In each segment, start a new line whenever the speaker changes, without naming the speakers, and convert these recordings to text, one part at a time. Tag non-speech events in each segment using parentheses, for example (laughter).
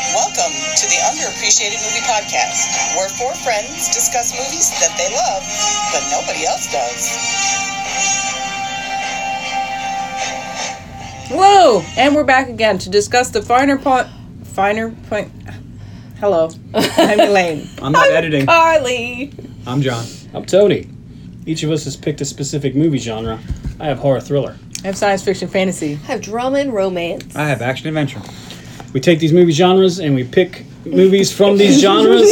to the Underappreciated Movie Podcast, where four friends discuss movies that they love, but nobody else does.
Whoa! And we're back again to discuss the finer point. Finer point. Hello,
(laughs)
I'm Elaine.
I'm not editing.
Oh. Carly.
I'm John.
I'm Tony. Each of us has picked a specific movie genre. I have horror thriller.
I have science fiction fantasy.
have drama and romance.
I have action adventure.
We take these movie genres and we pick movies from (laughs) these genres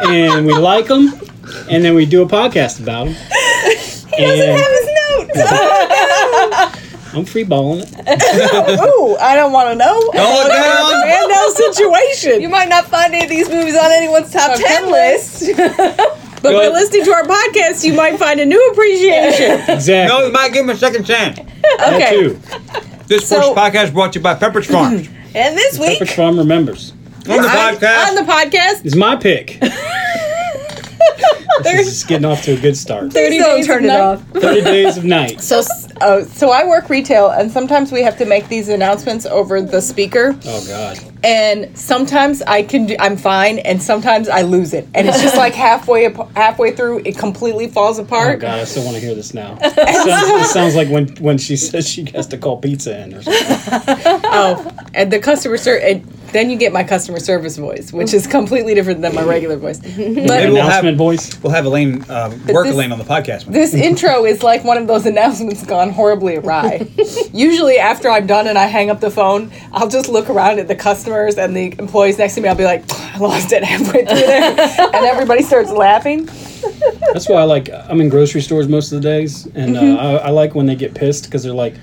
and we like them and then we do a podcast about (laughs) them. He doesn't have his notes. I'm free balling it.
(laughs) Ooh, I don't want to know.
Don't look down.
And no situation.
you might not find any of these movies on anyone's top
Top 10
ten
(laughs)
list.
but by
Good.
listening to our podcast, you might find a new (laughs) appreciation.
Exactly.
No, you might give him a second chance.
That
okay.
too.
This
So-
first podcast brought to you
(clears throat)
by Pepperidge Farms.
and this week,
Pepperidge Farm remembers.
On the
I-
podcast,
On the podcast,
It's my (laughs) pick. this is getting off to a good start.
30
don't
days
turn
of
it
night-
off.
(laughs) 30 Days of Night.
So, s- uh, so I work retail, and sometimes we have to make these announcements over the speaker.
Oh, God.
and sometimes I can do, I'm fine, and sometimes I lose it, and it's just like halfway ap- halfway through, it completely falls
Oh
apart.
god, I still want to hear this (laughs) now. It sounds, it sounds like when, when she says she has to call pizza in or something.
Oh, and the customer service, then you get my customer service voice, which is completely different than my regular
(laughs)
voice.
Maybe
But
we'll
announcement
have-
voice.
we'll have Elaine uh, work
this-
Elaine on the podcast.
this intro is like one of those announcements gone horribly
(laughs)
awry. Usually, after I'm done and I hang up the phone, I'll just look around at the customers and the employees next to me. I'll be like, I lost it halfway through there,
(laughs)
and everybody starts laughing.
That's why I like. I'm in grocery stores most of the days, and uh, I, I like when they get pissed because they're like,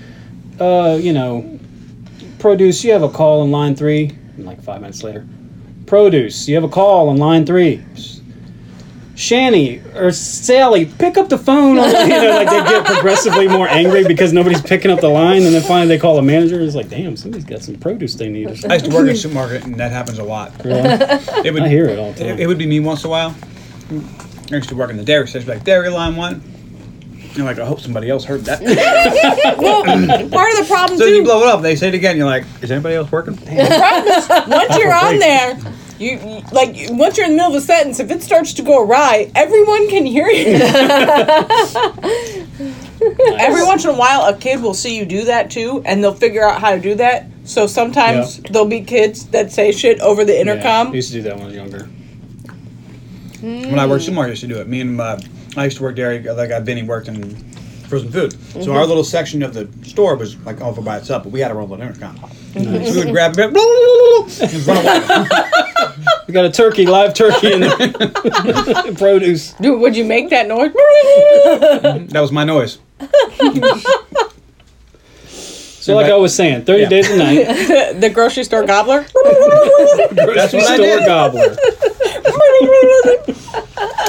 uh, you know, produce. You have a call in line three. And like five minutes later, produce. You have a call in line three. Shanny or Sally, pick up the phone. (laughs) On, you know, like they get progressively more angry because nobody's picking up the line, and then finally they call the manager. And it's like, damn, somebody's got some produce they need. Or
I (laughs) used
something.
(laughs)
to work in a supermarket, and that happens a lot. It would,
I hear it all the time.
It, it would be me once in a while. I used to work in the dairy section, like dairy line one. You're like, I hope somebody else heard
(laughs)
that.
Part of the problem
so
too.
you blow it up. They say it again. You're like, is anybody else working?
once you're on there, you you- like you- once you're in the middle of a sentence, if it starts to go awry, everyone can hear you. Every once in a while, a kid will see you do that too, and they'll figure out how to do that. So sometimes
Yeah.
there'll be kids that say shit over the
Yeah, I
intercom.
used to do that when I was younger.
When I worked supermarket, I used to do it. Me and my, I used to work dairy. Like I Vinny worked in frozen food. So our little section of the store was like over by itself, but we had our own little intercom. So we would grab a bit, blah, blah, blah, blah, and run away.
We got a turkey, live turkey in the (laughs) produce.
Dude, would you make that noise?
that was my noise.
So, like I was saying, 30
Yeah.
days
(laughs)
a night,
the grocery store gobbler.
grocery
what I
store
did. (laughs)
gobbler.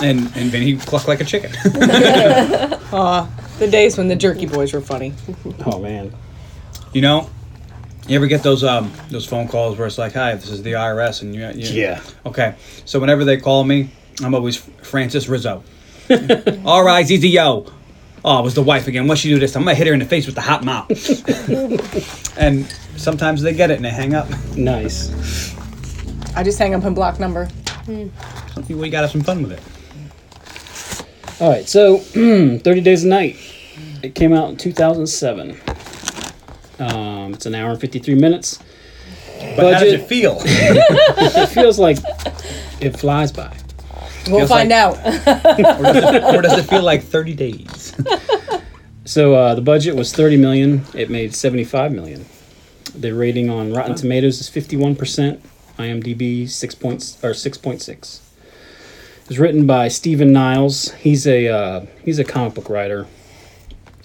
And and Vinny clucked like a chicken. (laughs)
the days when the jerky boys were funny.
Oh, man.
you know. You ever get those um those phone calls where it's like, "Hi, this is the IRS," and you, you
Yeah.
Okay, so whenever they call me, I'm always
(laughs)
Francis Rizzo. All right, ZZO. Oh, it was the wife again. What she do this time? I'm gonna hit her in the face with the
(laughs)
hot mop. and sometimes they get it and they hang up.
Nice.
I just hang up and block number.
We got to have some fun with it.
All right, so 30 days a night. It came out in 2007. Um, it's an hour and 53 minutes.
But how does it feel?
it feels like it flies by.
We'll
Feels
find out.
like- or, does it or does it feel like 30 days?
So uh, the budget was 30 million. It made 75 million. The rating on Rotten Tomatoes is 51%. IMDb 6 points or 6.6. It was written by Stephen Niles. He's a uh, he's a comic book writer.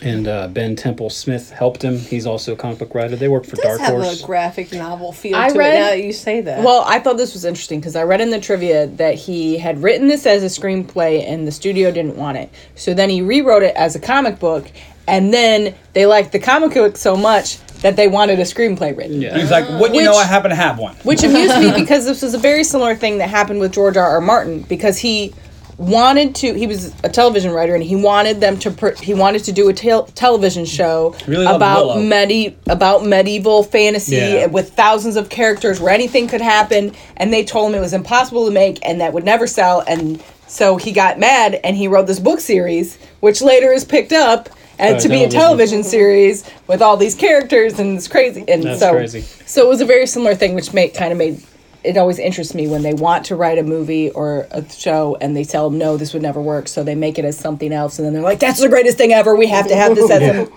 And uh, Ben Temple Smith helped him. He's also a comic book writer. They work for
It does
Dark
have
Horse.
a graphic novel feel
I
to
read-
it. Now that you say that,
Well, I thought this was interesting because I read in the trivia that he had written this as a screenplay and the studio didn't want it. So then he rewrote it as a comic book, and then they liked the comic book so much that they wanted a screenplay written.
yeah.
He's like, what you know?
Which-
I happen to have one.
Which amused me because this was a very similar thing that happened with George R. R. Martin because he wanted to. He was a television writer, and he wanted them to. Pr- he wanted to do a tel- television show
Really love
about
Willow.
medi about medieval fantasy
Yeah.
with thousands of characters where anything could happen. And they told him it was impossible to make, and that would never sell. And so he got mad, and he wrote this book series, which later is picked up. And
Oh,
to be a
television.
television series with all these characters, and it's crazy. And
That's
so,
crazy.
so it was a very similar thing, which made kind of made it always interests me when they want to write a movie or a show and they tell them no, this would never work, so they make it as something else, and then they're like, that's the greatest thing ever. We have to have this
(laughs)
as a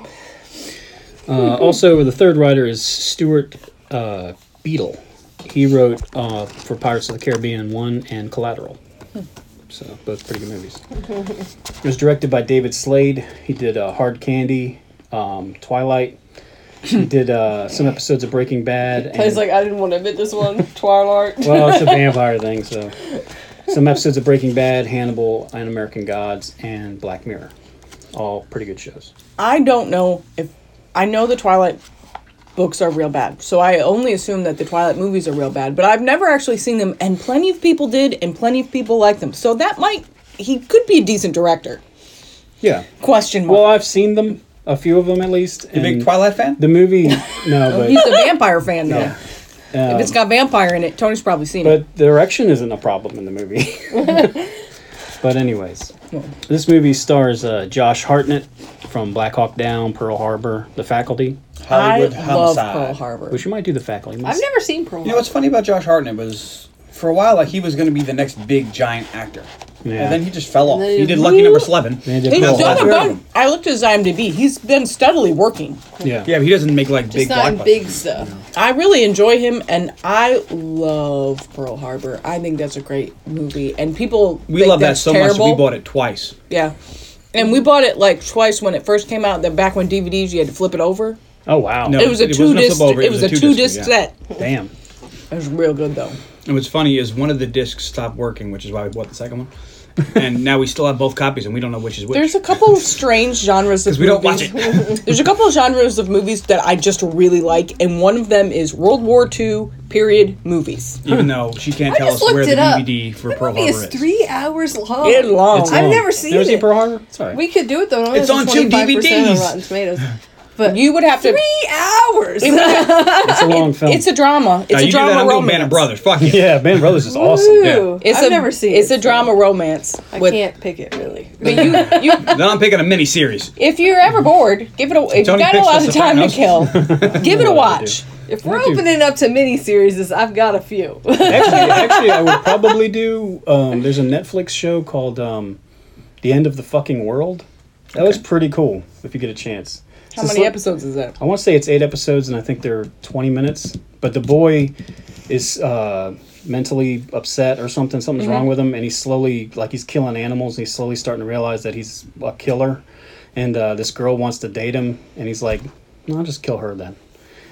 Uh, also, the third writer is Stuart uh, Beadle. He wrote uh, for Pirates of the Caribbean 1 and Collateral. So, both pretty good movies. it was directed by David Slade. He did uh, Hard Candy, um, Twilight.
(laughs)
He did uh, some episodes of Breaking Bad. and-
He's like, I didn't want to admit
(laughs)
this one. Twilight.
well,
(laughs)
it's a vampire thing, so. Some episodes of Breaking Bad, Hannibal, and American Gods, and Black Mirror. All pretty good shows.
I don't know if I know the Twilight books are real bad, so I only assume that the Twilight movies are real bad. But I've never actually seen them, and plenty of people did, and plenty of people liked them. So that might he could be a decent director.
Yeah.
Question mark.
Well, I've seen them, a few of them at least.
You a big
and-
Twilight fan?
(laughs)
The movie, no, but
He's a vampire fan though.
Yeah.
if
Um,
it's got vampire in it, Tony's probably seen it.
but the erection isn't a problem in the movie.
(laughs)
but anyways, this movie stars uh, Josh Hartnett from Black Hawk Down, Pearl Harbor, The Faculty,
Hollywood
I
homicide.
love Pearl Harbor.
which you might do The Faculty.
I've never seen Pearl.
You know what's funny about Josh Hartnett was for a while like he was going to be the next big giant actor,
Yeah.
and then he just fell off.
And then
He
he-
did Lucky Number Eleven.
They did
He's
Pearl
done
done
Harbor.
a
Harbor.
bunch. I looked at his IMDb. He's been steadily working.
Yeah.
Yeah, but he doesn't make like big.
It's not in
blockbusters.
big stuff.
I really enjoy him, and I love Pearl Harbor. I think that's a great movie, and people
We
think
love that
that's
so much.
terrible.
that We bought it twice.
Yeah, and we bought it like twice when it first came out. Then back when DVDs, you had to flip it over.
Oh wow.
No.
It was a
It
two
wasn't a
disc.
flip over,
It was a two disc
yeah.
set.
Damn.
It was real good though.
And what's funny is one of the discs stopped working, which is why we bought
(laughs)
the second one. and now we still have both copies, and we don't know which is which.
There's a couple of strange genres
(laughs)
of
we don't watch
movies. (laughs) There's a couple of genres of movies that I just really like, and one of them is World War II period movies. (laughs)
even though she can't
I
tell us
just
where
looked
the
it up.
DVD for
That
Pearl
movie
Harbor
is
is.
three hours long.
It's long.
It's
Oh, I've
long.
never seen
Never seen
it.
Pearl Harbor? Sorry.
We could do it though.
It's on two DVDs.
On Rotten Tomatoes. But
You would have to.
Three hours.
it's a long film.
It's a drama. It's
Now,
a
you do
drama
that, I'm doing
romance.
Band of Brothers. Fuck yeah.
yeah, Band of Brothers is awesome.
Ooh,
Yeah.
It's
I've
a-
never seen
It's
it.
a drama romance.
I
with-
can't pick it really.
But you, you,
(laughs) Then I'm picking a mini
(laughs)
series.
if you're ever bored, give it a. If you
Tony
got a
picks
lot
The
of time to kill,
(laughs)
give it a watch.
If we're opening up to mini series, I've got a few.
actually, actually, I would probably do. Um, there's a Netflix show called um, "The End of the Fucking World." That was pretty cool. If you get a chance,
How
It's
many
like-
episodes is that?
I want to say it's eight episodes, and I think they're 20 minutes. But the boy is uh, mentally upset or something. Something's
Mm-hmm.
wrong with him, and he's slowly like he's killing animals, and he's slowly starting to realize that he's a killer. And uh, this girl wants to date him, and he's like, "No, I'll just kill her then."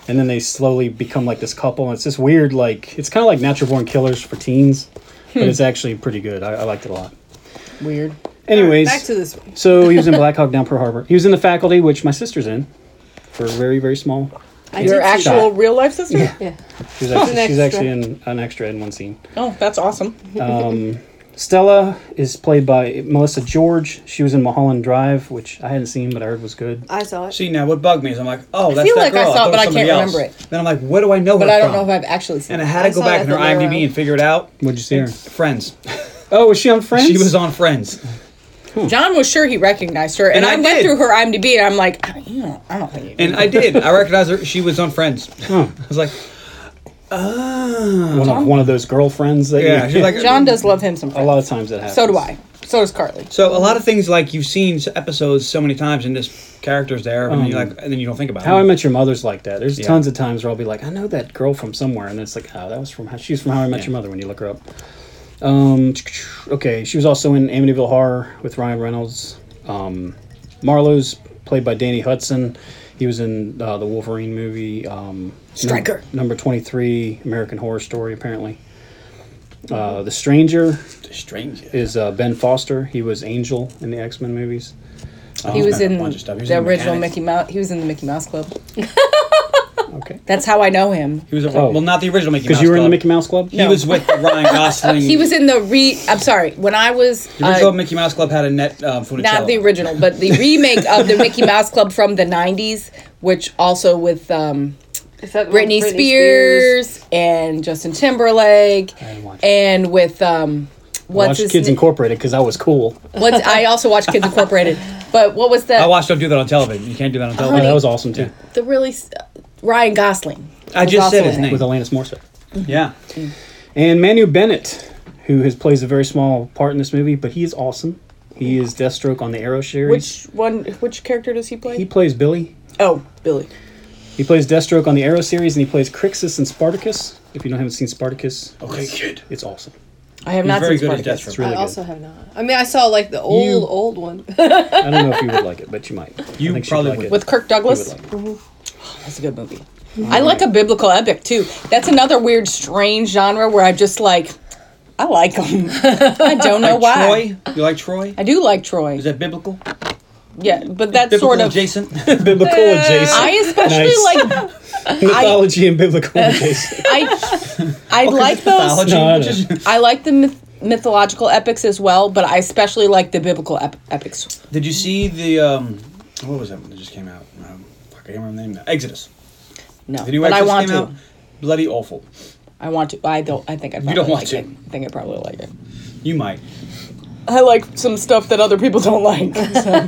And then they slowly become like this couple, and it's just weird. Like it's kind of like Natural Born Killers for teens,
Hmm.
but it's actually pretty good. I, I liked it a lot.
Weird.
Anyways,
Back to this one.
so he was in Black Hawk Down Pearl Harbor. He was in the faculty, which my sister's in, for a very very small.
I
Your
did see
actual real life sister?
that. Yeah.
She's actually,
An
she's
extra.
actually in an extra in one scene.
Oh, that's awesome.
Stella is played by Melissa George. She was in Mulholland Drive, which I hadn't seen but I heard was good.
I saw it.
See, now what bugged me is I'm like, oh, that's
feel like
that
I
girl.
saw it,
thought
but I
was somebody
can't
else.
remember it.
Then I'm like, where do I know
But
her
I don't
from?
know if I've actually seen.
and I
it.
had to
I
go
saw
back
it
in
at
her
the Loro.
IMDb and figure it out.
What'd you see her?
Friends.
Oh, was she on
(laughs)
Friends?
She was on Friends.
John was sure he recognized her, and,
And
I,
I
went
did.
through her IMDb, and I'm like, I don't, you know, I don't think you do.
And I did. I recognized her. She was on Friends. I was like,
one of one of those girlfriends that
yeah.
(laughs)
She's like,
John does love him some.
a
Friends.
lot of times that happens.
So do I. So does Carly.
So a lot of things like you've seen s- episodes so many times and this character's there, and you like, and then you don't think about
Um, How
it.
I Met Your Mother's like that. There's
Yeah.
tons of times where I'll be like, I know that girl from somewhere, and it's like, oh, that was from how she's from How I Met Your Mother when you look her up. Um, okay, she was also in Amityville Horror with Ryan Reynolds. Um, Marlowe's played by Danny Hudson. He was in uh, the Wolverine movie. Um,
Stryker.
num- number twenty three, American Horror Story. Apparently, uh, the Stranger
strange.
is uh, Ben Foster. He was Angel in the X Men movies.
He was
been
in
in Oh,
uh,
a bunch of stuff. He was
the
in
original
Mechanics.
Mickey Mouse. He was in the Mickey Mouse Club.
Okay,
That's how I know him.
He was a,
Oh.
well, not the original Mickey Mouse.
Because you were in the
Club.
Mickey Mouse Club?
He
(laughs)
was with Ryan Gosling.
He was in the re. I'm sorry. When I was
Hmm. The original
uh,
Mickey Mouse Club had Annette um, Funicello.
not the original, but the remake of the Mickey Mouse Club from the '90s, which also with um,
Is that the one
Britney,
with
Spears, and Justin Timberlake,
didn't watch it.
and with um, what's
Watch
his
Kids
na- Oh,
Incorporated because I was cool.
what's, I also watched Kids Incorporated, but what was
I
that?
watched Don't Do That on Television. You can't do that on
Oh,
television.
that was awesome too.
the really s- Ryan Gosling.
I just
also
said his
in it.
name.
With Alanis Morissette.
yeah.
Mm.
And Manu Bennett, who has plays a very small part in this movie, but he is awesome. He is Deathstroke on the Arrow series.
Which one? Which character does he play?
he plays Billy.
oh, Billy.
He plays Deathstroke on the Arrow series, and he plays Crixus in Spartacus. If you don't haven't seen Spartacus,
Okay, kid.
it's awesome.
I have
He's
not
very
seen
good at
Spartacus.
Deathstroke.
really
I
good.
also have not. I mean, I saw like the old, old one. (laughs)
I don't know if you would like it, but you might.
You
I think she'd
probably
like
would.
it.
with Kirk Douglas.
You
That's a good movie. I like a biblical epic too. That's another weird, strange genre where I'm just like, I like them. I don't
(laughs)
know why.
Troy? You like Troy?
I do like Troy.
Is that biblical?
yeah, but that's
Biblical
sort of.
adjacent?
biblical adjacent.
Uh, I especially
Nice.
like.
mythology
(laughs)
and biblical adjacent.
I I like those.
Mythology,
No, I
which is-
I like the myth- mythological epics as well, but I especially like the biblical ep- epics.
Did you see the, um, what was that one that just came out? Um, fuck, I can't remember the name now. Exodus.
No,
The new
but I
Exodus
want
came
to.
out. Bloody awful.
I want to. I don't. I think I. Probably
don't want
like
to.
It. I think I probably like it.
You might.
I like some stuff that other people (laughs) don't like. so-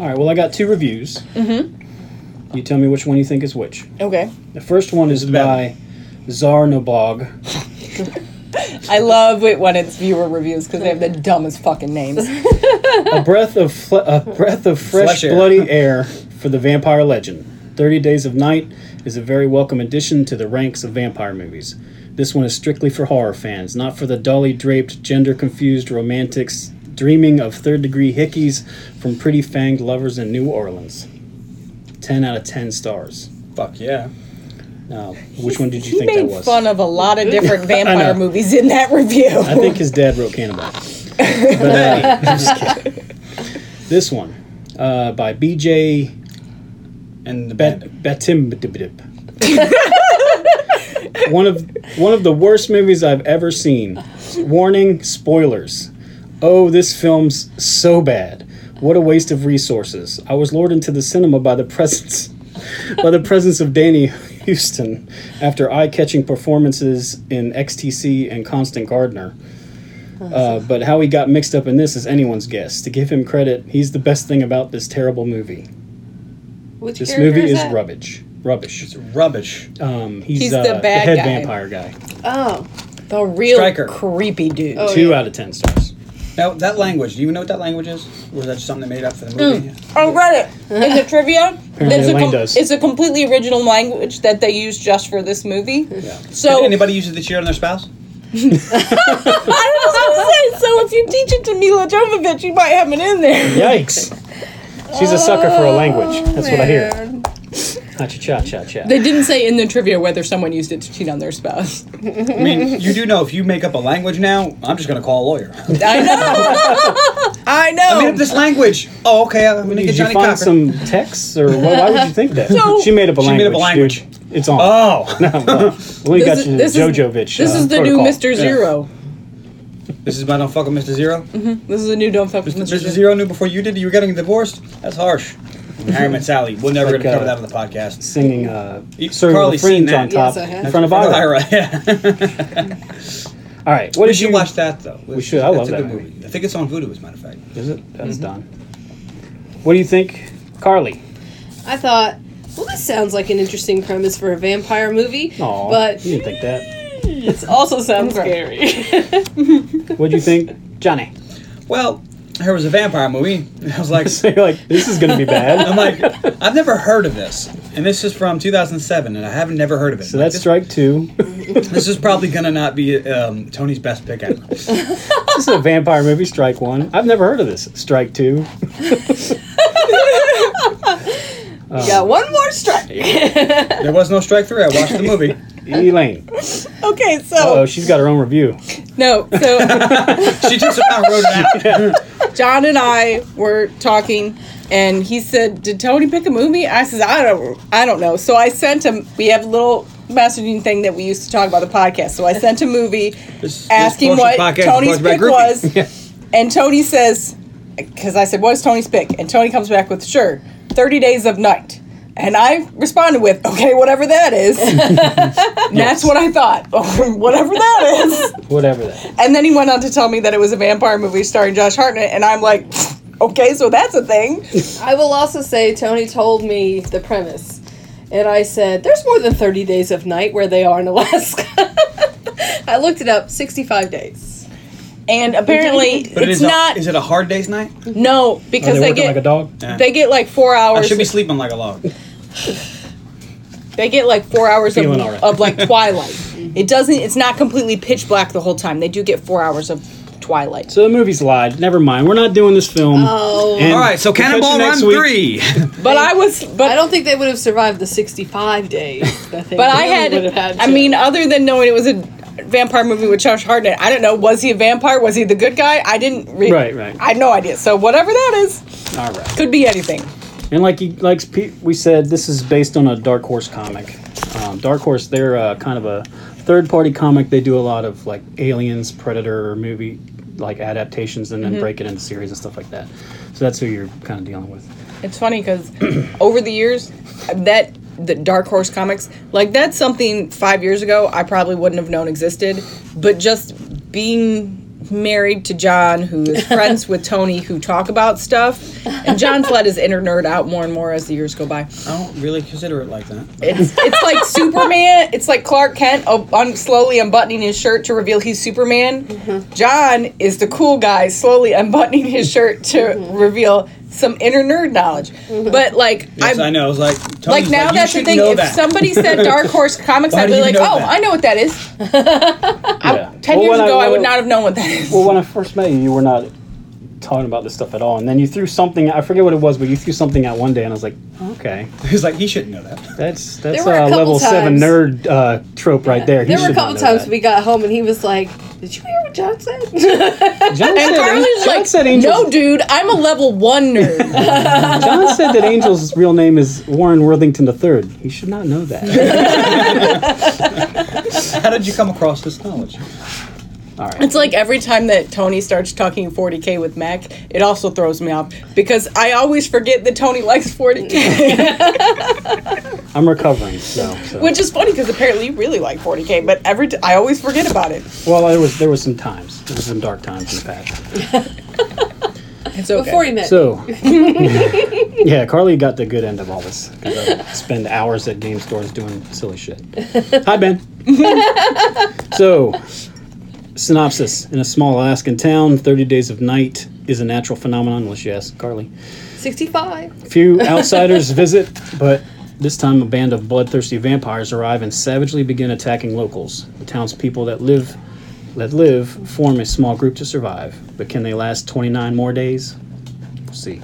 All right. Well, I got two reviews. Mm-hmm. You tell me which one you think is which.
okay.
The first one is by
bad
Czar Nobog.
I love it when it's viewer reviews because they have the dumbest fucking (laughs) names.
a breath of fle- a breath of fresh
Flesh air. (laughs)
bloody air for the vampire legend. Thirty Days of Night is a very welcome addition to the ranks of vampire movies. This one is strictly for horror fans, not for the dully draped, gender confused romantics dreaming of third degree hickeys from pretty fanged lovers in New Orleans. Ten out of ten stars.
Fuck yeah.
Now, which one did you
He
think that
made
was?
fun of a lot of different
(laughs)
vampire
know.
movies in that review.
I think his dad wrote Cannonball. But, uh, I'm just kidding. This one uh, by B.J.
And the
Bet
band.
Betimbdibdib. (laughs) one of one of the worst movies I've ever seen. Warning, spoilers. Oh, this film's so bad. What a waste of resources. I was lured into the cinema by the presence (laughs) by the presence of Danny Houston after eye-catching performances in XTC and Constant Gardener. Uh, but how he got mixed up in this is anyone's guess. To give him credit, he's the best thing about this terrible movie.
Which
This
character
movie is,
that?
rubbish. Rubbish.
Rubbish.
Um, he's
He's
uh,
the
the,
bad
head
guy.
vampire guy.
Oh,
(laughs) the real
Stryker.
creepy dude.
Oh,
Two
yeah.
out of ten stars.
Now, that language, do you know what that language is? Or is that just something they made up for the movie?
On Reddit, in the trivia, there's a
Elaine
com-
does.
it's a completely original language that they used just for this movie. So
Did anybody use it to cheer on their spouse?
(laughs) I was gonna say, so if you teach it to Mila Jovovich, you might have it in there.
Yikes!
(laughs)
She's a sucker
Oh,
for a language. That's what I hear. Cha cha cha cha.
They didn't say in the trivia whether someone used it to cheat on their spouse.
I mean, you do know if you make up a language now, I'm just going to call a lawyer. (laughs)
I know.
(laughs)
I know.
I made up this language. Oh, okay. I'm going to get
Did you
Johnny
find
Cocker.
some texts, or why, why would you think
(laughs)
that? she made up a
She made
language.
up a
dude. It's on.
Oh,
we got
is-
you the
this is-
Jojovich.
this
uh,
is the
protocol.
new Mr. Zero.
(laughs) this is my don't fuck with Mr. Zero.
This is the new Don't Fuck with
Mr. Zero knew before you did. You were getting divorced. That's harsh. Harry met Sally. We're never
Mm-hmm.
going
Like,
to cover that
uh,
on the podcast.
Singing uh,
You've
Sir
probably
Little Friends
seen
on
that.
top
Yes, I have.
in front of Ira.
Ira,
(laughs)
yeah.
All right, what
We
did you
should watch that though. We
should. I love
a
that
good
movie.
I think it's on Voodoo, as a matter of fact.
Is it? That's
Mm-hmm.
done. What do you think, Carly?
I thought, well, this sounds like an interesting premise for a vampire movie,
Aw,
but
you didn't think that.
it also sounds scary. (laughs)
What do you think, (laughs) Johnny?
Well, here was a vampire movie. (laughs) and I was like,
So you're like, this is gonna be
I'm (laughs)
bad. (laughs)
like, I've never heard of this, and this is from 2007, and I haven't never heard of it.
So that's
this,
strike two. this
this is probably gonna not be um, Tony's best pick ever.
is a vampire movie. Strike one. I've never heard of this. Strike two.
yeah, one more strike.
there was no strike three. I watched the movie.
Elaine.
Okay, so
Oh, she's got her own review. (laughs)
no, so
She took some time and wrote it out.
John and I were talking, and he said, "Did Tony pick a movie?" I says, "I don't, I don't know." So I sent him. We have a little messaging thing that we used to talk about the podcast. So I sent a movie,
(laughs) This- this
asking
portion of
what
the podcast is
Tony's
brought to you by
pick
Groupie. (laughs)
was, and Tony says, "Because I said, what's Tony's pick?" And Tony comes back with, "Sure, Thirty Days of Night." And I responded with, "Okay, whatever that
(laughs)
is." And That's what I thought. (laughs) whatever that is.
Whatever that.
And then he went on to tell me that it was a vampire movie starring Josh Hartnett, and I'm like, (laughs) okay, so that's a thing.
I will also say Tony told me the premise, and I said, "There's more than 30 days of night where they are in Alaska." (laughs) I looked it up. 65 days.
And apparently,
But it
it's
is a-
not.
is it a hard day's night?
no,
Are
because
Oh, they
they,
working
get
like a dog?
they get like four
I
hours.
should be sleeping like a log.
they get like four hours of,
Feeling all right.
of like twilight. it doesn't. It's not completely pitch black the whole time. They do get four hours of twilight.
So the movie's lied. Never mind. We're not doing this film.
Oh.
And
All right, so
we'll catch you
Cannonball Run
next week.
three.
But I was. But
I don't think they would have survived the 65 days. I think
But
they
I
really
had,
would have had
I
to.
mean, other than knowing it was a vampire movie with Josh Hartnett, I don't know. Was he a vampire? Was he the good guy? I didn't read.
Right, right.
I had no idea. So whatever that is,
All right.
could be anything.
And like you, like Pete, we said, this is based on a Dark Horse comic. Um, Dark Horse, they're uh, kind of a third-party comic. They do a lot of like aliens, Predator movie like adaptations, and then break it into series and stuff like that. So that's who you're kind of dealing with.
It's funny because (clears throat) over the years, that the Dark Horse comics, like that's something five years ago I probably wouldn't have known existed. But just being married to John, who is friends with Tony, who talk about stuff, and John's let his inner nerd out more and more as the years go by.
I don't really consider it like that.
It's, it's like Superman. It's like Clark Kent un- un- slowly unbuttoning his shirt to reveal he's Superman. John is the cool guy slowly unbuttoning his shirt to reveal some inner nerd knowledge. But like
Yes,
I'm-
I know. I was like, Tony's
Like now,
you
that's the
should
thing.
know
If
that.
somebody said Dark Horse Comics,
Why
I'd
do
be
you
like,
know
"Oh,
that?"
I know what that is."
Yeah.
Ten
Well,
years
when
ago, I,
when
would not have known what that is.
Well, when I first met you, you were not talking about this stuff at all, and then you threw something. I forget what it was, but you threw something out one day, and I was like, okay,
(laughs) He's like, you shouldn't know that. (laughs)
that's that's
were a
a
couple
level seven
times-
nerd uh, trope right there. He
there were a
should not
couple
know
times
that.
we got home and he was like, "Did you hear what John said?" (laughs)
John said,
Carly's
John
like,
said angels,
"No, dude, I'm a level one
(laughs)
nerd."
John said that Angel's real name is Warren Worthington III. He should not know that.
How did you come across this knowledge?
All right.
It's like every time that Tony starts talking 40k with Mac, it also throws me off because I always forget that Tony likes 40k,
I'm recovering. So, so.
(laughs) which is funny because apparently you really like 40k, but every t- I always forget about it.
well, there was there was some times. There was some dark times in the past.
It's okay.
Before he met,
So, yeah, Carly got the good end of all this. 'cause I spend hours at game stores doing silly shit. Hi, Ben. so, synopsis: In a small Alaskan town, 30 days of night is a natural phenomenon. Unless you ask Carly.
65.
Few outsiders visit, but this time a band of bloodthirsty vampires arrive and savagely begin attacking locals. The townspeople that live that live form a small group to survive, but can they last 29 more days? We'll see.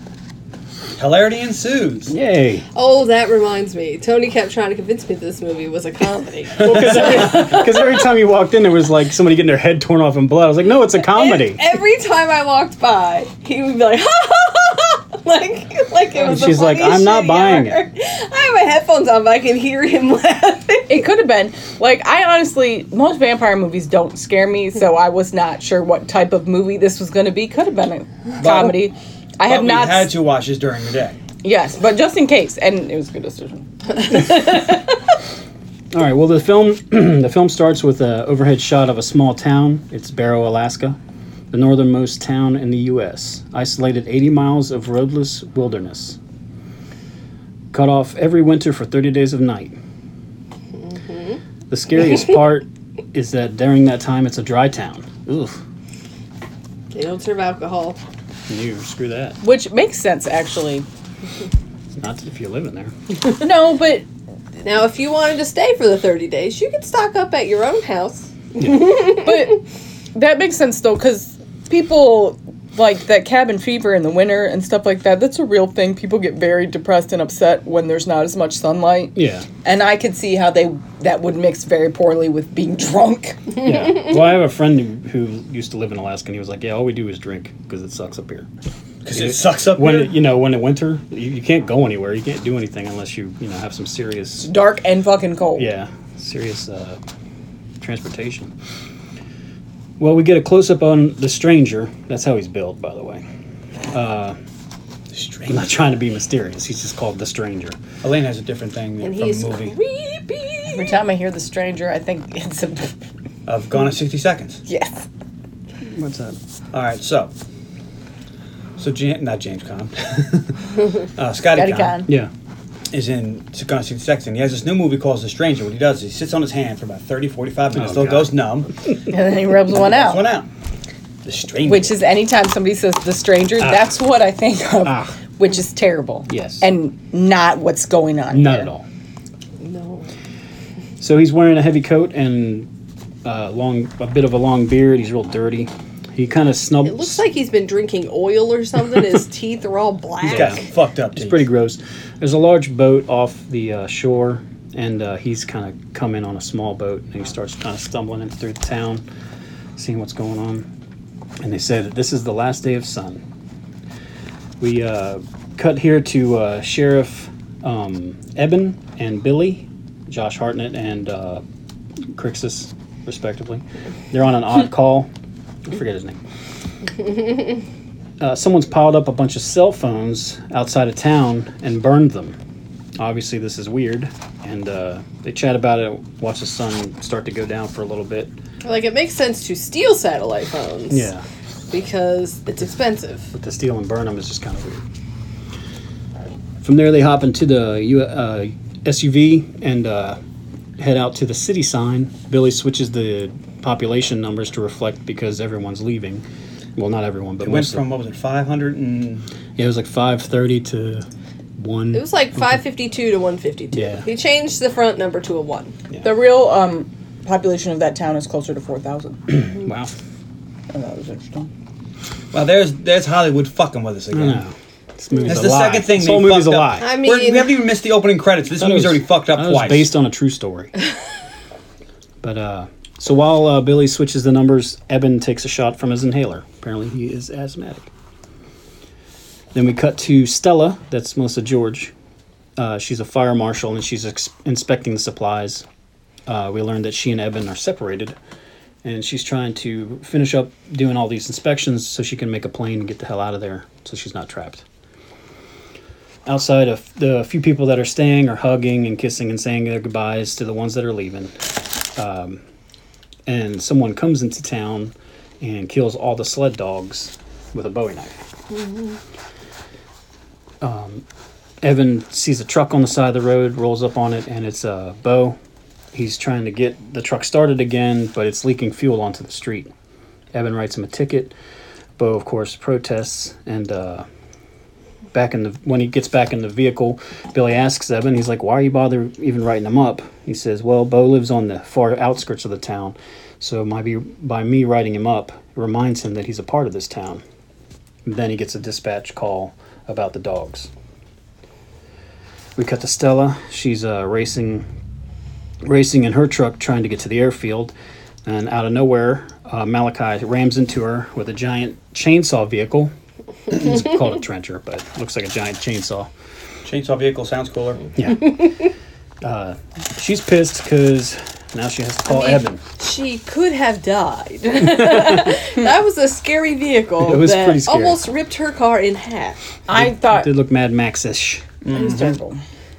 Hilarity ensues.
Yay!
Oh, that reminds me. Tony kept trying to convince me this movie was
(laughs)
a comedy.
Because every, time you walked in, there was like somebody getting their head torn off in blood. I was like, no, it's a comedy.
(laughs) Every time I walked by, he would be like, (laughs) ha ha ha, ha," like, like it was. the
she's like,
funniest
"I'm not
shit
buying
ever. (laughs) I have my headphones on, but I can hear him (laughs) laughing.
It could have been like I honestly most vampire movies don't scare me, so I was not sure what type of movie this was going to be. Could have been a comedy. I
But
have
we
not.
had to watch this during the day.
yes, but just in case, and it was a good decision.
All right. Well, the film (clears throat) the film starts with an overhead shot of a small town. It's Barrow, Alaska, the northernmost town in the U.S., isolated 80 miles of roadless wilderness, cut off every winter for 30 days of night. The scariest part is that during that time, it's a dry town. Oof.
They don't serve alcohol.
You screw that.
Which makes sense, actually.
Not if you live in there.
No, but
Now, if you wanted to stay for the 30 days, you could stock up at your own house.
but that makes sense though because people like that cabin fever in the winter and stuff like that, that's a real thing. People get very depressed and upset when there's not as much sunlight.
Yeah.
And I could see how they that would mix very poorly with being drunk. (laughs)
Yeah. well, I have a friend who, who used to live in Alaska, and he was like, "Yeah, all we do is drink because it sucks up here.
because it sucks up.
When
here.
it, you know, when in winter, you, you can't go anywhere. You can't do anything unless you you know have some serious
Dark and fucking cold.
yeah serious uh, transportation." Well, we get a close up on the stranger. That's how he's billed, by the way. I'm not trying to be mysterious. He's just called the stranger.
Elaine has a different thing
And
from
he's
the movie.
creepy.
Every time I hear the stranger, I think it's a (laughs)
I've gone in 60 seconds.
yes.
What's that?
All right, so. So, Jan- not James Conn. uh, Scotty,
Got it
Conn.
gone.
Yeah.
is in Gone 60 Seconds. And he has this new movie called The Stranger. What he does is he sits on his hand for about 30, 45 minutes,
Oh,
still
God.
goes numb.
And then he rubs one
Oh.
This one
out.
out. The Stranger.
Which is anytime somebody says the stranger, that's what I think of,
Ah.
which is terrible.
Yes.
And not what's going on.
Not
here.
at all.
No.
So he's wearing a heavy coat and uh, long, a bit of a long beard. He's real dirty. He kind of snubs.
It looks like he's been drinking oil or
(laughs)
something. His teeth are all black.
He's got some fucked up
it's
teeth.
pretty gross. There's a large boat off the uh, shore, and uh, he's kind of come in on a small boat, and he starts kind of stumbling in through the town, seeing what's going on. And they said, "This is the last day of sun." We uh, cut here to uh, Sheriff um, Eben and Billy, Josh Hartnett and uh, Crixus, respectively. They're on an odd call. I forget his name uh, someone's piled up a bunch of cell phones outside of town and burned them. Obviously, this is weird, and uh, they chat about it. Watch the sun start to go down for a little bit.
Like, it makes sense to steal satellite phones.
Yeah,
Because it's expensive.
but to steal and burn them is just kind of weird. From there, they hop into the U- uh, SUV and uh, head out to the city sign. Billy switches the population numbers to reflect because everyone's leaving. Well, not everyone, but
It went
most. of-
from, what was it, 500 and.
yeah, it was like five thirty to one.
It was like 552 to 152.
Yeah.
He changed the front number to a 1.
The real um, population of that town is closer to 4,000.
(clears throat) wow.
Oh, that was interesting.
Well, there's there's Hollywood fucking with us again.
No. This movie's
That's
a
the
lie.
second thing
This
they
whole movie's a
fucked
lie.
up. We're-
I mean-
we haven't even missed the opening credits. This
That
movie's
was-
already fucked up
that was
twice.
based on a true story. but uh, so while uh, Billy switches the numbers, Eben takes a shot from his inhaler. Apparently, he is asthmatic. Then we cut to Stella. That's Melissa George. Uh, she's a fire marshal and she's ex- inspecting the supplies. Uh, we learned that she and Eben are separated, and she's trying to finish up doing all these inspections so she can make a plane and get the hell out of there, so she's not trapped outside of the few people that are staying are hugging and kissing and saying their goodbyes to the ones that are leaving. Um, and someone comes into town and kills all the sled dogs with a Bowie knife. Um, Evan sees a truck on the side of the road, rolls up on it, and it's a Bo. He's trying to get the truck started again, but it's leaking fuel onto the street. Evan writes him a ticket. Bo, of course, protests and uh, back in the when he gets back in the vehicle, Billy asks Evan, he's like, "Why are you bother even writing him up?" He says, "Well, Bo lives on the far outskirts of the town, so my be by me writing him up it reminds him that he's a part of this town." And then he gets a dispatch call about the dogs. We cut to Stella. She's uh, racing, racing in her truck, trying to get to the airfield. And out of nowhere, uh, Malachi rams into her with a giant chainsaw vehicle it's called a trencher, but it looks like a giant chainsaw.
Chainsaw vehicle sounds cooler.
Yeah. uh, she's pissed because now she has to call Oh, Evan.
She could
(laughs)
have died. (laughs) that was a scary vehicle
It was
that
pretty scary.
almost ripped her car in half.
I thought
Did look Mad Max ish.
it was terrible.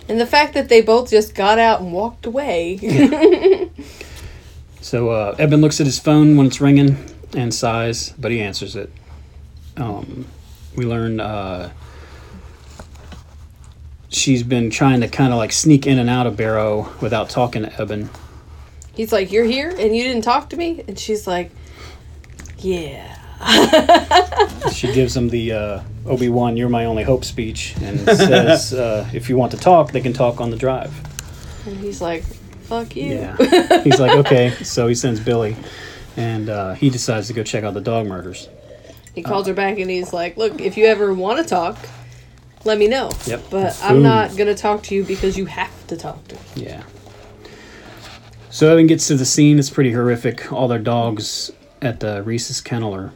And the fact that they both just got out and walked away.
So uh, Eben looks at his phone when it's ringing and sighs, but he answers it. Um, we learn uh, she's been trying to kind of like sneak in and out of Barrow without talking to Eben.
(laughs) He's like, "You're here, and you didn't talk to me," and she's like, "Yeah."
She gives him the uh, Obi Wan, "You're my only hope" speech, and says, uh, "If you want to talk, they can talk on the drive."
And he's like, "Fuck
(laughs)
you."
Yeah. He's like, okay. So he sends Billy, and uh, he decides to go check out the dog murders.
He calls her back and he's like, "Look, if you ever want to talk, let me know.
Yep.
But
It's
I'm
food.
not gonna talk to you because you have to talk to." me.
Yeah. So Evan gets to the scene. It's pretty horrific. All their dogs at the Reese's kennel are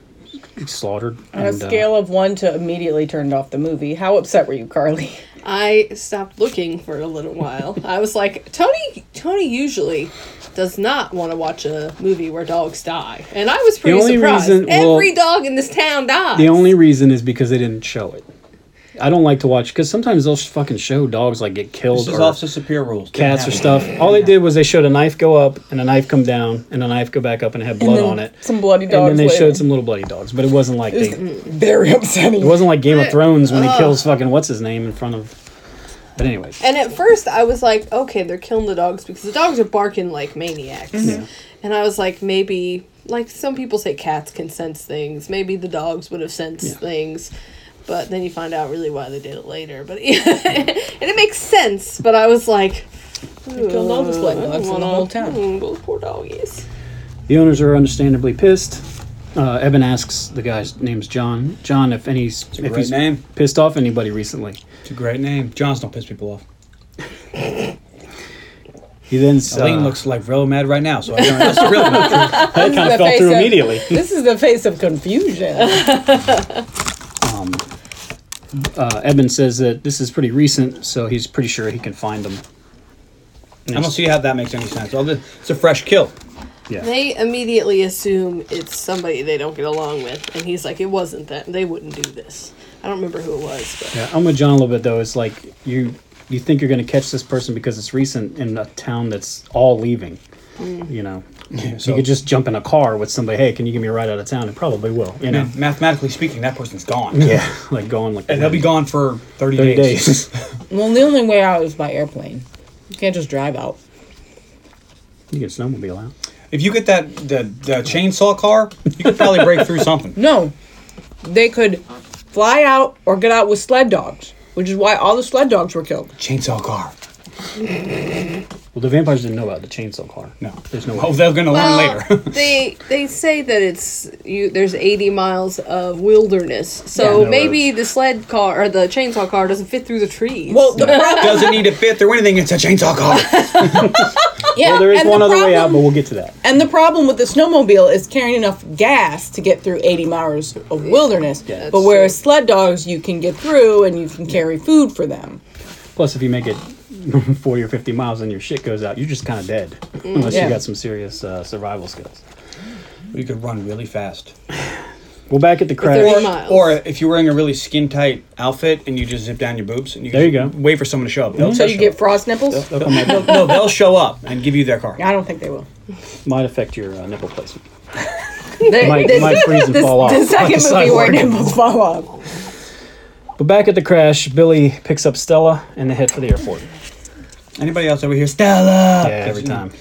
slaughtered.
On a
and, uh,
scale of one to immediately turned off the movie, how upset were you, Carly?
I stopped looking for a little while. I was like, "Tony, Tony usually does not want to watch a movie where dogs die," and I was pretty
only
surprised.
reason- well,
Every dog in this town dies.
the only reason is because they didn't show it. I don't like to watch because sometimes they'll sh- fucking show dogs like get killed
This is
or
also superior rules. Didn't
cats or
happen.
stuff. All they did was they showed a knife go up and a knife come down and a knife go back up and it had blood
then
on it.
(laughs) some bloody
And then
dogs
they
later.
showed some little bloody dogs, but it wasn't like they, it
Very (laughs) upsetting. uh,
wasn't like Game of Thrones when he kills fucking what's his name in front of. But anyways,
And at first, I was like, okay, they're killing the dogs because the dogs are barking like maniacs. And I was like, maybe, like some people say cats can sense things. Maybe the dogs would have sensed things. But then you find out really why they did it later. But (laughs) and it makes sense. But I was like,
killed all the sled
"Ooh, I
dogs in the
wanna-
whole town."
mm, Those poor doggies.
the owners are understandably pissed. Uh, Evan asks the guy's name's John. John, if any,
a
if
great
he's
name.
pissed off anybody recently.
It's a great name. Johns don't piss people off.
He then
Elaine
(laughs)
uh,
looks like real mad right now, so I don't know. (laughs) That's the real name.
that kind
the
of fell
face
through
of-
immediately.
This is the face of (laughs) confusion.
(laughs) Uh, Eben says that this is pretty recent, so he's pretty sure he can find them.
I don't see how that makes any sense. All the- It's a fresh kill.
Yeah.
They immediately assume it's somebody they don't get along with, and he's like, it wasn't that. They wouldn't do this. I don't remember who it was, but.
Yeah, I'm with John a little bit though. It's like you you think you're going to catch this person because it's recent in a town that's all leaving.
Mm.
You know, so
so-
you could just jump in a car with somebody. Hey, can you give me a ride out of town? It probably will. You know,
Man, mathematically speaking, that person's gone.
yeah, (laughs) like going like
And they'll be gone for 30,
thirty
days. (laughs)
days.
well, the only way out is by airplane. You can't just drive out.
you can snowmobile out.
If you get that the, the chainsaw car, you could probably break through something.
No, they could fly out or get out with sled dogs, which is why all the sled dogs were killed.
(laughs) Chainsaw car.
Well, the vampires didn't know about the chainsaw car.
No.
there's no way.
Oh, they're going to learn
Well,
(laughs)
later. (laughs)
they they say that it's you. There's 80 miles of wilderness, so
Yeah, no
maybe the sled car or the chainsaw car doesn't fit through the trees. (laughs)
Well, the problem,
Doesn't need a fifth or anything. It's a chainsaw car.
yeah,
well, Oh, there is
and
one
the
other way out,
problem-
but we'll get to that.
And the problem with the snowmobile is carrying enough gas to get through 80 miles of wilderness.
that's
but whereas sled dogs, you can get through and you can carry food for them.
Plus, if you make it (laughs) 40 or 50 miles and your shit goes out, you're just kind of dead. Unless
Yeah.
you got some serious uh, survival skills.
(laughs) you could run really fast.
Well, back at the
they're-
crash.
Or,
miles.
or if you're wearing a really skin tight outfit and you just zip down your boobs and you,
There you
just
go.
wait for someone to show up. They'll
So
they'll
you
show
get
up.
frost nipples?
That'll come
They'll- no, they'll show up and give you their car.
I don't think
(laughs)
they will.
oh, might affect your uh, nipple placement.
They,
Might-
this- (laughs)
might freeze and
this-
fall off
The
(laughs) on
second
the
movie where
sidewalk.
nipples fall off.
But back at the crash, Billy picks up Stella and they head for the
(laughs)
airport.
Anybody else over here? Stella.
Yeah, every time.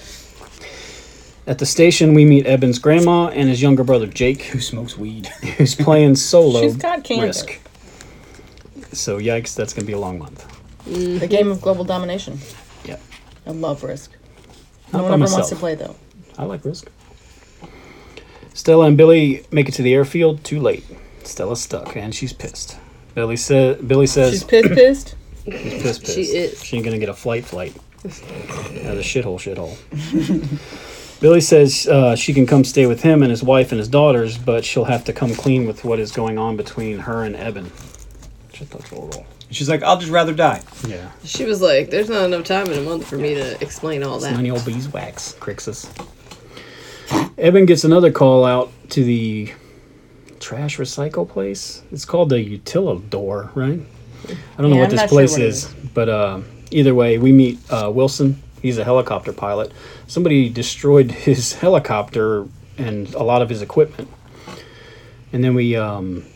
At the station, we meet Eben's grandma and his younger brother Jake,
Who smokes weed? (laughs)
(laughs)
who's playing solo
She's got cancer.
risk. So yikes, that's gonna be a long month.
The game of global domination.
Yeah,
I love Risk. No
Not by
one ever
myself.
wants to play, though.
I like risk. Stella and Billy make it to the airfield too late. Stella's stuck and she's pissed. Billy says, "Billy says
She's pissed, pissed.
Piss, piss.
She is.
She ain't gonna get a flight (laughs) flight. Out of the shithole, shithole. Billy says uh, she can come stay with him and his wife and his daughters, but she'll have to come clean with what is going on between her and Eben. Which I thought's a little.
She's like, I'll just rather die.
Yeah.
she was like, "There's not enough time in a month for me to explain all that."
Money old beeswax, Crixus. Eben gets another call out to the trash recycle place. It's called the Utilidor, right? I don't know
Yeah,
what
I'm
this
not sure
place
what it
is,
is.
but uh, either way, we meet uh, Wilson. He's a helicopter pilot. Somebody destroyed (laughs) his helicopter and a lot of his equipment. And then we um,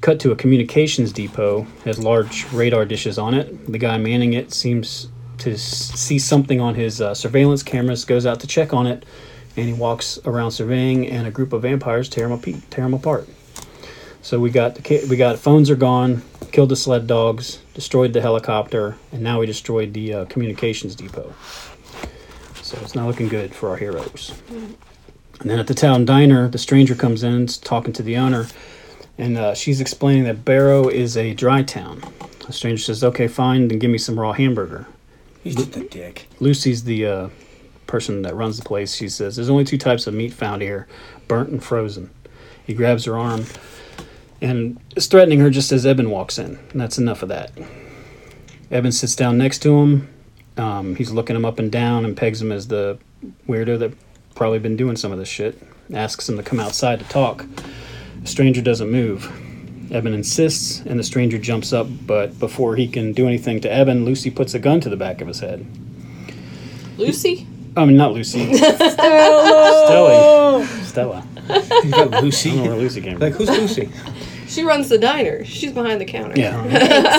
cut to a communications depot, has large radar dishes on it. The guy manning it seems to s- see something on his uh, surveillance cameras, goes out to check on it, and he walks around surveying, and a group of vampires tear him, ape- tear him apart. So we got the ca- we got phones are gone, killed the sled dogs, destroyed the helicopter, and now we destroyed the uh, communications depot. So it's not looking good for our heroes. And then at the town diner, the stranger comes in, is talking to the owner, and uh, she's explaining that Barrow is a dry town. The stranger says, "Okay, fine, then give me some raw hamburger."
He's just a dick.
Lucy's the uh, person that runs the place. She says, There's only two types of meat found here burnt and frozen. He grabs her arm and is threatening her just as Eben walks in. And that's enough of that. Eben sits down next to him. Um, he's looking him up and down and pegs him as the weirdo that probably been doing some of this shit. Asks him to come outside to talk. The stranger doesn't move. Eben insists, and the stranger jumps up, but before he can do anything to Eben, Lucy puts a gun to the back of his head.
Lucy?
I mean, not Lucy. Stella. Stella.
You (laughs) got
I don't know
Lucy.
where Lucy came
like
from.
who's Lucy?
She runs the diner. She's behind the counter.
Yeah.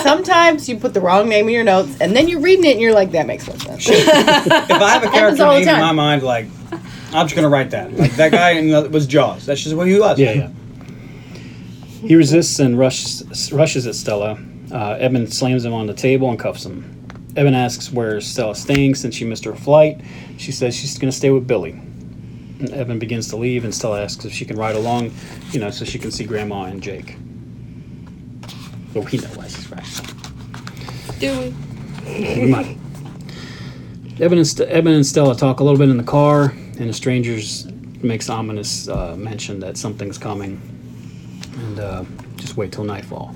(laughs) Sometimes you put the wrong name in your notes, and then you're reading it, and you're like, that makes no sense.
if I have a
Happens
character
all the
name in
time.
my mind, like I'm just gonna write that. Like that guy in the, was Jaws. That's just what he was.
Yeah, yeah. He resists and rushes, rushes at Stella. Uh, Eben slams him on the table and cuffs him. Eben asks where Stella's staying since she missed her flight. She says she's going to stay with Billy. And Eben begins to leave, and Stella asks if she can ride along, you know, so she can see Grandma and Jake. Well, we know why she's riding.
Do we?
Might. Eben Mm. and, St- Eben and Stella talk a little bit in the car, and the strangers makes ominous uh, mention that something's coming, and uh, just wait till nightfall.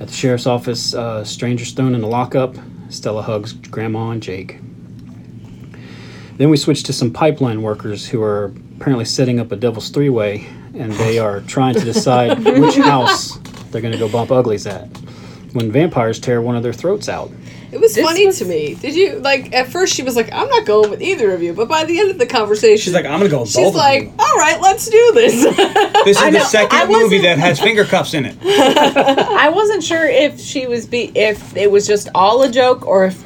At the sheriff's office, uh, strangers thrown in the lockup. Stella hugs Grandma and Jake. Then we switch to some pipeline workers who are apparently setting up a devil's three-way, and they are trying to decide which house they're going to go bump uglies at. When vampires tear one of their throats out.
It was
This
funny
was-
to me. Did you like at first she was like, I'm not going with either of you, but by the end of the conversation
She's like, I'm gonna go with
She's
both
like,
of
all right, let's do this.
you. This is the
know, I
second
wasn't-
movie that has finger cuffs in it.
I wasn't sure if she was be if it was just all a joke or if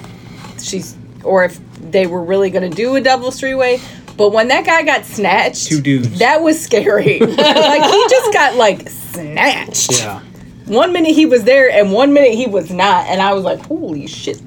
she's or if they were really gonna do a double three way. But when that guy got snatched,
Two dudes.
that was scary. like he just got like snatched.
Yeah.
One minute he was there and one minute he was not, and I was like, holy shit.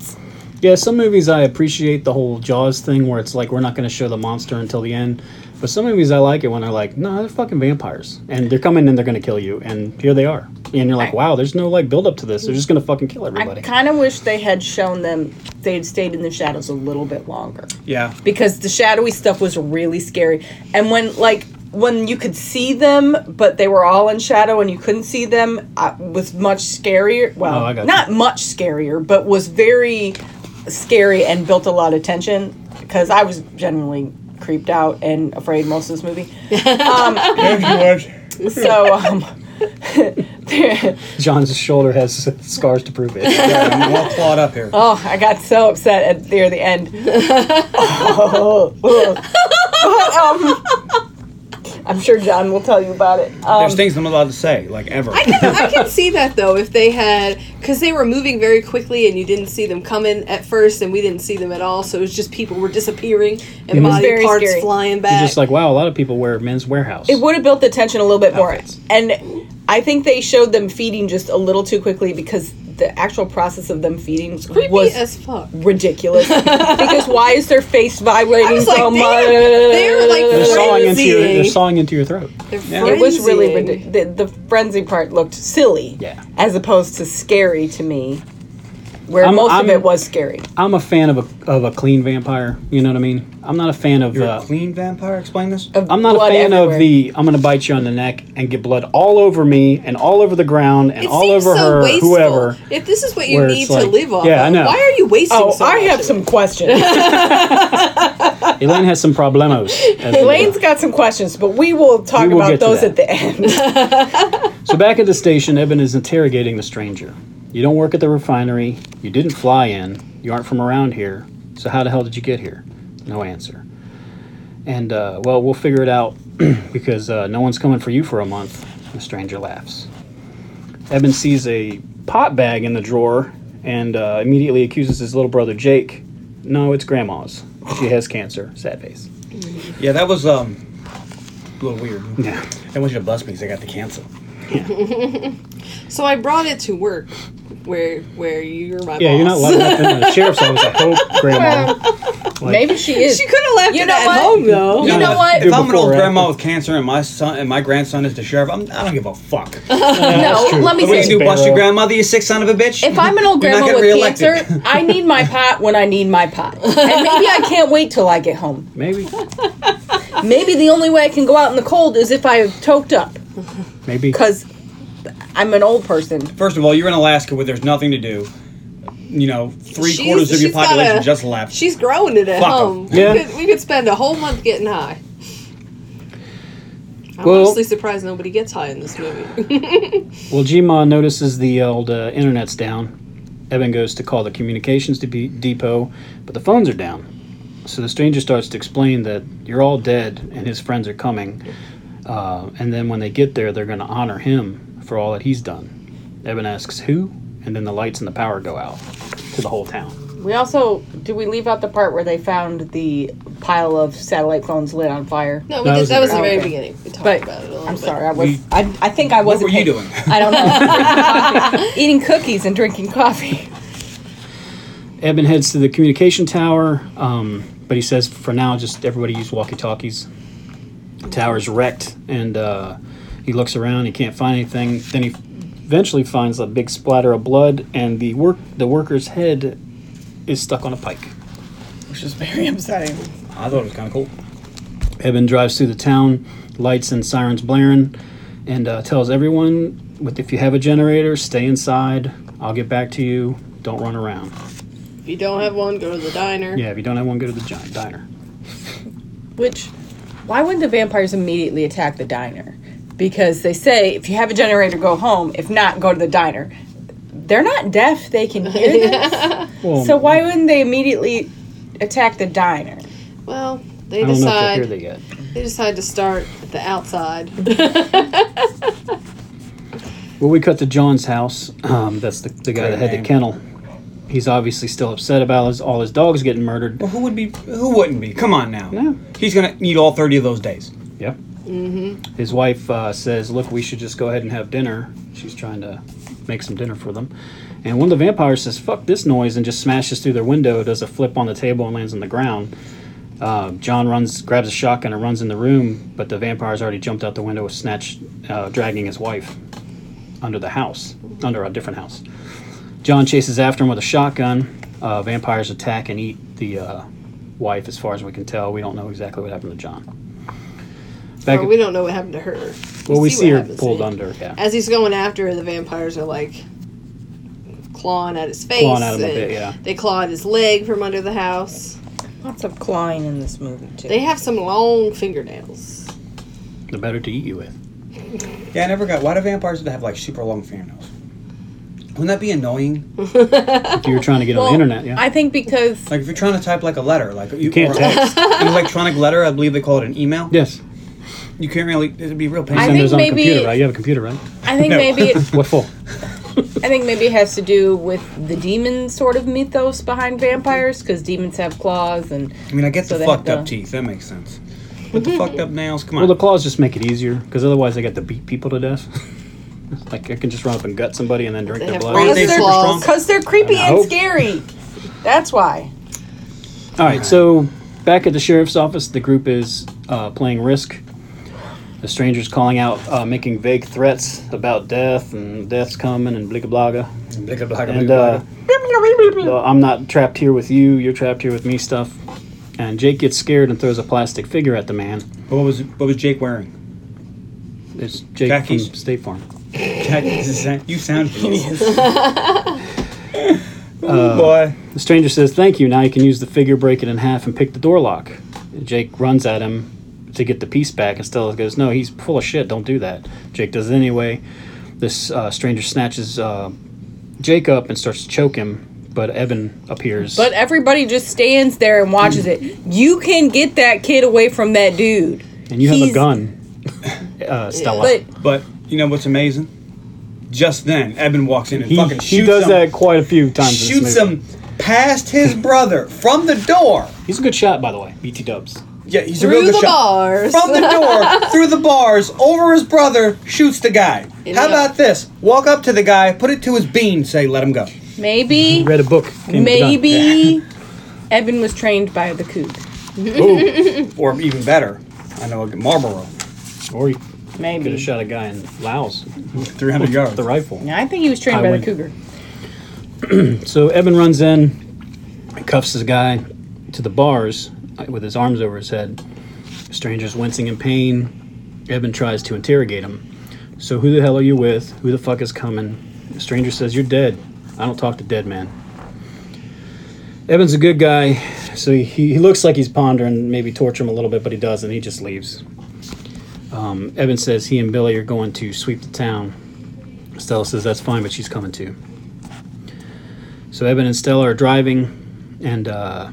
Yeah, some movies I appreciate the whole Jaws thing where it's like we're not going to show the monster until the end. But some movies I like it when they're like, no, they're fucking vampires. And they're coming and they're going to kill you. And here they are. And you're like, wow, there's no like build up to this. They're just going to fucking kill
I
everybody.
kind of wish they had shown them they'd stayed in the shadows a little bit longer.
Yeah.
because the shadowy stuff was really scary. And when like when you could see them, but they were all in shadow and you couldn't see them, uh, was much scarier. Well,
Oh, I got
not
you.
much scarier, but was very scary and built a lot of tension because I was genuinely creeped out and afraid most of this movie. Um, So um,
John's shoulder has (laughs) scars to prove it.
I'm all clawed up here.
oh, I got so upset at near the end. (laughs) um, I'm sure John will tell you about it. Um,
There's things I'm not allowed to say, like ever.
I can see that though if they had because they were moving very quickly and you didn't see them coming at first and we didn't see them at all so it was just people were disappearing and
was
body
very
parts
scary.
flying
You're
back.
just like, wow, a lot of people wear men's warehouse.
it would have built the tension a little bit more.
Outfits.
And I think they showed them feeding just a little too quickly because the actual process of them feeding
creepy
was
as fuck.
ridiculous. because why is their face
I
vibrating
was
so
like,
much?
"Damn, they're like
they're sawing into your they're
frenzying.
sawing into your throat.
They're
It was really
frenzying.
ridiculous. The, the frenzy part looked silly,
Yeah.
as opposed to scary to me, where
I'm-
most
I'm-
of it was scary.
I'm a fan of a of a clean vampire. You know what I mean? I'm not a fan of
You're
uh,
a clean vampire. Explain this.
Uh,
I'm not a
blood
fan
everywhere.
of the I'm gonna bite you on the neck and get blood all over me and all over the ground and
It
all
seems
over
so
her,
wasteful. (laughs)
whoever.
If this is what you
where
need
it's
to
like-
live off,
Yeah, I
of,
know.
Why are you wasting?
Oh,
so
I
much
have
of
some
it?
questions.
Elaine has some problemos. as we
Elaine's
go.
got some questions, but we will talk
We will
about
get to
those
that.
at the end.
so back at the station, Eben is interrogating the stranger. You don't work at the refinery. You didn't fly in. You aren't from around here. So how the hell did you get here? No answer. And uh, well, we'll figure it out (clears throat) because uh, no one's coming for you for a month. The stranger laughs. Eben sees a pot bag in the drawer and uh, immediately accuses his little brother Jake. No, it's grandma's. She has cancer. Sad face.
Yeah, that was um a little weird.
Yeah.
I want you to bust me because I got the cancel.
So I brought it to work, where where you're my
Yeah, you're not
boss. (laughs)
(laughs) lining up in the sheriff's office. I hope, Grandma. Like,
Maybe she is.
She could have left
You
it
know
at
what?
home though.
You know what?
If I'm an
Before
old
or
grandma
after.
with cancer and my son and my grandson is the sheriff, I'm, I don't give a fuck.
no, let me
what
say.
do you do? Bust
Barrel.
your grandmother, you sick son of a bitch?
If I'm an old
(laughs) You're not
grandma with
getting reelected.
cancer, I need my pot when I need my pot. And maybe I can't wait till I get home.
maybe,
Maybe the only way I can go out in the cold is if I have toked up.
maybe.
Because I'm an old person.
First of all, you're in Alaska where there's nothing to do. You know, three
She's-
quarters of your
she's got
population
a-
just left.
She's growing it at
Fuck 'em.
home.
Yeah.
We, could, we could spend a whole month getting high. I'm
Well-
honestly surprised nobody gets high in this movie. (laughs)
Well, Gma notices the old uh, internet's down. Evan goes to call the communications de- depot, but the phones are down. So the stranger starts to explain that you're all dead and his friends are coming. Uh, and then when they get there, they're going to honor him for all that he's done. Evan asks who, and then the lights and the power go out to the whole town.
We also did we leave out the part where they found the pile of satellite phones lit on fire?
no, we
That
did,
was
that was the
okay.
very beginning. We talked
But
about it a little
I'm
bit.
sorry, I was I, I think I
what were
wasn't.
you
paying-
doing?
I don't
(laughs)
know. (laughs) Eating cookies and drinking coffee.
Evan heads to the communication tower, um, but he says for now, just everybody use walkie talkies. tower's wrecked and uh, he looks around he can't find anything then he eventually finds a big splatter of blood and the work the worker's head is stuck on a pike
Which is very upsetting.
I thought it was kind of cool.
eben drives through the town lights and sirens blaring and uh, tells everyone with if you have a generator stay inside i'll get back to you don't run around
If you don't have one, go to the diner.
yeah if you don't have one go to the giant diner
Which why wouldn't the vampires immediately attack the diner? Because they say if you have a generator, go home. If not, go to the diner. They're not deaf; they can hear this.
(laughs) well,
so why wouldn't they immediately attack the diner?
Well,
i
they
don't know if
decide
they'll hear that yet
they decide to start at the outside.
Well, we cut to John's house. Um, that's the, the guy that had
name.
the kennel. He's obviously still upset about his, all his dogs getting murdered.
Well, who would be? Who wouldn't be? Come on now.
No.
He's gonna need all thirty of those days.
Yep. Mm-hmm. His wife uh, says, "Look, we should just go ahead and have dinner." She's trying to make some dinner for them, and one of the vampires says, "Fuck this noise!" and just smashes through their window. Does a flip on the table and lands on the ground. Uh, John runs, grabs a shotgun, and runs in the room, but the vampire's already jumped out the window, snatch, uh, dragging his wife under the house, under a different house. John chases after him with a shotgun. Uh, vampires attack and eat the uh, wife, as far as we can tell. We don't know exactly what happened to John. Back
Or we don't know what happened to her.
well, we see
what
her
happens to
pulled
him.
under. Yeah.
As he's going after her, the vampires are like clawing at his face.
Clawing at him a
and
bit, yeah.
They claw at his leg from under the house.
Lots of clawing in this movie too.
They have some long fingernails.
the better to eat you with.
Yeah, I never got. Why do vampires have like super long fingernails? Wouldn't that be annoying?
If you were trying to get on the internet, yeah.
Oh. I think because
Like if you're trying to type like a letter, like you
can't
or-
text.
(laughs) an electronic letter. I believe they call it an email.
yes.
You can't really. It'd be real
I
painful.
Send
think
those on a
maybe-
computer, right? You have a computer, right?
I think
No.
maybe
(laughs)
it,
What for?
I think maybe it has to do with the demon sort of mythos behind vampires because demons have claws and
I mean, I get
So
the
they have
fucked up
to-
teeth. That makes sense. But the fucked up nails. Come on.
Well, the claws just make it easier because otherwise they got to beat people to death. (laughs) like I can just run up and gut somebody and then drink
They
their
have
blood.
Aren't
claws.
they super strong?
because they're creepy
I
and
hope.
scary. That's why.
All right, so back at the sheriff's office, the group is uh, playing Risk. The stranger's calling out, uh, making vague threats about death and death's coming and blicka blaga.
Blicka, blacka,
And
blacka,
uh, the I'm not trapped here with you, you're trapped here with me stuff. And Jake gets scared and throws a plastic figure at the man.
blacka. What was what was Jake wearing?
It's Jake
Khakis.
from State Farm.
Jack, you sound Uh,
(laughs)
hideous. Oh, boy.
The stranger says, Thank you. Now you can use the figure, break it in half, and pick the door lock. And Jake runs at him to get the piece back, and Stella goes, No, he's full of shit. Don't do that. Jake does it anyway. This uh, stranger snatches uh, Jake up and starts to choke him, but Eben appears.
But everybody just stands there and watches it. You can get that kid away from that dude.
and you have a
he's- (laughs)
gun, uh, Stella.
But
But you know what's amazing? Just then, Eben walks in and
he,
fucking
he
shoots
does
him,
that quite a few times. in
shoots
this movie.
him past
(laughs)
his brother from the door.
He's a good shot, by the way. BT Dubs.
Yeah, he's a
Through
real good
the
shot.
bars.
From the
(laughs)
door, through the bars, over his brother, shoots the guy. How
the-
about this? Walk up to the guy, put it to his bean, say, let him go.
(laughs)
maybe,
Read a book. came with a gun.
maybe Eben was trained by the coot.
Ooh. or even better, I know Marlboro,
Or you could
Maybe.
have shot a guy in Laos with
300 yards.
the rifle.
I think he was trained
I
by
went-
the cougar.
So Eben runs in, cuffs this guy to the bars uh, with his arms over his head. Stranger's wincing in pain. Eben tries to interrogate him. So who the hell are you with? Who the fuck is coming? The stranger says, You're dead. I don't talk to dead man. Eben's a good guy, so he, he looks like he's pondering, maybe torture him a little bit, but he doesn't. He just leaves. Um, Eben says he and Billy are going to sweep the town. Stella says, That's fine, but she's coming too. So Eben and Stella are driving, and uh,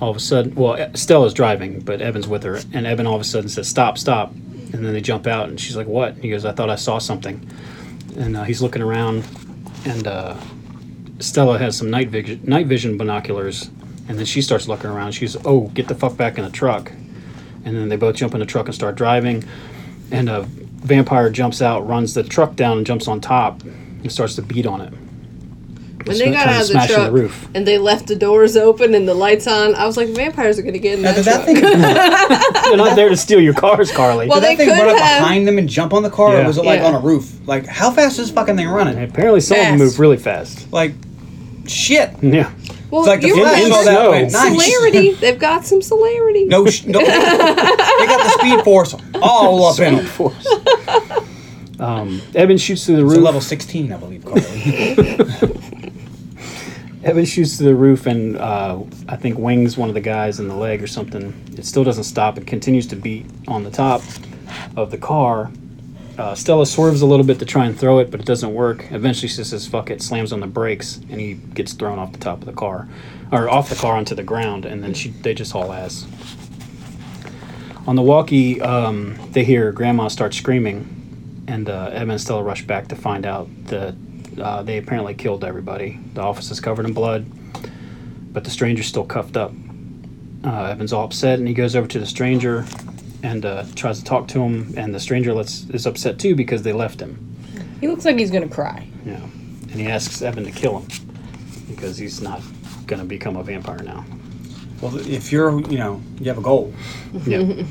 all of a sudden, well, E- Stella's driving, but Eben's with her, and Eben all of a sudden says, "Stop, stop!" And then they jump out, and she's like, "What?" And he goes, "I thought I saw something," and uh, he's looking around, and uh, Stella has some night vision, night vision binoculars, and then she starts looking around. She's, "Oh, get the fuck back in the truck!" And then they both jump in the truck and start driving, and a vampire jumps out, runs the truck down, and jumps on top, and starts to beat on it.
When
Sma-
they got
trying to
out of the
smash in
truck
the roof.
and they left the doors open and the lights on, I was like, vampires are gonna get in
Now, did
that truck.
that thing, (laughs) did
(laughs) They're not there to steal your cars, Carly.
Well,
that
they
thing
could
run up
have-
behind them and jump on the car, or
Yeah.
was it like
Yeah.
on a roof? Like, how fast is this fucking thing running?
Apparently, some of them
Fast.
move really fast. (laughs)
Like, shit. It's
Yeah.
Well,
like the
you're
flash
right.
all that way.
snow.
Nice.
celerity. They've got some celerity.
(laughs) No, sh- no. they got the speed force all up in them.
Force. (laughs) um, Evan shoots through the
It's a
roof.
level 16, I believe,
(laughs)
Carly.
Evan shoots through the roof and uh, I think wings one of the guys in the leg or something. It still doesn't stop. It continues to beat on the top of the car. Uh, Stella swerves a little bit to try and throw it, but it doesn't work. Eventually, she says, "Fuck it!" slams on the brakes, and he gets thrown off the top of the car, or off the car onto the ground, and then she they just haul ass. On the walkie, um, they hear Grandma start screaming, and uh, Evan and Stella rush back to find out that uh, they apparently killed everybody. The office is covered in blood, but the stranger's still cuffed up. Uh, Evan's all upset, and he goes over to the stranger and uh, tries to talk to him. And the stranger lets, is upset too because they left him.
He looks like he's gonna cry.
You know, and he asks Evan to kill him because he's not going to become a vampire now.
well, if you're, you know, you have a goal.
Yeah,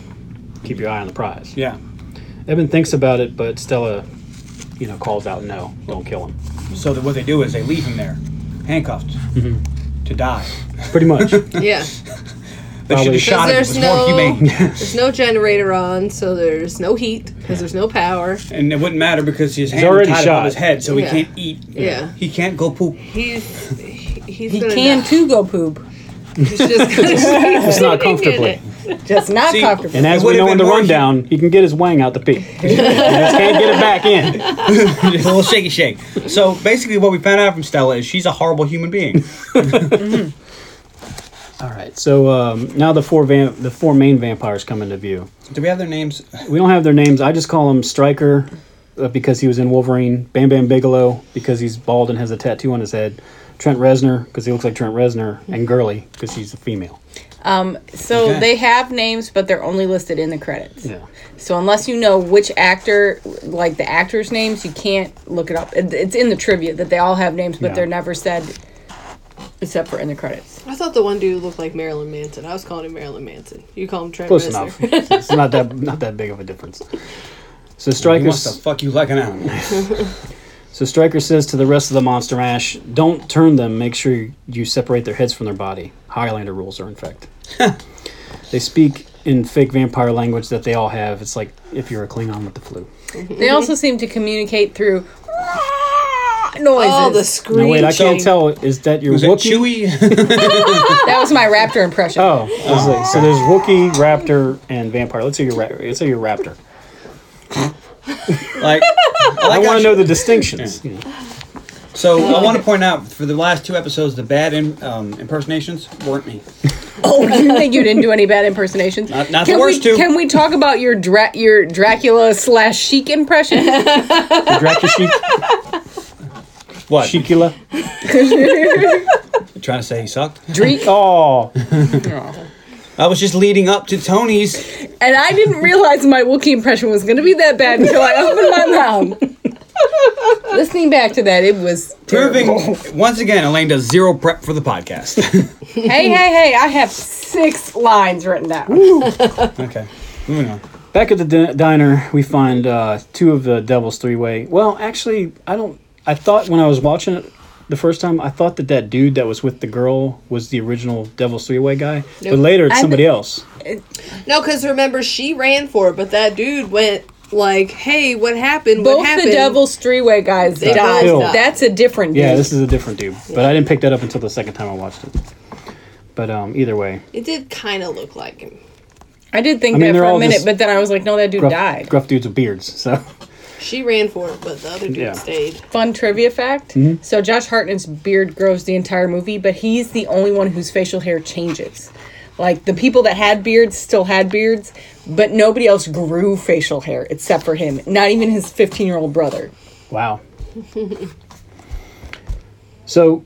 keep your eye on the prize.
Yeah.
Evan thinks about it, but Stella, you know, calls out, "No, don't kill him."
So that what they do is they leave him there, handcuffed,
Mm-hmm.
to die.
Pretty much.
Yeah.
They should
Probably.
have shot him. It
there's
was
no-
more humane. (laughs)
There's no generator on, so there's no heat because there's no power.
and it wouldn't matter because his hand
already
tied shot.
shot.
above his head, so
Yeah.
he can't eat.
Yeah.
He can't go poop.
He's he's
He
gonna
can
die.
too go (laughs) poop.
He's just (laughs) gonna
it's not comfortably.
Just not
See,
comfortable.
And as
It
we
would've
know in
been
the
more
rundown, he can get his wang out the peak. he just can't get it back in.
(laughs) a little shaky shake. So basically, what we found out from Stella is she's a horrible human being.
All right. So um, now the four vamp- the four main vampires come into view.
do we have their names?
We don't have their names. I just call him Striker uh, because he was in Wolverine. Bam Bam Bigelow because he's bald and has a tattoo on his head. Trent Reznor because he looks like Trent Reznor, and Gurley because he's a female.
Um, so
Okay.
they have names, but they're only listed in the credits.
Yeah.
So unless you know which actor, like the actors' names, you can't look it up. It- It's in the trivia that they all have names, but
Yeah.
they're never said except for in the credits.
I thought the one dude looked like Marilyn Manson. I was calling him Marilyn Manson. You call him Trent
Close
Reznor.
enough. (laughs) it's not that not that big of a difference. So
He
Striker
wants to fuck you like an animal.
So Stryker says to the rest of the Monster Mash, don't turn them. Make sure you separate their heads from their body. Highlander rules are
(laughs)
in fact. they speak in fake vampire language that they all have. It's like if you're a Klingon with the flu.
They
Mm-hmm.
also seem to communicate through (laughs) noises.
Oh, the screeching.
No, wait, I can't tell. Is that your
Was that
Wookiee?
Chewy? (laughs)
that was my raptor impression.
Oh, I was like- so there's Wookiee, Raptor, and Vampire. Let's say your ra- let's say your Raptor.
like,
I want to
to
know the distinctions.
So I want to point out for the last two episodes, the bad im- um, impersonations weren't me.
Oh, you think you didn't do any bad impersonations?
Not- not the
can
worst
we,
two.
Can we talk about your Dra- your Dracula slash Sheik impression?
(laughs)
The Dracula,
(laughs)
Sheik-
What? She
Sheikula.
trying to say he sucked?
Dreek.
Oh,
I was just leading up to Tony's.
And I didn't realize my Wookiee impression was going to be that bad until I opened my mouth.
(laughs)
Listening back to that, it was.
Proving once again, Elaine does zero prep for the
(laughs)
podcast.
Hey, hey, hey! I have six lines written down.
okay, moving on.
Back at the din- diner, we find uh, two of the Devil's Three Way. Well, actually, I don't. I thought when I was watching it the first time, I thought that that dude that was with the girl was the original Devil's Three Way guy. But later, it's
I
somebody
be-
else.
No, because remember she ran for it, but that dude went like, "Hey, what happened?
Both
what happened?"
the Devil's Three Way guys
They
died.
both died.
That's a different
Yeah,
dude.
this is a different dude. But I didn't pick that up until the second time I watched it. But um, either way,
It did kind of look like him.
I did think
I mean,
that
they're
for a
all
minute,
just
but then I was like, no, that dude
gruff,
died.
gruff dudes with beards. So (laughs)
She ran for it, but the other dude
Yeah.
stayed.
Fun trivia fact.
Mm-hmm.
So Josh Hartnett's beard grows the entire movie, but he's the only one whose facial hair changes. Like the people that had beards still had beards, but nobody else grew facial hair except for him. Not even his 15 year old brother.
Wow. (laughs) so,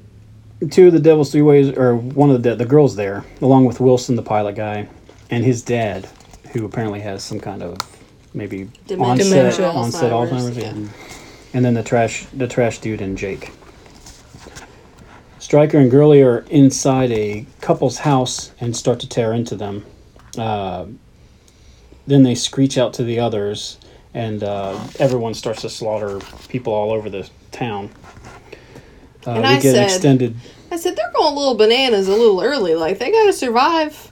two of the Devil's Three Ways, or one of the the girls there, along with Wilson, the pilot guy, and his dad, who apparently has some kind of maybe
Dementia.
onset
Dementia.
onset
Alzheimer's,
Alzheimer's,
yeah.
yeah. and then the trash the trash dude and Jake. Stryker and Gurley are inside a couple's house and start to tear into them. Uh, then they screech out to the others, and uh, everyone starts to slaughter people all over the town. Uh,
And
we
I
get an
said-
extended.
I said they're going a little bananas a little early. Like they gotta survive.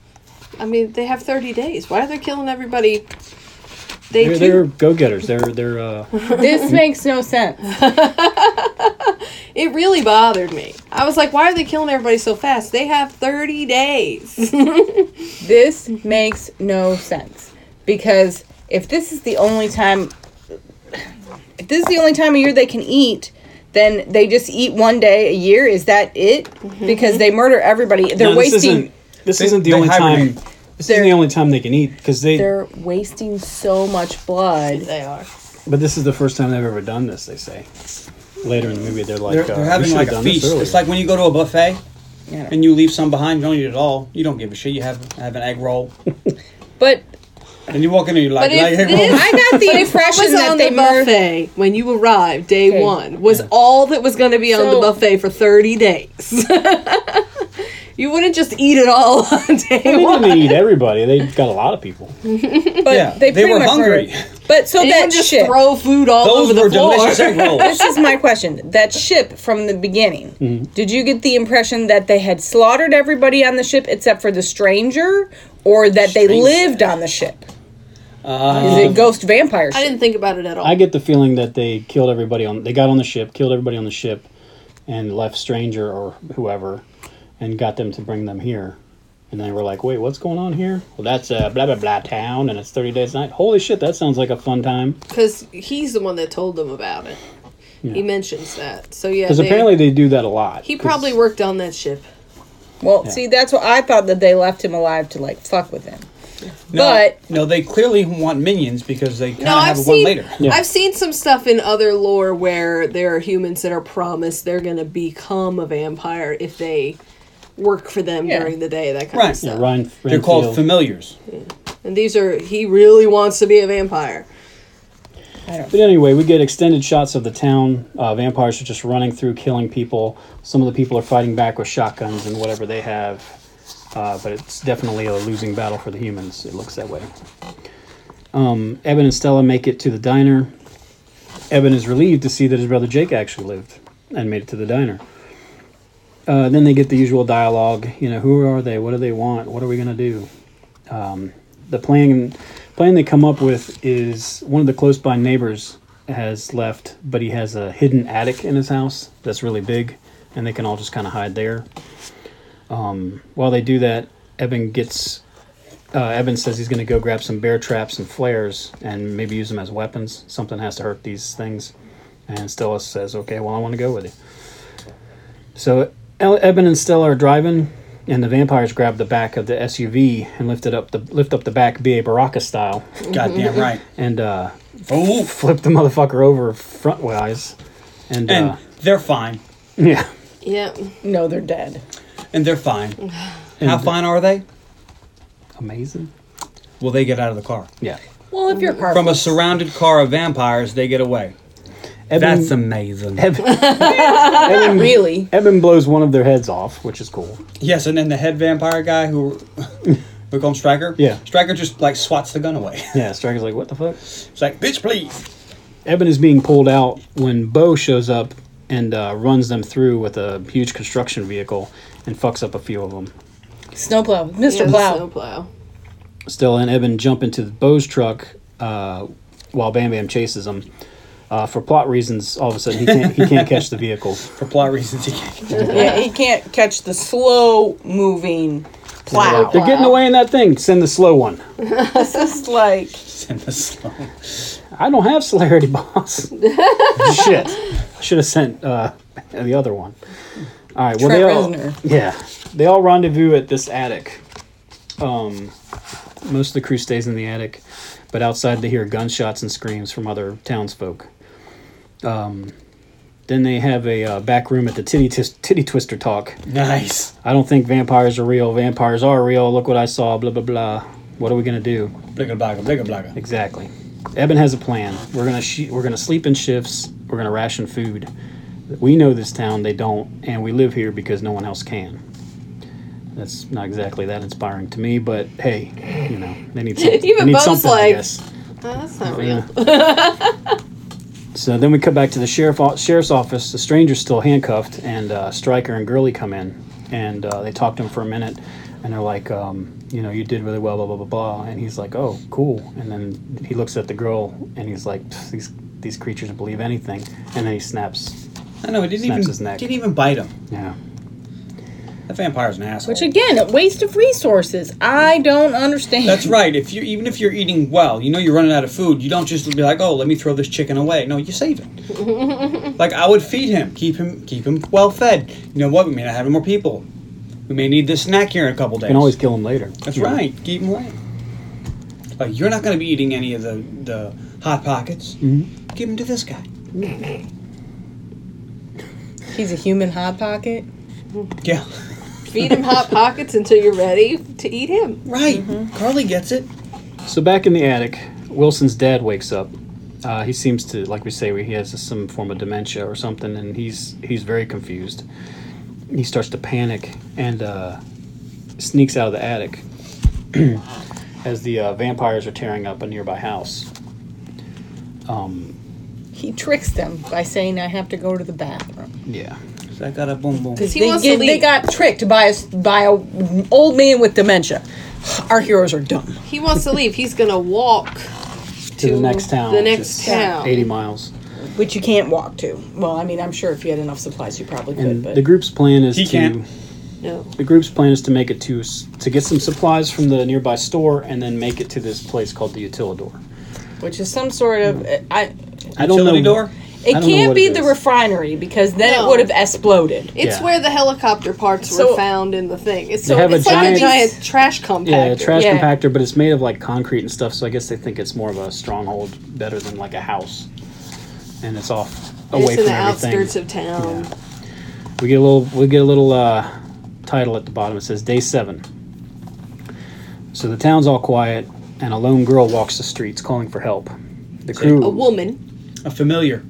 I mean, they have thirty days. Why are they killing everybody? They
They're,
do.
they're go getters. They're they're.
(laughs)
Uh, (laughs)
This makes no sense.
It really bothered me. I was like, why are they killing everybody so fast? They have thirty days. (laughs)
This makes no sense because if this is the only time, if this is the only time of year they can eat, then they just eat one day a year. Is that it? Because they murder everybody. They're
Mm-hmm. no, this
wasting.
isn't, this
They-
isn't the
they
only time.
hibernate.
This isn't the only time they can eat because they.
They're wasting so much blood.
they are.
But this is the first time they've ever done this. They say later in the movie they're like
They're,
uh,
they're
we
having
should've
like a
done this
feast.
earlier.
It's like when you go to a buffet
Yeah.
and you leave some behind. You don't eat it all. You don't give a shit. You have have an egg roll,
But
and you walk in and you're like,
But if
like egg
this-
roll.
I got
(laughs)
the impression
was
that
on
they
the
murdered.
buffet when you arrived day
Okay.
one was all that was going to be on the
So-
buffet for 30 days (laughs) you wouldn't just eat it all (laughs) on day
they
one
didn't eat everybody. They got a lot of people.
But
Yeah,
they,
they
pretty
were
much
hungry.
murdered. But so
They
that
didn't just
shit.
throw food all over
Those
the
were
floor
delicious
(laughs)
egg
(laughs)
rolls.
this is my question. That ship from the beginning,
Mm-hmm.
did you get the impression that they had slaughtered everybody on the ship except for the stranger, or that they lived on the ship?
Uh,
is it ghost vampire
i
ship?
didn't think about it at all
I get the feeling that they killed everybody on. They got on the ship, killed everybody on the ship, and left Stranger or whoever, and got them to bring them here. And they were like, "Wait, what's going on here? Well, that's a blah blah blah town, and it's thirty days night. Holy shit, that sounds like a fun time."
because he's the one that told them about it he mentions that so yeah
Because
they-
apparently they do that a lot.
he
'Cause-
probably worked on that ship
Well, see, that's what I thought that they left him alive to like fuck with him.
No,
But-
no, they clearly want minions because they kind of
No, I've
have one
seen
later.
I've seen some stuff in other lore where there are humans that are promised they're going to become a vampire if they work for them
Yeah.
during the day, that kind
Right.
of
Yeah,
stuff.
Ryan.
They're called familiars.
And these are he really wants to be a vampire.
But anyway, we get extended shots of the town. Uh, vampires are just running through, killing people. Some of the people are fighting back with shotguns and whatever they have. Uh, but it's definitely a losing battle for the humans. It looks that way. Um, Eben and Stella make it to the diner. Eben is relieved to see that his brother Jake actually lived and made it to the diner. Uh, then they get the usual dialogue. You know, who are they? What do they want? What are we gonna do? the plan plan they come up with is one of the close by neighbors has left, but he has a hidden attic in his house that's really big, and they can all just kind of hide there. Um, while they do that, Eben gets. Uh, Eben says he's going to go grab some bear traps and flares and maybe use them as weapons. Something has to hurt these things. And Stella says, okay, well, I want to go with you. So El- Eben and Stella are driving, and the vampires grab the back of the SUV and lift it up the lift up the back, ba Baraka style,
Mm-hmm.
Goddamn right.
and uh,
Fool.
flip the (laughs) motherfucker over frontwise, and,
And
uh,
they're fine.
yeah,
Yeah.
No, they're dead.
And they're fine.
Mm-hmm.
How fine are they?
amazing.
Well, they get out of the car.
Yeah,
Well, if you're car
From a surrounded car of vampires, they get away.
Eben,
That's amazing.
Eben,
Really?
Eben blows one of their heads off, which is cool.
Yes, and then the head vampire guy who we call him Striker.
Yeah.
Striker just like swats the gun away. (laughs)
Yeah, Striker's like, what the fuck?
It's like, bitch, please.
Eben is being pulled out when Bo shows up and uh, runs them through with a huge construction vehicle and fucks up a few of them.
Snowplow, Mr.
Yeah, the
Plow.
snowplow.
Stella and Eben jump into Bo's truck uh, while Bam Bam chases them. Uh, for plot reasons, all of a sudden he can't he can't catch the vehicle.
For plot reasons, he can't.
Yeah, he can't catch the slow moving plow.
They're getting away in that thing. Send the slow one.
It's like
Send the (laughs) slow.
I don't have celerity, (laughs) boss. Shit, I should have sent uh, the other one. All right, well
Trent
they all
Reznor.
yeah they all rendezvous at this attic. Um, most of the crew stays in the attic, but outside they hear gunshots and screams from other townsfolk. Um, then they have a uh, back room at the titty Twis- titty twister talk.
Nice.
I don't think vampires are real. Vampires are real. Look what I saw. Blah blah blah. What are we gonna do?
Bligga blagga, bligga blagga.
Exactly. Eben has a plan. We're gonna sh- we're gonna sleep in shifts. We're gonna ration food. We know this town. They don't, and we live here because no one else can. That's not exactly that inspiring to me, but hey, you know they need, some, they
Even
need
Bo's
something. I
like,
guess.
Oh, that's not real.
so then we come back to the sheriff o- sheriff's office. The stranger's still handcuffed, and uh, Stryker and Gurley come in, and uh, they talk to him for a minute, and they're like, um, you know, you did really well, blah blah blah blah, and he's like, oh, cool, and then he looks at the girl, and he's like, "Pff, these these creatures believe anything, and then he snaps.
I know, he didn't
Snaps
even,
his neck.
didn't even bite him.
Yeah,
That vampire's an asshole.
which again, a waste of resources. I don't understand.
That's right. If you even if you're eating well, you know you're running out of food. You don't just be like, "Oh, let me throw this chicken away." No, you save it.
(laughs)
like I would feed him, keep him, keep him well fed. You know what? We may not have any more people. We may need this snack here in a couple days.
you can always kill him later.
That's
you know?
right. Keep him away. Like you're not going to be eating any of the the hot pockets. Mm-hmm. Give them to this guy.
He's a human hot pocket.
Yeah. (laughs)
Feed him hot pockets until you're ready to eat him.
Right.
Mm-hmm.
Carly gets it.
So back in the attic, Wilson's dad wakes up. Uh, he seems to, like we say, he has some form of dementia or something, and he's he's very confused. He starts to panic and uh, sneaks out of the attic (clears throat) as the uh, vampires are tearing up a nearby house.
He tricks them by saying, "I have to go to the bathroom."
Yeah,
So I got a boom boom.
Because
He
they,
wants to
get- they
leave.
got tricked by a s- by a old man with dementia. Our heroes are dumb.
He wants to leave. He's gonna walk
to, the next town.
The
which
next
is
town.
eighty miles.
Which you can't walk to. Well, I mean, I'm sure if you had enough supplies, you probably could.
And
But
the group's plan is
He
to
can't.
No.
the group's plan is to make it to s- to get some supplies from the nearby store and then make it to this place called the Utilidor.
which is some sort of I.
I don't
Utility
know.
door?
I
It
don't know
can't
what
be
it
the
is.
refinery because then
No.
it would have exploded.
It's
Yeah.
where the helicopter parts
So-
were found in the thing. It's, so,
have a
it's like
giant-
a giant trash compactor.
Yeah, a trash
Yeah.
compactor, but it's made of like concrete and stuff, so I guess they think it's more of a stronghold better than like a house. And it's off
It's
away
in
from
the outskirts
everything.
of town.
we get a little we get a little uh, title at the bottom. It says Day Seven. So the town's all quiet and a lone girl walks the streets calling for help. The crew
A woman.
A familiar.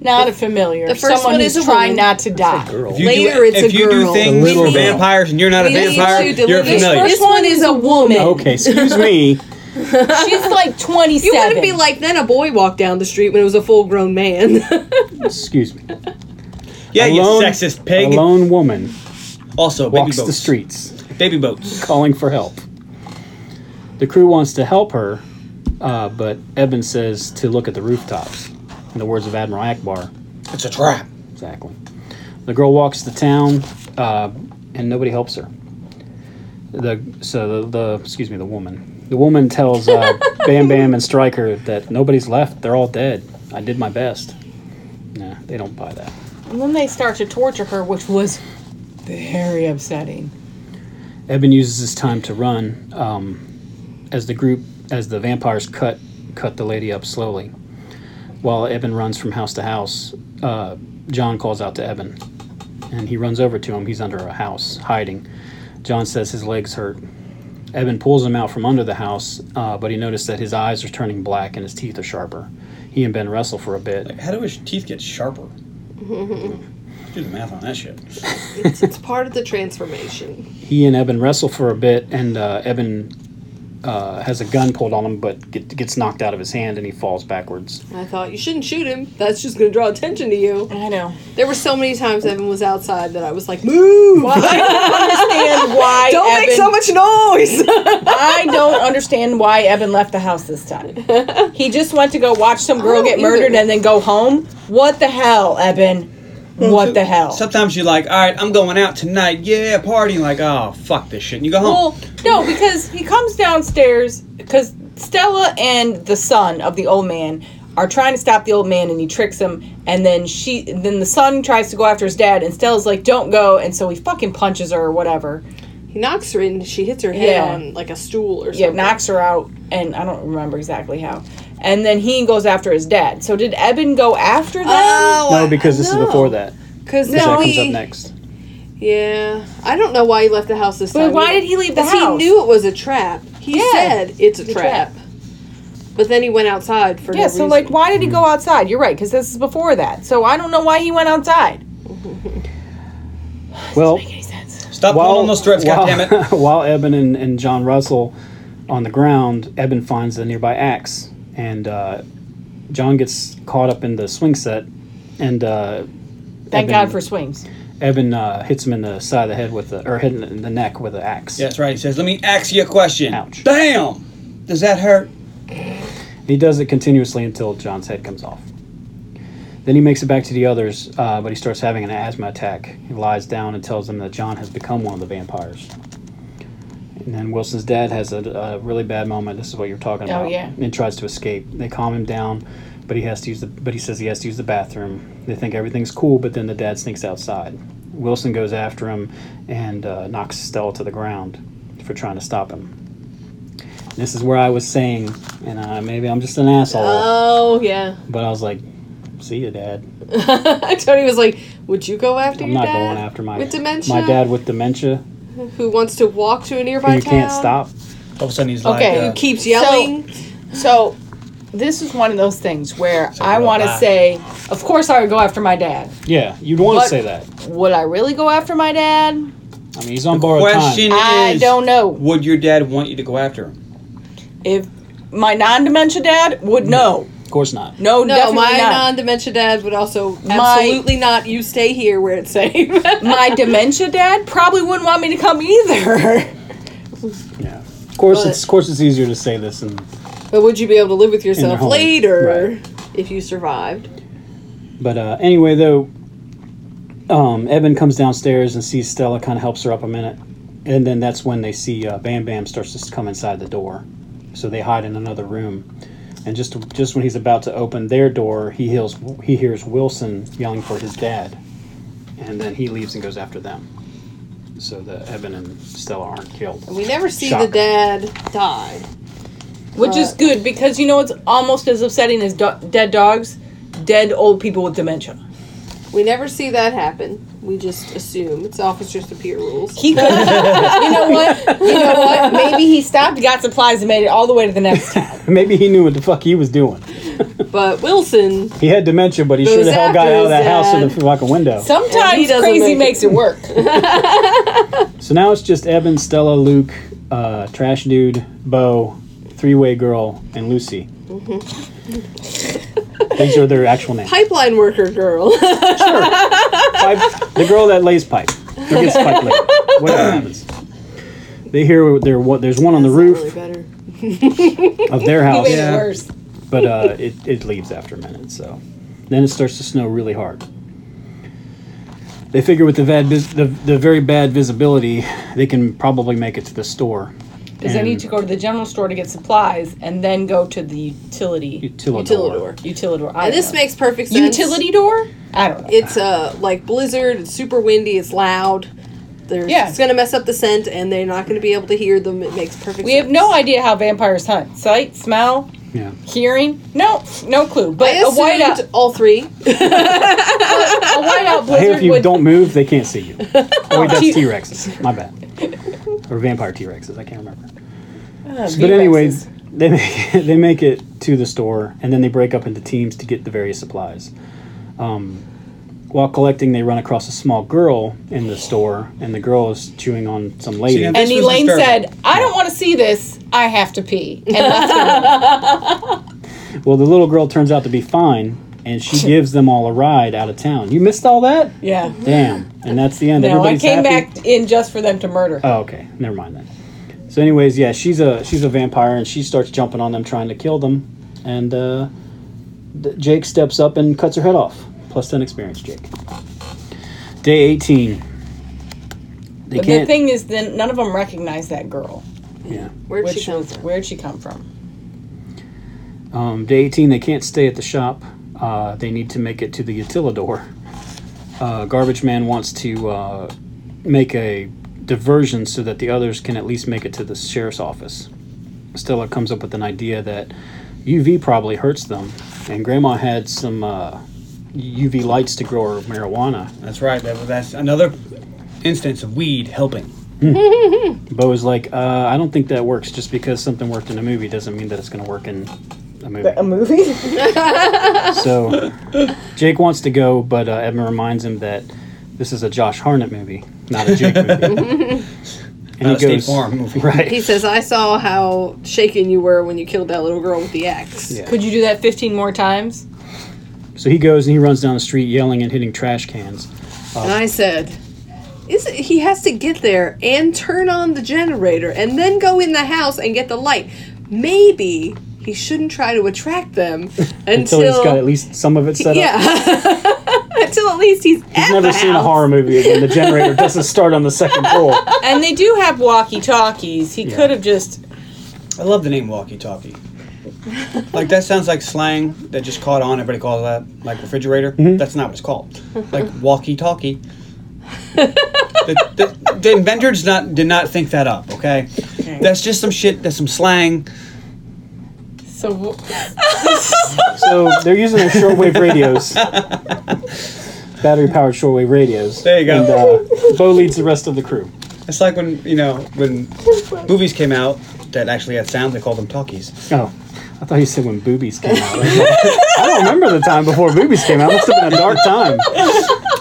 Not a familiar.
the first
Someone
one
who's
is a
trying
woman.
not to die.
girl.
If you
Later
do,
it's a
if you
girl.
do
A
things
little
for
girl.
vampires and you're not a
We need
vampire,
to
you're a
deliver-
familiar.
This one is a woman.
(laughs) Okay, excuse me.
She's like 27.
You wouldn't be like, then a boy walked down the street when it was a full grown man. (laughs)
Excuse me.
Yeah,
A
you
lone-
sexist pig.
A lone woman
Also, baby
walks the
boats.
streets.
Baby boats.
calling for help. The crew wants to help her, uh, but Eben says to look at the rooftops. In the words of Admiral Akbar,
It's a trap.
exactly. The girl walks the town, uh, and nobody helps her. The so the, the excuse me the woman. The woman tells uh, Bam Bam and Stryker that nobody's left. They're all dead. I did my best. Nah, they don't buy that.
And then they start to torture her, which was very upsetting.
Eben uses his time to run um, as the group, as the vampires cut cut the lady up slowly. While Eben runs from house to house, uh, John calls out to Eben, and he runs over to him. He's under a house, hiding. John says his legs hurt. Eben pulls him out from under the house, uh, but he noticed that his eyes are turning black and his teeth are sharper. He and Ben wrestle for a bit.
How do his teeth get sharper? (laughs) Do the math on that shit.
It's, it's part of the transformation.
He and Eben wrestle for a bit, and uh, Eben uh, has a gun pulled on him, but get, gets knocked out of his hand and he falls backwards.
I thought you shouldn't shoot him. That's just going to draw attention to you.
I know.
There were so many times Evan was outside that I was like, move!
understand why.
(laughs) Don't
Evan,
make so much noise!
(laughs) I don't understand why Evan left the house this time. He just went to go watch some girl
don't
get murdered
either.
and then go home. What the hell, Evan? What the hell?
Sometimes you're like, all right, I'm going out tonight. Yeah, partying. Like, oh, fuck this shit. And you go home.
Well, no, because he comes downstairs because Stella and the son of the old man are trying to stop the old man, and he tricks him. And then she, then the son tries to go after his dad, and Stella's like, "Don't go!" And so he fucking punches her or whatever.
(laughs) he knocks her in, she hits her head
Yeah.
on like a stool or something.
Yeah, knocks her out, and I don't remember exactly how. And then he goes after his dad. So did Eben go after them?
Oh,
no, because this is before that. Because
Because no,
that comes
he-
up next.
Yeah. I don't know why he left the house this time.
but why did he leave the
Because he
house?
knew it was a trap. He
Yeah.
said it's a trap.
trap.
But then he went outside for no
Yeah, so
reason.
like, why did he go outside? You're right, because this is before that. So I don't know why he went outside.
Well,
Stop pulling on those threads,
while, (laughs)
goddammit. it.
while Eben and, and John Russell on the ground, Eben finds the nearby axe, and uh, John gets caught up in the swing set, and uh,
Thank
Eben-
God for swings.
Eben uh, hits him in the side of the head with the or hit him in the neck with an axe.
Yeah, That's right. He says, let me ask you a question.
Ouch.
Damn! Does that hurt?
He does it continuously until John's head comes off. Then he makes it back to the others, uh, but he starts having an asthma attack. He lies down and tells them that John has become one of the vampires. And then Wilson's dad has a, a really bad moment. This is what you're talking
Oh,
about.
yeah.
And tries to escape. They calm him down, but he has to use the. But he says he has to use the bathroom. They think everything's cool, but then the dad sneaks outside. Wilson goes after him and uh, knocks Stella to the ground for trying to stop him. This is where I was saying, and uh, maybe I'm just an asshole,
Uh.
Oh, yeah. (laughs)
but I was like, "See you, Dad.
Tony was like, would you go after
I'm
your
not
dad?
going after my
With dementia?
my dad with dementia
Who wants to walk to a nearby
who you
town.
can't stop."
All of a sudden he's
Okay.
like, uh,
Keeps yelling.
So this is one of those things where
a
I
real
want to
lie.
say, of course, I would go after my dad.
Yeah, you'd want to
What-
say that.
Would I really go after my dad?
I mean, he's on borrowed
question
time.
I
is,
don't know.
would your dad want you to go after him?
If my non-dementia dad would know,
Of course not.
no,
No,
definitely
my
not.
non-dementia dad would also
My-
absolutely not. You stay here where it's safe.
(laughs)
(laughs)
my dementia dad probably wouldn't want me to come either. (laughs)
Yeah. Of course,
But-
it's of course it's easier to say this, and
but would you be able to live with yourself
home.
later
Right.
if you survived?
but uh, anyway, though, um, Eben comes downstairs and sees Stella, kind of helps her up a minute, and then that's when they see uh, Bam Bam starts to come inside the door, so they hide in another room. And just just when he's about to open their door, he hears he hears Wilson yelling for his dad, and then he leaves and goes after them. So the Eben and Stella aren't killed.
We never see
Shocker.
the dad die.
Which is good because you know it's almost as upsetting as do- dead dogs, dead old people with dementia.
We never see that happen. We just assume it's Officer Superior rules.
He could. you know what? You know what? Maybe he stopped, got supplies, and made it all the way to the next town.
(laughs) Maybe he knew what the fuck he was doing.
But Wilson,
He had dementia, but he
Goes
should have hell got
after
out of
his
that house in the
dad.
fucking window.
Well, he
Sometimes
doesn't
crazy
make
makes it work.
So now it's just Eben, Stella, Luke, uh, Trash Dude, Bo, Three Way Girl, and Lucy. These are their actual names.
pipeline worker girl. (laughs)
Pipe- the girl that lays pipe. Or gets pipe laid. Whatever happens. They hear there what there's one on the
Really
roof
better.
of their house,
Made
Yeah.
it worse.
but uh, it, it leaves after a minute. So then it starts to snow really hard. They figure with the, bad vis- the, the very bad visibility, they can probably make it to the store.
Because they need
And
to go to the general store to get supplies and then go to the utility
Utilidor.
Utilidor.
utility door. I
And
don't
this
know.
makes perfect sense.
utility door. I don't know.
It's uh like blizzard. It's super windy. It's loud. There's,
Yeah.
It's gonna mess up the scent, and they're not gonna be able to hear them. It makes perfect.
we have
sense.
no idea how vampires hunt: sight, smell,
Yeah.
hearing. No, no clue. But
I
a
assumed (laughs)
whiteout,
all three.
a whiteout
I hear
blizzard
if you
would.
don't move,
(laughs)
they can't see you. Oh, wait, that's
T-
Oh,
T Rexes. My bad. Or vampire T Rexes. I can't remember. but anyways, they make it, they make it to the store, and then they break up into teams to get the various supplies. Um, while collecting, they run across a small girl in the store, and the girl is chewing on some lady.
now
And
This was
Elaine
disturbing.
said, "I don't want to see this. I have to pee." And left
(laughs)
the room.
well, the little girl turns out to be fine, and
(laughs)
she gives them all a ride out of town. You missed all that?
yeah.
Damn. And that's the end.
No, I
Everybody's
came
happy.
back in just for them to murder.
Oh, okay. Never mind then. So, anyways, yeah, she's a she's a vampire, and she starts jumping on them, trying to kill them, and uh, th- Jake steps up and cuts her head off. Plus ten experience, Jake. Day eighteen. They
but the
can't.
thing is, then none of them recognize that girl.
yeah.
Where'd she
Which
come
was,
from?
where'd she come from?
Um, day 18, they can't stay at the shop. Uh, they need to make it to the Utilidor. Uh, Garbage Man wants to uh, make a diversion so that the others can at least make it to the sheriff's office. Stella comes up with an idea that UV probably hurts them, and Grandma had some uh, UV lights to grow her marijuana.
That's right. That, that's another instance of weed helping.
Bo is like, uh, I don't think that works. Just because something worked in a movie doesn't mean that it's going to work in a movie.
A movie?
So Jake wants to go, but uh, Edmund reminds him that this is a Josh Harnett movie, not a Jake movie. and
Not a State Farm movie.
(laughs)
He
Right.
says, I saw how shaken you were when you killed that little girl with the axe.
Yeah.
Could you do that 15 more times?
So he goes and he runs down the street yelling and hitting trash cans.
And I said, is it, he has to get there and turn on the generator and then go in the house and get the light. Maybe he shouldn't try to attract them until,
(laughs) Until he's got at least some of it set up.
yeah, (laughs) until at least he's
He's never seen a horror movie when the generator doesn't start on the second floor.
And they do have walkie talkies. He could have just.
I love the name walkie talkie. like that sounds like slang that just caught on. Everybody calls that like refrigerator.
Mm-hmm.
That's not what it's called. Like walkie talkie. the, the, the inventors not did not think that up. Okay, that's just some shit. That's some slang.
So w- (laughs)
So they're using their shortwave radios. Battery powered shortwave radios.
There you go.
And uh, Bo leads the rest of the crew.
It's like when you know when movies came out that actually had sound. They called them talkies.
Oh, I thought you said when boobies came out. I was like, (laughs) I don't remember the time before boobies came out. It must have been a dark time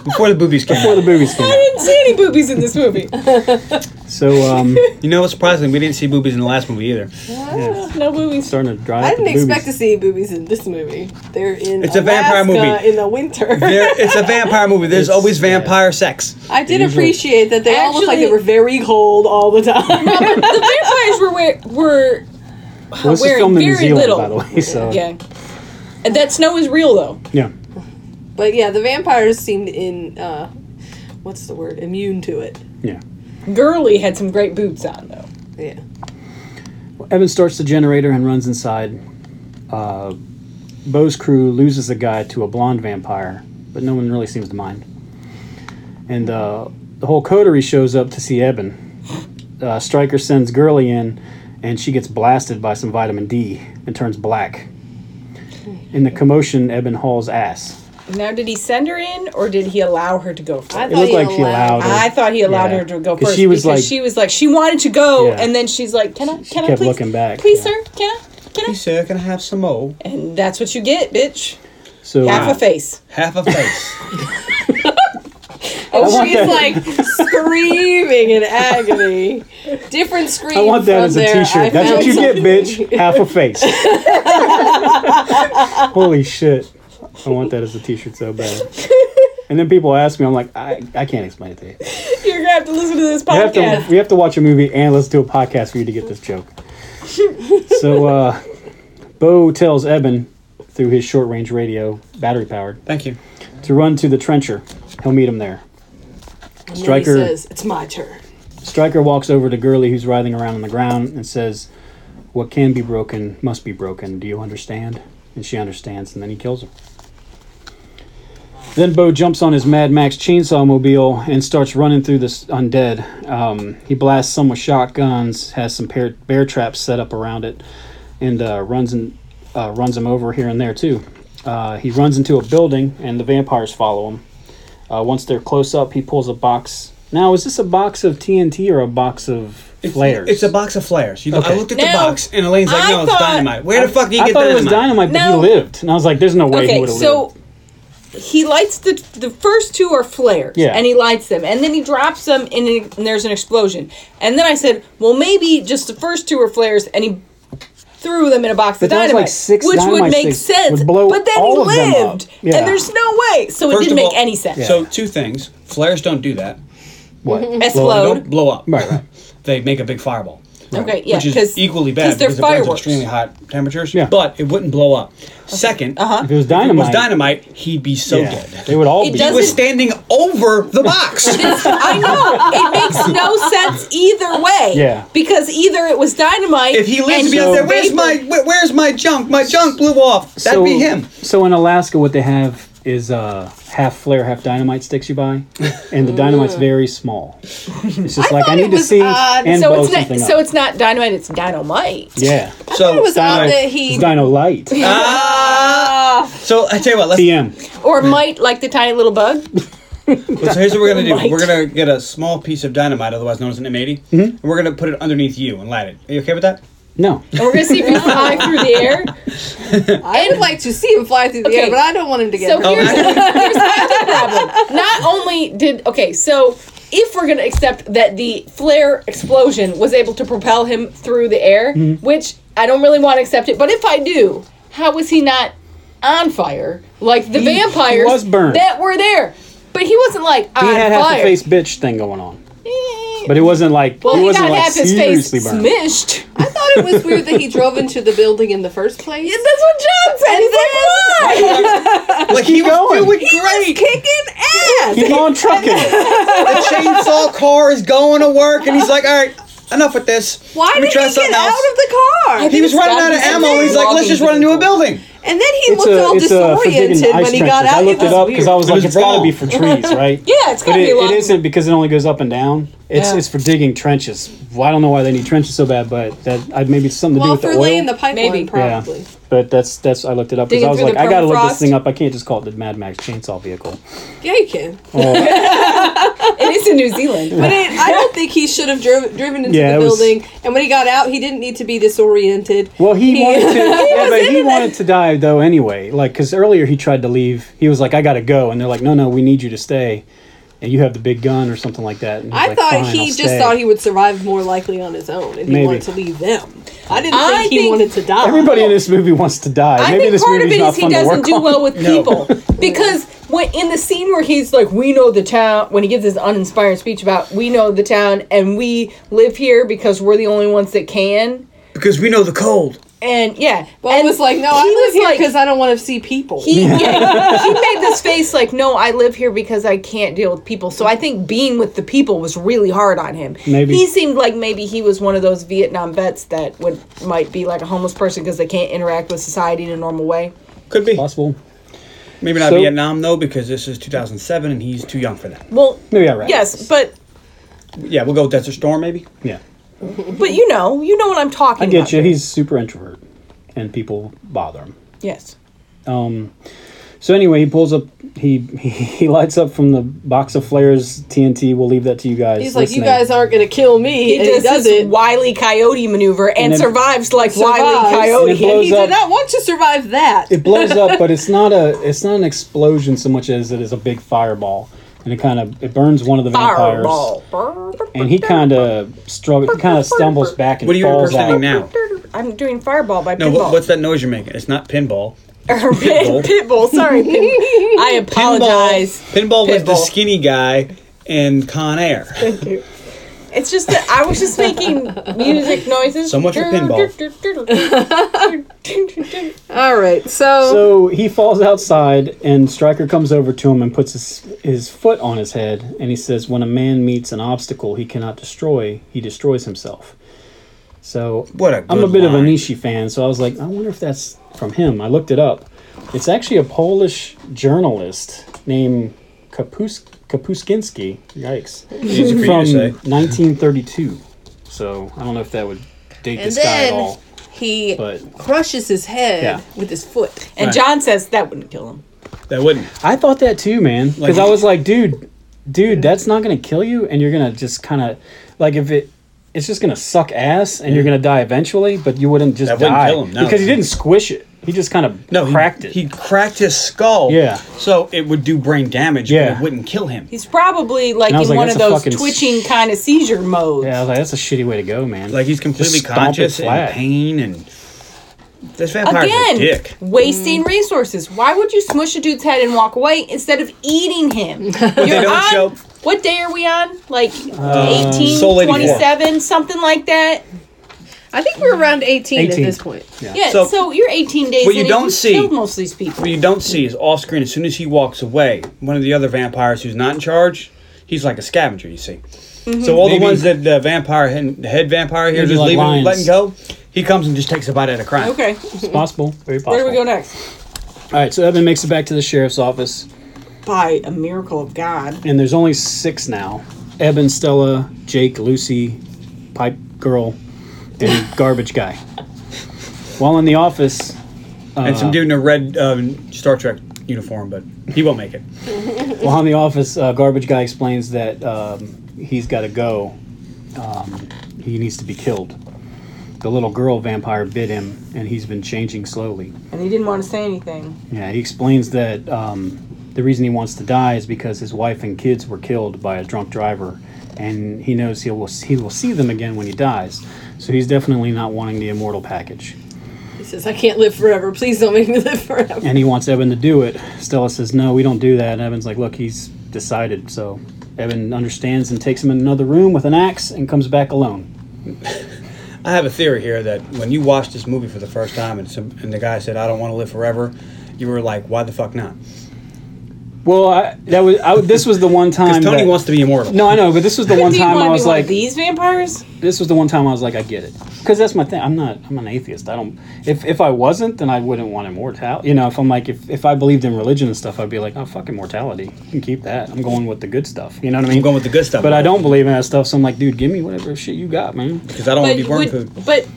Before the boobies came
before
out.
the boobies came out.
didn't see any boobies in this movie.
So, um,
You know, what's surprising, we didn't see boobies in the last movie either.
(laughs) No boobies.
starting to dry
I
up
didn't
the boobies.
expect to see boobies in this movie. They're in
It's a vampire
Alaska
movie.
in the winter.
There, it's a vampire movie. There's
It's-
always vampire sex.
(laughs) I did appreciate that they all looked like they
Actually-
were very cold all the time.
the vampires were wear, were
Well, this is
wearing
filmed in New
very
Zealand,
little.
by the way. So, yeah.
yeah. And that snow is real though.
(laughs) but yeah, the vampires seemed in uh, what's the word? Immune to it.
yeah.
Gurley had some great boots on though.
Yeah.
Well, Evan starts the generator and runs inside. Uh, Bo's crew loses a guy to a blonde vampire, but no one really seems to mind. And uh, the whole coterie shows up to see Eben. Uh, Stryker sends Gurley in, and she gets blasted by some vitamin D and turns black. In the commotion, Eben hauls ass.
Now did he send her in or did he allow her to go first?
I
It
thought
looked
he
like she allowed her.
I thought he allowed
Yeah.
her to go
'Cause
first
she was
because
like-
she was like she wanted to go,
Yeah.
and then she's like, "Can I? Can I
kept
please?
looking back,
please,
yeah.
sir? Can I? Can
Hey,
I?"
sir, can I have some more?
And that's what you get, bitch.
So
Half a face.
Half a face.
And
want
she's
that-
like screaming in agony. Different scream.
I want that
from
as a
there, I
T-shirt. That's what
found
you get,
something.
bitch.
(laughs)
Half a face. Holy shit! I want that as a T-shirt so bad. And then people ask me, I'm like, I, I can't explain it to you.
You're gonna have to listen to this
We have,
podcast.
to, we have to watch a movie and let's do a podcast for you to get this joke. So,
(laughs)
uh, Bo tells Eben through his short range radio, battery powered,
Thank you.
to run to the trencher. He'll meet him there.
And then he
Stryker-
says, "It's my turn."
Stryker walks over to Gurley, who's writhing around on the ground, and says, What can be broken must be broken. Do you understand? And she understands, and then he kills her. Then Bo jumps on his Mad Max chainsaw mobile and starts running through this undead. Um, he blasts some with shotguns, has some bear, bear traps set up around it, and uh, runs and uh, runs him over here and there too. Uh, he runs into a building, and the vampires follow him. Uh, once they're close up, he pulls a box Now, is this a box of TNT or a box of flares?
It's a box of flares. You know, I
Okay.
looked at
No,
the box, and Elaine's like,
I
"No, it's
thought-
dynamite." Where the fuck do you
I
get
thought
dynamite?
it was dynamite, but
No.
he lived, and I was like, "There's no way he
Okay,
would have
so
lived."
he lights the the first two are flares,
Yeah.
and he lights them, and then he drops them, and, it- and there's an explosion. And then I said, well, maybe just the first two are flares, and he threw them in a box of
But that was
dynamite,
like six
which would
dynamite
make
sticks
sense.
would blow
but then
all
he
of them up.
lived,
Yeah.
and there's no way, so it
First
didn't
of
make
all-
any sense.
So two things: flares don't do that.
(laughs)
What?
They
Explode.
don't blow up.
Right, right.
(laughs) They make a big fireball.
Okay, yeah,
which is equally bad
they're
because it burns at
fireworks.
extremely hot temperatures.
Yeah.
But it wouldn't blow up. Second, uh-huh.
If it was
if it was
dynamite,
dynamite, he'd be so
yeah,
dead.
they would all
It
be.
He was
Doesn't-
standing over
(laughs)
the box.
I know (laughs) it makes no sense either way.
(laughs) Yeah.
because either it was dynamite.
if he
and
lives, he'd be out there. Where's
vapor-
my where- where's my junk? My junk blew off. That'd
so,
be him.
So in Alaska, what they have is uh, half flare, half dynamite sticks you buy,
(laughs)
and the dynamite's very small. It's just like I
thought
need
it
to
was
see
odd.
and blow
uh, So it's
something
not,
up.
so it's not dynamite. It's dynamite.
yeah,
So
It was odd
Dynamite.
that he
it's dino light.
so I tell you what. Let's
TM.
Or might like the tiny little bug.
So here's what we're gonna do.
Right.
We're gonna get a small piece of dynamite, otherwise known as an M80, and we're gonna put it underneath you and light it. Are you okay with that?
No,
And we're gonna see if you fly through the air.
I would like to see him fly through the
Okay.
air, but I don't want him to get
So
hurt.
here's, here's my other problem. Not only did okay, so if we're gonna accept that the flare explosion was able to propel him through the air,
Mm-hmm.
which I don't really want to accept it, but if I do, how was he not on fire like the
He- he
vampires
was burned.
that were there? But he wasn't like on
he had half
fire.
a face bitch thing going on, but it wasn't like
well,
it
he
wasn't
got
like
half his face
seriously burned.
smished.
I thought it was weird that he drove into the building in the first place.
That's what John said. He's like,
(laughs)
why?
Like he was
going.
doing great.
Keep
(laughs)
on trucking.
the chainsaw car is going to work, and he's like, "All right, enough with this.
Why
Let me
did
try
he get
something
out
else."
of the car?
he was running out of ammo. and He's like, "Let's just run into a building."
and then he
It's
looked
a
all
it's a forbidden
disoriented
ice
when he
trenches.
got out.
I looked it,
was
up because I
weird.
was
It
like,
was
it's got to
wrong.
be for trees, right?
Yeah, it's
But
gotta
it,
be
it
long.
isn't because it only goes up and down. It's
Yeah.
it's for digging trenches. Well, I don't know why they need trenches so bad, but that I, maybe it's something to
Well,
do
for
with the oil.
laying the pipeline,
Maybe.
probably.
Yeah, but that's that's I looked it up because
Digging
I was
through
like,
the
I gotta look
permafrost?
this thing up. I can't just call it the Mad Max chainsaw vehicle.
Yeah, you can.
It is in New Zealand.
But it, I don't think he should have driv- driven into
Yeah,
the
it was-
building. and when he got out, he didn't need to be disoriented.
Well, he, wanted to, yeah, but he wanted to die though anyway. Like, because earlier he tried to leave. He was like, I gotta go, and they're like, No, no, we need you to stay, and you have the big gun or something like that. And he's
I
like,
thought
"Fine,
he
I'll
just
stay."
thought he would survive more likely on his own, and he
Maybe.
wanted to leave them. I didn't
I
think he
think-
wanted to die.
Everybody in this movie wants to die.
I
Maybe
think
this
part of
movie's
it
not
is he
fun to
doesn't
work
do
on.
well
(laughs)
with people because when in the scene where he's like, "We know the town," when he gives his uninspired speech about, "We know the town and we live here because we're the only ones that can,"
Because we know the cold.
and yeah,
Well, I
and
was like, no,
he
I live
was
here
like-
because I don't want to see people. (laughs)
He, yeah, he made this face like, no, I live here because I can't deal with people. So I think being with the people was really hard on him.
Maybe.
he seemed like maybe he was one of those Vietnam vets that would might be like a homeless person because they can't interact with society in a normal way.
Could be.
Possible.
Maybe not
So-
Vietnam though, because this is 2007, and he's too young for that.
Well,
No, yeah, right.
yes, but
Yeah, we'll go with Desert Storm maybe.
Yeah,
but you know, you know what I'm talking.
I get
about.
you. He's super introvert, and people bother him.
yes.
Um, so anyway, he pulls up. He, he he lights up from the box of flares TNT. We'll leave that to you guys.
He's like, you
listening."
guys aren't going to kill me.
He
and
does,
he does
his
it.
Wily Coyote maneuver and,
And it-
survives like
Survives.
Wily Coyote.
And it blows
he did
up.
not want to survive that.
It
(laughs)
blows up, but it's not a it's not an explosion so much as it is a big fireball, and it kind of it burns one of the vampires,
Fireball.
and he kind of struggles, kind of stumbles back and
What are you
falls out.
impersonating now?
I'm doing fireball by
No,
pinball.
what, what's that noise you're making? It's not pinball.
(laughs) Or pit- (laughs)
Pitbull.
Pitbull. Sorry. Pit- I apologize.
Pinball, pinball was the
Pitbull.
skinny guy in Con Air.
(laughs) It's just that I was just making music noises.
So much for
pinball.
All right, so,
(laughs)
So he falls outside, and Stryker comes over to him and puts his his foot on his head, and he says, "When a man meets an obstacle he cannot destroy, he destroys himself." So
What a
I'm a
good
bit of
line.
a Nishi fan, so I was like, I wonder if that's from him. I looked it up. It's actually a Polish journalist named Kapus Kapuskinski. Yikes!
Easy for
From
you to say.
1932. So I don't know if that would date this guy at
then-
all.
he
But-
crushes his head
Yeah.
with his foot.
and John says that wouldn't kill him.
That wouldn't.
I thought that too, man. Because
Like-
I was like, dude, dude, that's not gonna kill you, and you're gonna just kind of like if it. It's just gonna suck ass, and you're gonna die eventually. But you wouldn't just
That wouldn't
die
kill him, no.
because he didn't squish it. He just kind of
No, he-
cracked it.
He cracked his skull.
Yeah.
So it would do brain damage, but
Yeah.
it wouldn't kill him.
He's probably like
And I
in
was like,
one of
that's a
those
fucking-
twitching kind of seizure modes.
yeah, I was like, that's a shitty way to go, man.
Like he's
Just
completely
stomp it
conscious and
flat.
pain and this vampire's a
Again,
dick.
wasting resources. Why would you smush a dude's head and walk away instead of
(laughs)
eating him? You're
don't
on,
show-
What day are we on? Like
Uh,
Soul
18,
84.
27, something like that.
I think we're around 18, at
18.
this point.
Yeah, so,
So-
you're 18 days.
What you
in and
don't
you've
see-
killed most of these people.
What you don't see is off screen. As soon as he walks away, one of the other vampires who's not in charge, he's like a scavenger. You see. So all
Maybe-
the ones that the vampire head, the head vampire here
Maybe
just
like
leaving,
lions.
letting go, he comes and just takes a bite out of crime.
Okay,
It's possible, very possible.
where do we go next?
All right, so Evan makes it back to the sheriff's office,
By a miracle of God.
and there's only six now: Eben, Stella, Jake, Lucy, Pipe Girl, and Garbage Guy. While in the office,
And some dude in a red um, Star Trek uniform, but he won't make it.
while in the office, uh, Garbage Guy explains that um, he's got to go. Um, he needs to be killed. The little girl vampire bit him, and he's been changing slowly.
And he didn't want to say anything.
Yeah, he explains that um, the reason he wants to die is because his wife and kids were killed by a drunk driver, and he knows he will he will see them again when he dies. So he's definitely not wanting the immortal package,
He says, I can't live forever. Please don't make me live forever.
(laughs) and he wants Evan to do it. Stella says, "No, we don't do that." And Evan's like, "Look, he's decided." So Evan understands and takes him in another room with an axe and comes back alone.
I have a theory here that when you watched this movie for the first time and some and the guy said, "I don't want to live forever," you were like, "Why the fuck not?"
Well, I, that was I, this was the one (laughs) time
Because Tony
that-
wants to be immortal.
No, I know, but this was the one
(laughs) Do you
time
want
I
to
was
be one
like,
of these vampires?
this was the one time I was like, I get it, because that's my thing. I'm not, I'm an atheist. I don't. If if I wasn't, then I wouldn't want immortality. You know, if I'm like, if, if I believed in religion and stuff, I'd be like, oh fuck immortality, you can keep that. I'm going with the good stuff. You know what I mean?
I'm going with the good stuff.
But I don't believe in that stuff, so I'm like, dude, give me whatever shit you got, man.
because I don't want to
But,
be worm
would-
food.
but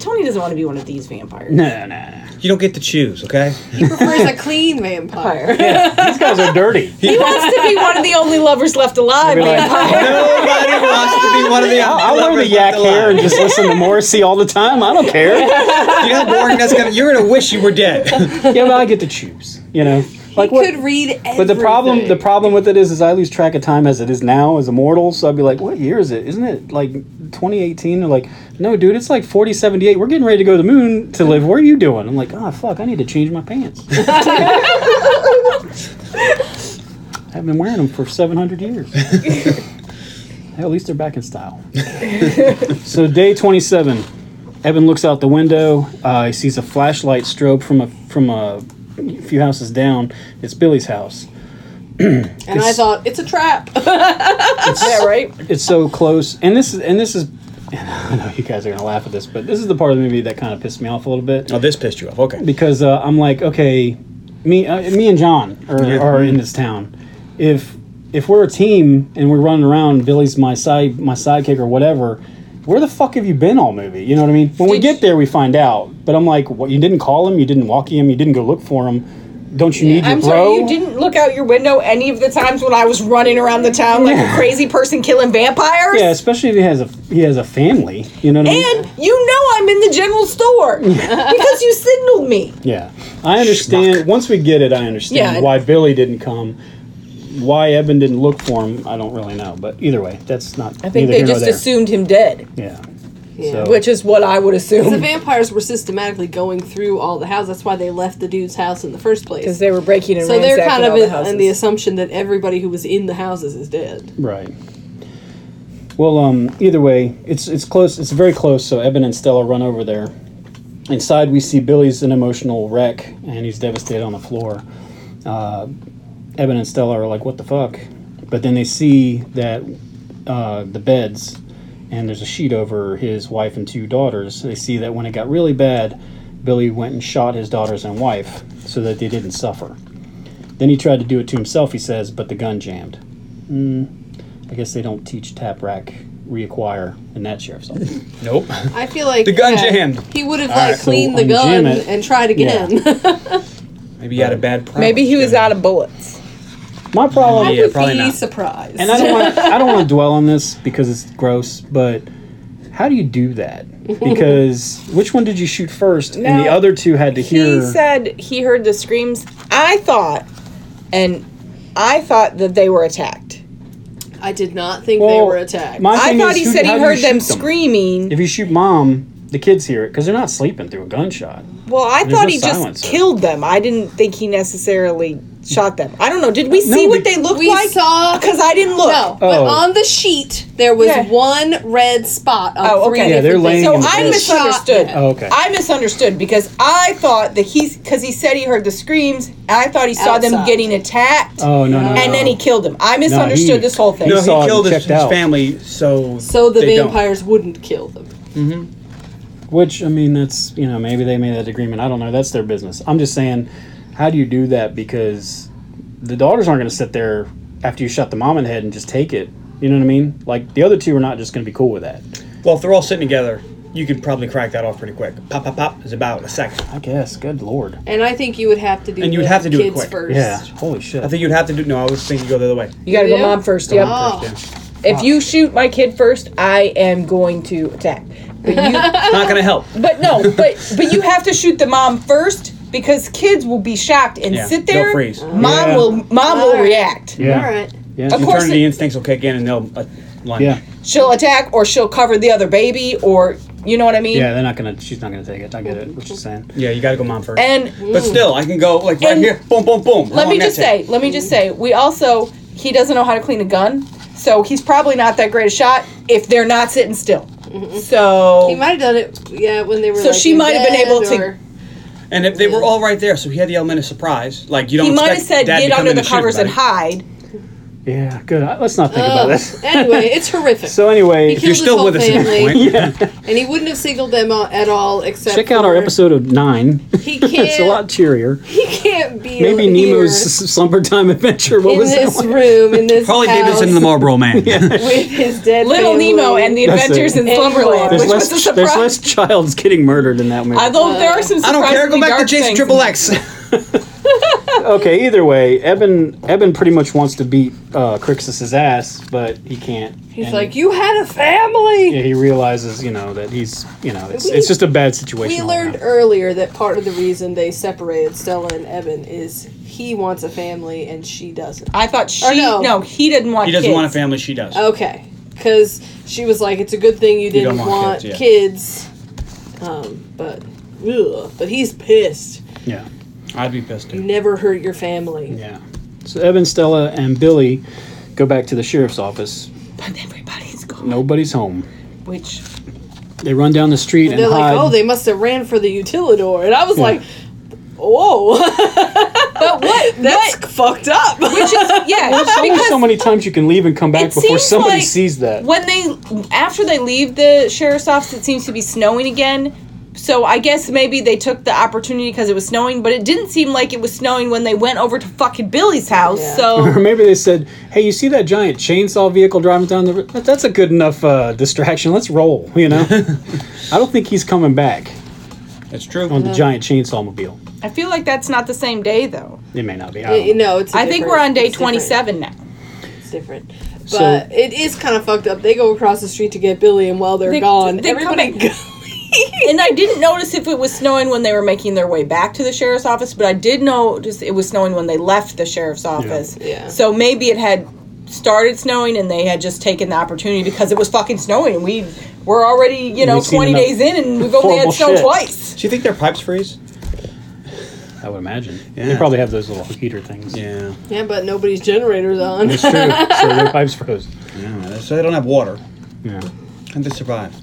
Tony doesn't want to be one of these vampires. (laughs)
Nah, nah, nah.
You don't get to choose, okay?
He prefers a clean vampire.
These guys are (laughs) dirty.
He wants to be one of the only lovers left alive.
They're like, "Oh,
vampire.
(laughs) Nobody wants to be one (laughs) of the.
I wear the yak hair and just listen to Morrissey all the time. I don't (laughs) care. yeah,
You know how boring that's gonna. (laughs) You're gonna wish you were dead.
but I get to choose. You know, like
he
what?
could read everything.
But the problem, the problem with it is, is I lose track of time as it is now as immortal. So I'd be like, what year is it? Isn't it like 2018? They're like, no, dude, it's like 4078. We're getting ready to go to the moon to live. What are you doing? I'm like, oh fuck, I need to change my (laughs) pants. I've been wearing them for 700 (laughs) years. Hell, at least they're back in style. so day 27, Evan looks out the window. Uh, he sees a flashlight strobe from a from a few houses down. It's Billy's house. (clears throat)
and I thought, it's a
(laughs)
trap.
Yeah, right.
it's so close and this is and this is (laughs) i know you guys are gonna laugh at this but this is the part of the movie that kind of pissed me off a little
(laughs)
bit
Oh, this pissed you off. Okay.
because uh, i'm like okay me uh, me and john are,
Yeah.
are in this town if if we're a team and we're running around billy's my side my sidekick or whatever where the fuck have you been all movie? You know what I mean? When we get there, we find out. But I'm like, what? You didn't call him. You didn't walkie him. You didn't go look for him. Don't you need your
I'm
bro?
sorry, you didn't look out your window any of the times when I was running around the town like a crazy person killing vampires.
yeah, especially if he has a he has a family. You know what I mean?
And you know I'm in the general store because you signaled me.
Yeah, I understand. Once we get it, I understand
Yeah.
why Billy didn't come. Why Eben didn't look for him, I don't really know. But either way, that's not.
I think they just assumed him dead,
Yeah.
Yeah.
So,
which is what I would
the
assume
vampires were systematically going through all the houses. That's why they left the dude's house in the first
because
place.
they were breaking and
So they're kind
ransacking
of
all the
in,
houses.
on the assumption that everybody who was in the houses is dead.
right. Well, um, either way, it's it's close. It's very close. So Eben and Stella run over there. Inside, we see Billy's an emotional wreck, and he's devastated on the floor. Uh, Eben and Stella are like, "What the fuck?" But then they see that uh, the beds, and there's a sheet over his wife and two daughters. They see that when it got really bad, Billy went and shot his daughters and wife so that they didn't suffer. Then he tried to do it to himself, he says, but the gun jammed. Mm, I guess they don't teach tap rack reacquire in that sheriff's office.
Nope.
I feel like
The gun
yeah,
jammed.
He would have
right,
like
so
cleaned the
unjam
gun
it.
and tried again. (laughs)
Yeah.
Maybe you had a bad. problem.
Maybe he was out of bullets.
My
(laughs)
problem,
I would
probably
be
not.
surprised.
and I don't want I don't want to dwell on this because it's gross, but how do you do
(laughs)
that? Because which one did you shoot first? and the
No.
other two had to hear.
He said he heard the screams. I thought, and I thought that they were attacked.
I did not think they
Well,
were attacked.
my
I
thing
thought
is
he
who-
said
how
he
do you
heard them
shoot
screaming.
If you shoot mom, the kids hear it because they're not sleeping through a gunshot.
Well, I
There's
thought
no
he just
silencer.
killed them. I didn't think he necessarily shot them. I don't know. Did we
No,
see what
be-
they looked
we
like?
saw
Because I didn't look.
No, but
Oh.
on the sheet there was
Yeah.
one red spot on
Oh,
three
okay. Yeah,
they're
different things.
laying in
So I
Yeah.
misunderstood.
Oh, okay.
I misunderstood because I thought that he's because he said he heard the screams. I thought he saw them
Outside.
getting attacked.
Oh no! no
and
no.
then he killed them. I misunderstood
No, he-
this whole thing.
He
No,
saw it
he
and
killed his,
checked
his
out.
family, so
So the
they don't.
vampires wouldn't kill them.
Which I mean, that's you know maybe they made that agreement. I don't know. That's their business. I'm just saying, how do you do that? Because the daughters aren't going to sit there after you shot the mom in the head and just take it. You know what I mean? Like the other two are not just going to be cool with that.
Well, if they're all sitting together, you could probably crack that off pretty quick. Pop, pop, pop is about a second.
I guess. Good lord.
And I think you would have to do
And you would
the
have to do it
kids
quick.
first.
Yeah. Holy shit.
I think you'd have to do. No, I was thinking go the other way.
You gotta
do?
go mom first. Yep.
Oh.
If you shoot my kid first, I am going to attack.
(laughs)
But you,
Not gonna help.
but no, but but you have to shoot the mom first because kids will be shocked and
Yeah,
sit
they'll
there.
freeze.
Mom
Yeah.
will mom will
Alright.
react.
yeah.
All right.
Yeah.
Of course
Maternity
it-
instincts will kick in, and they'll uh, lunge.
yeah.
She'll attack or she'll cover the other baby or you know what I mean.
Yeah. They're not going to. She's not going to take it. I get it. What you're saying.
yeah. You gotta go mom first.
And
but still, I can go like right
And-
here. Boom, boom, boom. Oh, How
let me
Oh,
long
just
that
say,
take?
let me just say, we also he doesn't know how to clean a gun, so he's probably not that great a shot if they're not sitting still. So
Mm-hmm. He might have done it, yeah, when they were.
So
like,
she
in
might have been
bed
able to-
or-
And if they were all right there, so he had the element of surprise. Like you don't.
he might have
expect
said,
Dad to
"Get
come
under
in
the
shoot
covers and
everybody.
hide."
Yeah. Good. I- Let's not think about this.
Oh. (laughs) anyway, it's horrific.
(laughs) So anyway,
He
You're
Killed his
still
whole
with us at this
family.
point.
and he wouldn't have singled them out at all, except
check out
for-
our episode of nine. (laughs)
He
it's a lot
can't.
cheerier.
he can't be.
Maybe
here
Nemo's slumber time adventure. (laughs) What
in
was that?
this
one? (laughs)
room in this
Probably
house
Davidson and the Marlboro
(laughs)
Man.
with his dead
Little
family.
Nemo and the
That's
Adventures
it.
in Slumberland,
There's
which
less,
was a
there's
surprise.
less childs getting murdered in that movie.
Although there are some
Uh, I don't
surprisingly
care. Go back to
dark
Jason
things.
Triple X.
okay, either way, Eben Eben pretty much wants to beat uh, Crixus's ass, but he can't.
He's like, you had a family.
yeah, he realizes, you know, that he's, you know, it's,
We-
it's just a bad situation.
We
all
learned
around.
earlier that part of the reason they separated Stella and Evan is he wants a family and she doesn't.
I thought she
Or no.
no. he didn't want.
He doesn't
kids.
want a family. She does.
Oh.
Okay, because she was like, "It's a good thing you didn't
don't want
want,
kids, yeah.
kids, Um, but, ugh, but he's pissed.
Yeah,
I'd be pissed
You
too.
never hurt your family.
yeah. So Eben, Stella, and Billy go back to the sheriff's office.
But everybody's gone.
Nobody's home.
Which
They run down the street and,
They're like,
hide.
"Oh, they must have ran for the utilidor," and I was
Yeah.
like, "Whoa, but what? (laughs) That's fucked up." (laughs)
which is
(laughs)
yeah.
There's only so many times you can leave and come back
It
before
seems
somebody
like
sees that.
when they after they leave the sheriff's office it seems to be snowing again so i guess maybe they took the opportunity because it was snowing but it didn't seem like it was snowing when they went over to fucking billy's house
Yeah.
(laughs) Or
so
maybe they said, "Hey, you see that giant chainsaw vehicle driving down the? road? That's a good enough uh, distraction. Let's roll." You
(laughs)
know, I don't think he's coming back
It's true.
on the giant chainsaw mobile.
i feel like that's not the same day though
It may not be. I don't
You
know.
know, it's. a
i think
different-
we're on day
it's different.
27 now
It's different. But
So-
it is kind of fucked up. They go across the street to get Billy, and while they're
They-
gone,
they come
everybody (laughs)
back. and i didn't notice if it was snowing when they were making their way back to the sheriff's office but i did notice it was snowing when they left the sheriff's office
Yeah.
so maybe it had started snowing and they had just taken the opportunity because it was fucking snowing and we were already you know
We've seen
20
enough
days in and we've only
horrible
had snow
shit.
twice
Do you think their pipes freeze?
I would imagine they
Yeah.
probably have those little heater things.
Yeah.
Yeah, but nobody's generator's on. (laughs)
it's true. so their pipes froze.
Yeah. So they don't have water.
Yeah,
Can they survive?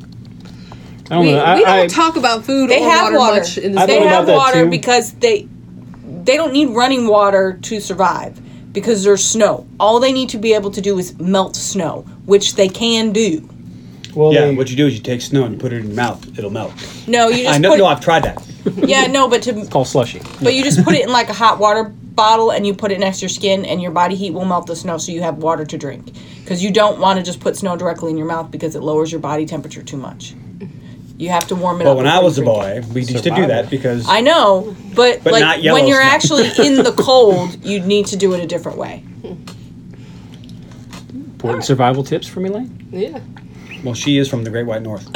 I don't
We,
know. I,
we don't
I,
talk about food
they
or
have
water,
water,
much in this
I
they
thought about
have
that
water
too.
because they they don't need running water to survive because there's snow all they need to be able to do is melt snow which they can do
well,
Yeah.
they-
What you do is you take snow and you put it in your mouth. It'll melt.
no you just
I know.
put
No, I've tried that.
yeah no but to
call slushy.
But you just put it in like a hot water bottle and you put it next to your skin, and your body heat will melt the snow, so you have water to drink. Because you don't want to just put snow directly in your mouth because it lowers your body temperature too much. You have to warm it
But
up.
when
before
I
you
was a
drink
boy,
it.
we used to do that because
I know, but,
But not
like
yellow
when you're
snake.
actually
(laughs)
in the cold, you need to do it a different way.
Important survival tips for me,
(laughs)
Lane.
Yeah.
well, she is from the Great White North.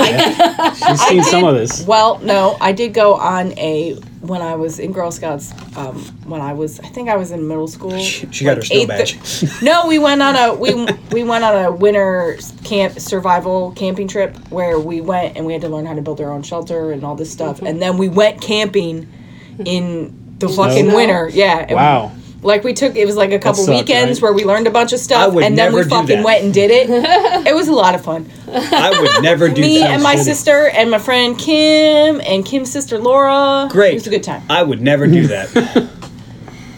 She's seen some of this.
Well, no, I did go on a when I was in Girl Scouts. Um, when I was, I think I was in middle school.
she got her snow
eighth- (laughs) no, we went on a we we went on a winter camp survival camping trip where we went and we had to learn how to build our own shelter and all this stuff, and then we went camping Mm-hmm. in the fucking
Snow?
winter. Yeah. and-
Wow.
Like we took it was like a couple
sucked,
weekends
right?
where we learned a bunch of
I
stuff
would
and then we
never do
fucking
that.
went and did (laughs) it. it was a lot of fun.
I
(laughs)
would never do
Me
that.
and my sister and my friend Kim and Kim's sister Laura.
Great. Uh,
It was a good time.
I would never do
(laughs)
that.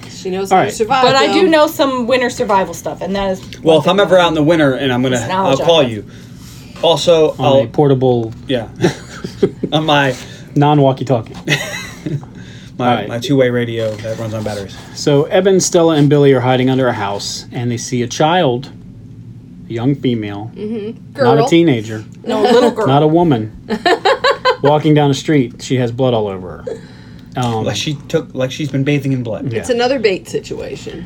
She knows
All
how to
right.
survive.
But I
though.
do know some winter survival stuff and that is
well, if I'm ever out in the winter and I'm gonna,
It's knowledge
I'll call
I have.
you. Also,
On a
I'll
portable,
yeah. (laughs) on my
non-walkie-talkie.
my,
right.
my two way radio that runs on batteries.
So Eben, Stella, and Billy are hiding under a house, and they see a child, a young female,
Girl.
not a teenager,
no (laughs) little girl.
not a woman, walking down the street. She has blood all over her. Um,
Like she took, like she's been bathing in blood.
Yeah.
It's another bait situation.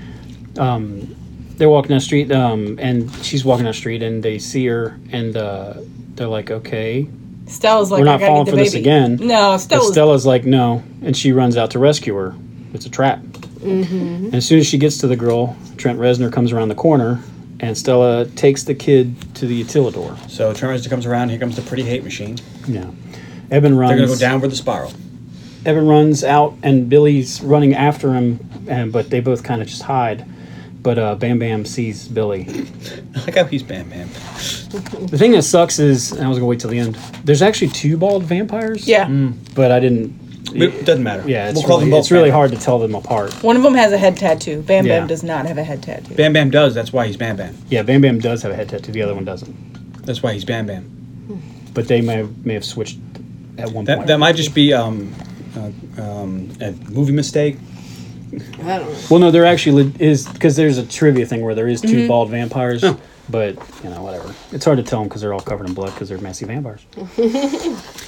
um, they're walking down the street, um, and she's walking down the street, and they see her, and uh, they're like, "Okay."
Stella's like
We're
I
not
gotta
falling
eat the
for
baby.
this again.
No,
But
Stella's
Stella's like, "No," and she runs out to rescue her. It's a trap. And as soon as she gets to the girl, Trent Reznor comes around the corner, and Stella takes the kid to the utilidor.
So Tremors comes around. Here comes the pretty hate machine.
Yeah. Eben runs.
They're gonna go down with the spiral.
Evan runs out, and Billy's running after him, and but they both kind of just hide. But uh, Bam Bam sees Billy.
I like how he's Bam Bam.
The thing that sucks is, and I was gonna wait till the end. There's actually two bald vampires.
Yeah.
But I didn't.
It doesn't matter.
Yeah, it's
we'll call them
really,
both
it's really
Bam Bam.
hard to tell them apart.
One of them has a head tattoo. Bam
Yeah.
Bam does not have a head tattoo.
Bam Bam does. That's why he's Bam Bam.
Yeah, Bam Bam does have a head tattoo. The other one doesn't.
That's why he's Bam Bam.
But they may have, may have switched at one
That
point.
that might just be um, uh, um, a movie mistake.
I don't know.
well, no, there actually li- is because there's a trivia thing where there is two
Mm-hmm.
bald vampires.
Oh.
But you know, whatever. It's hard to tell them because they're all covered in blood because they're
(laughs)
messy vampires,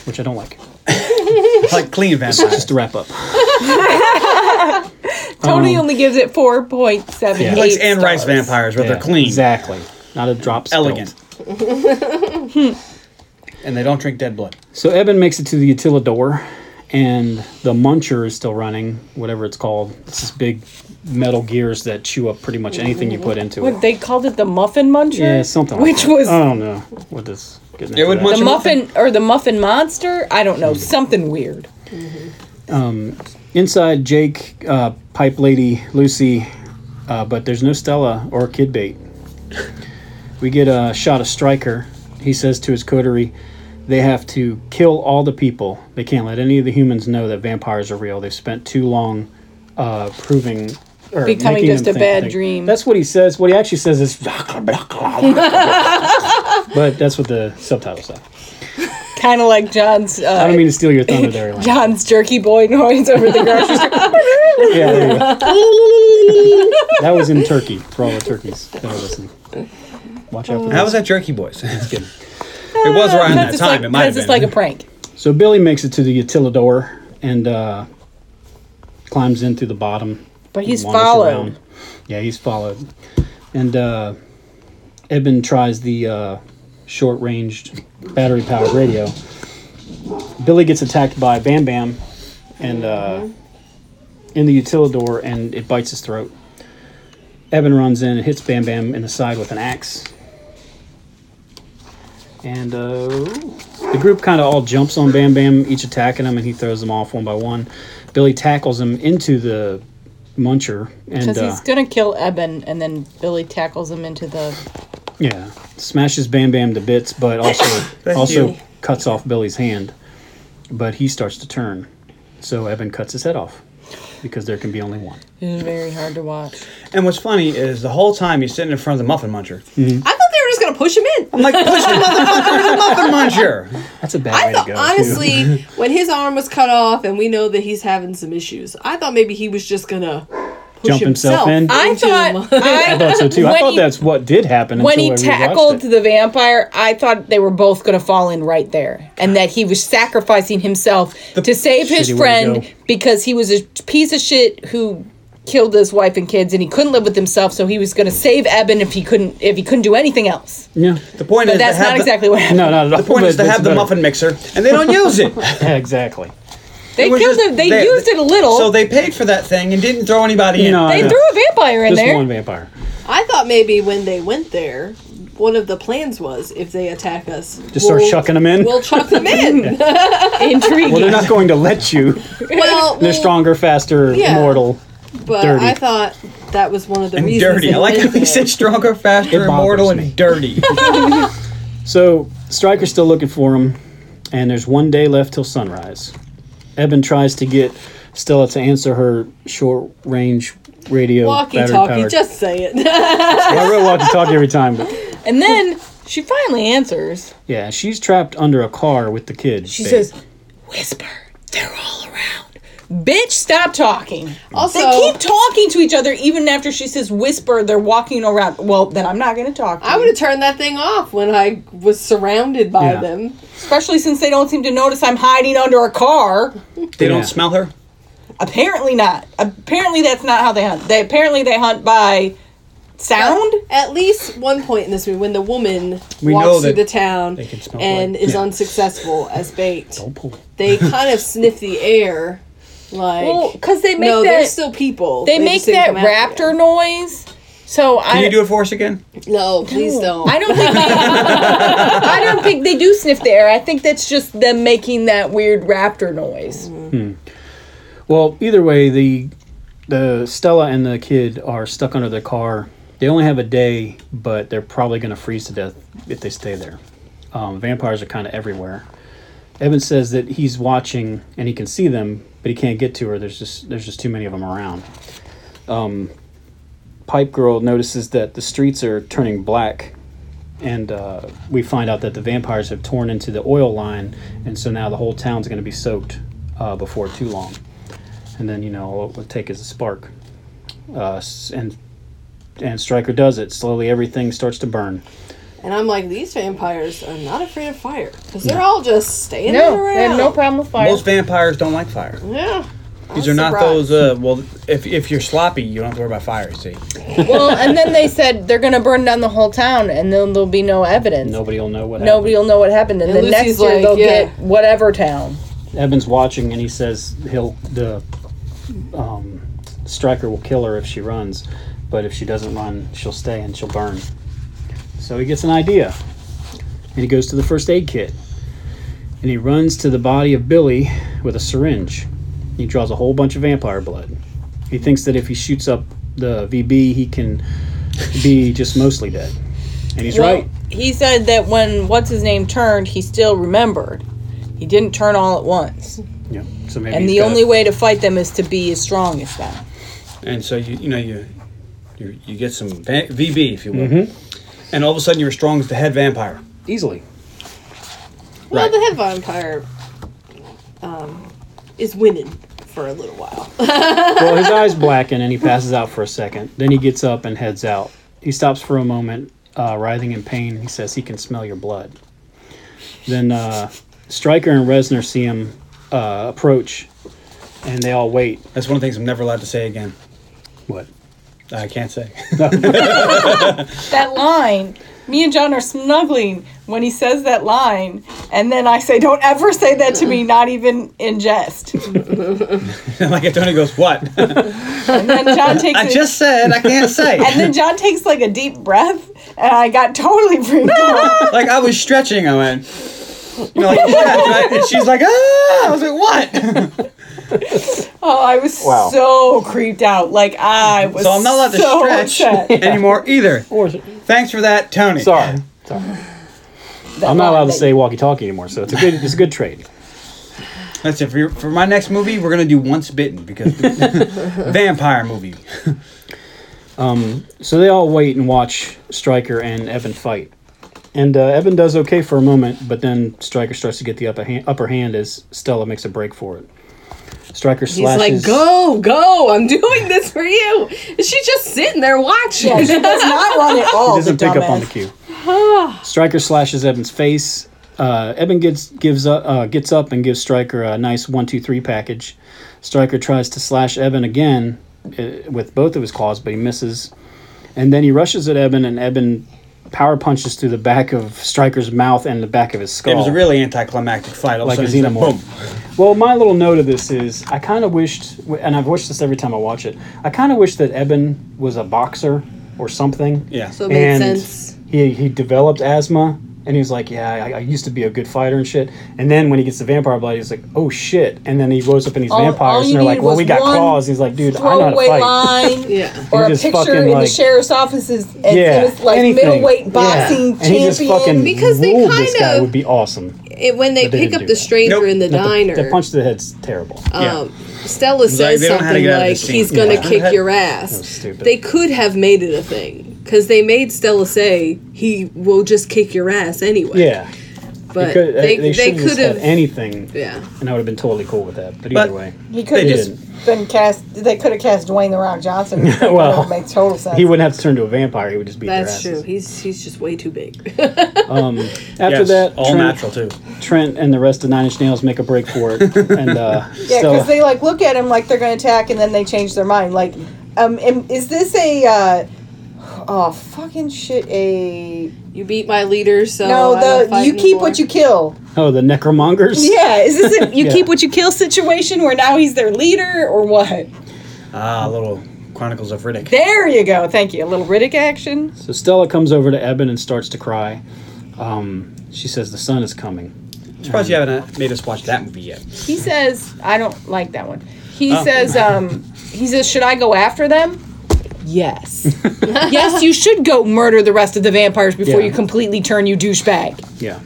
which I don't like.
It's like clean
(laughs)
vampire.
Just to wrap up.
Tony
um,
only gives it four point seven.
Yeah.
He likes Anne Rice vampires where they're
Yeah,
clean,
Exactly. Not a drop spilled. (laughs)
elegant, and they don't drink dead blood.
So Eben makes it to the utilidor, and the muncher is still running, whatever it's called. It's this big metal gears that chew up pretty much anything you put into it.
What, they called it the muffin muncher.
yeah, something like
Which
that. Uh,
was
I don't know what this getting into
would
that.
munch
the
a
muffin, or the muffin monster. I don't know.
Hmm.
Something weird.
Inside Jake, uh, Pipe Lady, Lucy, uh, but there's no Stella or Kid Bait. We get a shot of Stryker. He says to his coterie, they have to kill all the people. They can't let any of the humans know that vampires are real. They've spent too long uh, proving. Or
Becoming
making them
just a
think
bad
they-
dream.
That's what he says. What he actually says is. but that's what the subtitles say.
Kind of like John's
I
uh,
don't mean to steal your thunder there, Elaine.
John's jerky boy (laughs) noise over the
(laughs)
grocery store.
Yeah, there you go. that was in Turkey for all the turkeys that are listening. Watch out for
How
that.
was that Jerky Boys? (laughs) it was
Uh,
around that
it's
time.
like,
it might have
'cause
been.
it's like a prank.
So Billy makes it to the utilidor and uh, climbs in through the bottom.
But he's
wanders
followed.
Yeah, he's followed. And uh, Eben tries the uh, short ranged battery powered radio. Billy gets attacked by Bam Bam and uh, in the utilidor and it bites his throat. Eben runs in and hits Bam Bam in the side with an axe. And uh, the group kind of all jumps on Bam Bam, each attacking him, and he throws them off one by one. Billy tackles him into the muncher, and
Because
uh,
he's gonna kill Eben, and then Billy tackles him into the.
yeah, smashes Bam Bam to bits, but also also
you.
cuts off Billy's hand. But he starts to turn, so Eben cuts his head off because there can be only one.
It was very hard to watch.
and what's funny is the whole time he's sitting in front of the muffin
(laughs)
muncher.
I thought they were just gonna push him in.
I'm like, push the motherfucker to the muffin muncher.
That's a bad
I
way
thought
to go. too. (laughs)
honestly, when his arm was cut off and we know that he's having some issues, I thought maybe he was just gonna push
jump himself, in.
himself.
I
Into
thought
the-
I,
I thought so too. I
when
thought
he-
that's what did happen.
when
until
he
I rewatched
tackled
it.
the vampire. I thought they were both going to fall in right there, and that he was sacrificing himself to save his
shitty way to go.
friend because he was a piece of shit who killed his wife and kids, and he couldn't live with himself. So he was going to save Eben if he couldn't if he couldn't do anything else.
yeah,
The point is
But
to
that's
have
not
the-
exactly what happened.
no, not at all.
The point
but
is to
that's
have the
better.
muffin mixer, and they don't use
(laughs)
it. They
Yeah, (laughs) exactly.
They killed him. They, used it a little.
So they paid for that thing and didn't throw anybody in.
No, I
they
know.
threw a vampire in
Just
there. (laughs)
one vampire.
I thought maybe when they went there, one of the plans was if they attack us,
Just start chucking 'em in?
We'll chuck them in.
Intriguing.
Well, they're not going to let you.
well,
They're
well,
stronger, faster,
Yeah.
mortal.
But
dirty.
I thought that was one of the
And
reasons.
dirty.
they
I like how
went
he
there.
said stronger, faster,
It bothers
immortal,
me.
and
(laughs)
dirty.
So Stryker's still looking for him, and there's one day left till sunrise. Eben tries to get Stella to answer her short range radio
Walkie
battery
talkie,
powered-
just say it. (laughs)
I wrote walkie talkie every time, but
and then she finally answers.
yeah, she's trapped under a car with the kid.
She says, "Whisper. They're all around." Bitch, stop talking.
also,
They keep talking to each other even after she says whisper, they're walking around. Well, then I'm not going to talk. To
I
you.
would have turned that thing off when I was surrounded by
Yeah.
them.
Especially since they don't seem to notice I'm hiding under a car.
they
Yeah.
don't smell her.
Apparently not. Apparently that's not how they hunt. They apparently they hunt by sound.
At least one point in this movie, when the woman
We know
walks through
that
the town
they can smell
and
blood.
is
Yeah.
unsuccessful as bait,
pull.
they kind of sniff the air. Like,
Well, 'cause they make
no, they're
that-
still people.
They, make
just didn't
that
come after
raptor noise. So I
Can you do it for us again?
you. No, please don't.
I don't think they,
(laughs)
I don't think they do sniff the air. I think that's just them making that weird raptor noise.
Well, either way, the the Stella and the kid are stuck under the car. They only have a day, but they're probably going to freeze to death if they stay there. Um, vampires are kind of everywhere. Evan says that he's watching and he can see them, but he can't get to her. There's just there's just too many of them around. Um, Pipe Girl notices that the streets are turning black, and uh, we find out that the vampires have torn into the oil line, and so now the whole town's going to be soaked uh, before too long and then you know all it would take is a spark uh, s- and and striker does it slowly everything starts to burn
And I'm like, these vampires are not afraid of fire because they're all just standing around.
problem with fire.
Most vampires don't like fire.
Yeah.
These
I'm
are not
surprised.
those. Uh, well, if, if you're sloppy, you don't have to worry about fire. See,
well, and then they said they're gonna burn down the whole town, and then there'll be no evidence.
nobody will know what
Nobody will know what happened, and,
And
then
Lucy's
next year
like,
they'll
yeah.
get whatever town.
happened evan's watching and he says he'll the um, striker will kill her if she runs but if she doesn't run she'll stay and she'll burn so he gets an idea and he goes to the first aid kit and he runs to the body of billy with a syringe he draws a whole bunch of vampire blood He thinks that if he shoots up the VB, he can be just mostly dead. And he's
Well,
right.
He said that when what's his name turned, he still remembered. He didn't turn all at once,
Yeah. So maybe
and
he's
the
got-
only way to fight them is to be as strong as them.
and so you you know you you, you get some va- VB if you will,
Mm-hmm.
and all of a sudden you're as strong as the head vampire.
easily.
Well,
Right.
the head vampire um, is winning for a little while.
Well, his eyes blacken and he passes out for a second. Then he gets up and heads out. He stops for a moment, uh, writhing in pain. He says he can smell your blood. Then uh, Stryker and Resner see him uh, approach, and they all wait.
That's one of the things I'm never allowed to say again.
What?
I can't say. (laughs)
that line. Me and John are snuggling when he says that line, and then I say, "Don't ever say that to me, not even in jest."
like if Tony goes, what?
And then
(laughs)
John takes.
I
a-
just said I can't say.
(laughs) and then John takes like a deep breath, and I got
(laughs)
totally freaked out.
like I was stretching. I went. You know, like, stretch, right? And she's like, ah! I was like,
(laughs)
what?
Oh, I was
Wow.
so creeped out. Like I was.
So I'm not allowed to
so
stretch
upset.
(laughs) anymore either.
Or
Thanks for that, Tony.
sorry. Sorry. I'm not allowed to
That- (laughs)
say walkie-talkie anymore, so it's a good it's a good trade.
That's it for your, for my next movie. We're gonna do Once Bitten because (laughs) vampire movie.
So they all wait and watch Stryker and Evan fight. And uh, Evan does okay for a moment, but then Stryker starts to get the upper hand, upper hand as Stella makes a break for it. Stryker
He's
slashes.
like, go, go! I'm doing this for you. And she's just sitting there watching.
Yeah, she does not want it all.
He doesn't
the
pick up on
dumbass.
the cue. Stryker slashes Evan's face. Uh, Evan gets gives up, uh, gets up and gives Stryker a nice one two three package. Stryker tries to slash Evan again uh, with both of his claws, but he misses. And then he rushes at Evan, and Evan power punches through the back of Stryker's mouth and the back of his skull.
It was a really anticlimactic fight. All
Oh. like a
of sudden, it's
xenomorph.
boom.
Well, my little note of this is I kind of wished, and I've watched this every time I watch it. I kind of wish that Eben was a boxer or something.
Yeah.
So it made
and
sense.
He he developed asthma, and he was like, "Yeah, I, I used to be a good fighter and shit." And then when he gets the vampire blood, he's like, "Oh shit!" And then he goes up in these
All- all
vampires,
you
and they're like,
needed
"Well,
was
we got
one
claws." He's like, "Dude, I know how to
Throwaway
fight."
line.
(laughs) Yeah.
Or a
just
picture
fucking,
in the
like-
sheriff's offices as
Yeah,
it was like
anything.
middleweight boxing
(laughs) And he just fucking
champion.
Because they
ruled this
kind
guy
of-
would be awesome.
It, when they
But they
pick
didn't
up
do
the
that.
stranger
Nope.
in the
But
diner,
The, the punch to the head's terrible.
um, Stella
like,
says
they don't know how to
something
get out of
like,
this scene.
"He's gonna
Yeah. (laughs)
kick your
That was
ass."
stupid.
They could have made it a thing because they made Stella say, "He will just kick your ass anyway."
yeah.
but
Could-
uh,
they
they,
they
should have
could
said
have.
anything,
Yeah.
and I would have been totally cool with that. But either
But-
way,
he could
They
have
didn't.
just been cast. They could have cast Dwayne the
(laughs)
Rock Johnson.
Well,
it would make total sense.
he wouldn't have to turn into a vampire. He would just beat
That's
their
true.
asses. Um,
He's he's just way too big. (laughs)
After
Yes,
that,
all
Trent,
natural too.
Trent and the rest of Nine Inch Nails make a break for it, and uh,
Yeah,
Stella-
because they like look at him like they're going to attack, and then they change their mind. Like, um, am- is this a uh, oh fucking shit? A
you beat my leader, so I
no,
won't
the
fight
you
no
keep
more.
what you kill.
oh the necromongers.
(laughs) Yeah, is this a you
Yeah.
keep what you kill situation where now he's their leader or what?
Ah, little Chronicles of Riddick.
There you go. Thank you. A little Riddick action.
So Stella comes over to Eben and starts to cry. Um, she says the sun is coming.
I'm surprised you haven't uh, made us watch that movie yet.
He says, I don't like that one. He
Oh.
says, um, he says, should I go after them?
(laughs)
Yes. yes, you should go murder the rest of the vampires before
Yeah.
you completely turn you douchebag.
Yeah.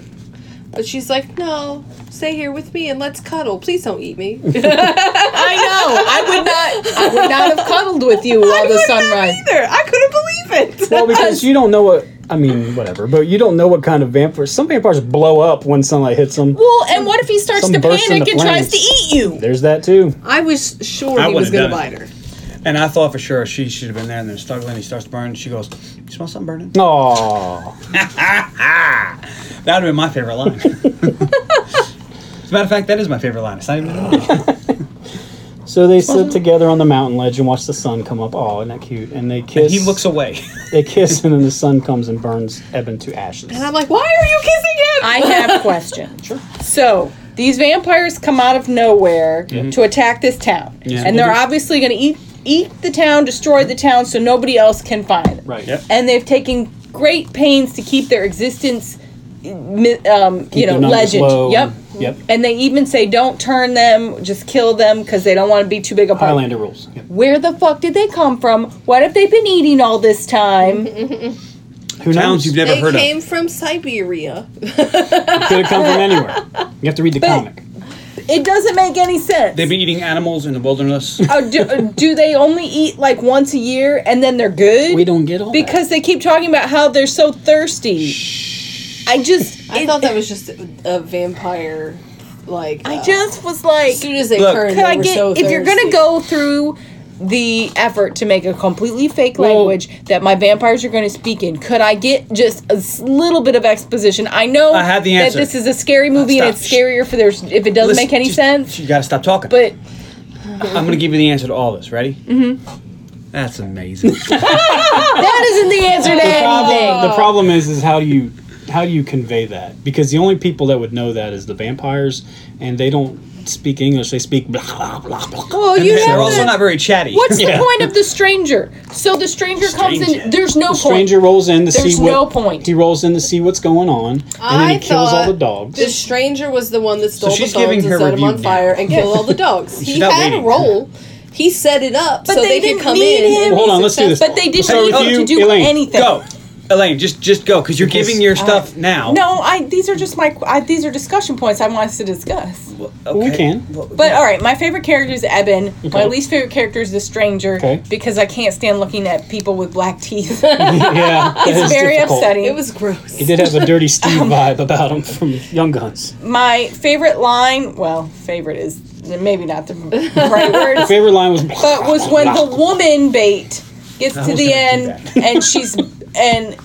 But she's like, "No, stay here with me and let's cuddle. Please don't
(laughs)
eat me."
I know. I would not. I would not have cuddled with you while the sunrise.
Either. I couldn't believe it.
Well, because you don't know what I mean, whatever. But you don't know what kind of vampires. Some vampires blow up when sunlight hits them.
Well, and what if he starts
Some
to
burst
panic
into
and tries
flames.
to eat you?
There's that too.
I was sure
I
he was gonna
would've done
bite
it.
her.
And I thought for sure she should have been there and then struggling. He starts burning. She goes, You smell something burning?
Oh,
That would have been my favorite
(laughs)
line. As a matter of fact, that is my favorite line. It's not even in the movie.
so they sit together on the mountain ledge and watch the sun come up. Oh, isn't that cute? And they kiss.
He looks (laughs) away.
They kiss, and then the sun comes and burns Eben to ashes.
And I'm like, "Why are you kissing him?"
I have
(laughs)
a question. So these vampires come out of nowhere to attack this town, and they're obviously going to eat eat the town, destroy the town, so nobody else can find them.
Right.
Yep.
And they've taken great pains to keep their existence, mi- um, you
Keep
know,
their numbers
legend.
low.
Yep.
Yep.
And they even say, "Don't turn them, just kill them," because they don't want to be too big a part.
Highlander rules. Yep.
Where the fuck did they come from? What have they been eating all this time?
Who
Towns
knows?
you've
You
never
They
heard
came
of.
from Siberia.
could have come from anywhere. You have to read the comic.
It doesn't make any sense.
They've been eating animals in the
(laughs)
wilderness.
Oh, do, do they only eat like once a year and then they're good?
We don't get all that.
because they keep talking about how they're so thirsty. I just,
I
it-
thought that was just a vampire, like.
I
uh,
just was
as
like,
soon as they
Look,
turned,
can
they
I
were
get?
so
if you're
thirsty.
gonna go through the effort to make a completely fake
Well-
language that my vampires are going to speak in, could I get just a s- little bit of exposition? I know
I have the
that
answer.
this is a scary movie and
Stop.
it's scarier for there's if it doesn't
Listen,
make any
just-
sense,
You gotta stop talking.
but.
I'm gonna give you the answer to all this. Ready? Mm-hmm. That's amazing.
That isn't the answer to anything.
The problem is, is how do you how do you convey that? Because the only people that would know that is the vampires, and they don't speak English. They speak blah blah blah blah.
Well, oh, you
(laughs) They're
have
also
to-
not very chatty.
What's
Yeah.
the point of the stranger? So the stranger, comes in.
Stranger.
There's no
The stranger
point.
rolls in to
There's
see what
no point.
he rolls in to see what's going on, and then
I
he kills all
thought
the dogs.
The stranger was the one that stole
she's
the
giving
phones and
her
set them on
review now.
fire and killed all the dogs.
She's
he
not
had
waiting.
a role. He set it up so
they
they, could
didn't
come
need
in.
him.
and
Well, hold
be
on, let's do this.
But they didn't
Start
need
with
him
you,
to do
Elaine.
anything.
Go, Elaine. Just just go because you're giving your stuff now.
No, I. These are just my. I, these are discussion points I want us to discuss.
Well,
we
okay.
(laughs)
can. (laughs)
Well,
But all right, my favorite character is Eben. My
Okay.
least favorite character is the stranger
Okay.
because I can't stand looking at people with black teeth. (laughs)
yeah, that is
it's very
difficult.
upsetting. Um,
It was gross.
He did have a
(laughs)
dirty Steve vibe about him from Young Guns.
my favorite line. Well, favorite is maybe not the
My
right words,
favorite line was (laughs)
but was when the woman bait gets to
was
the
gonna
end
do
and she's and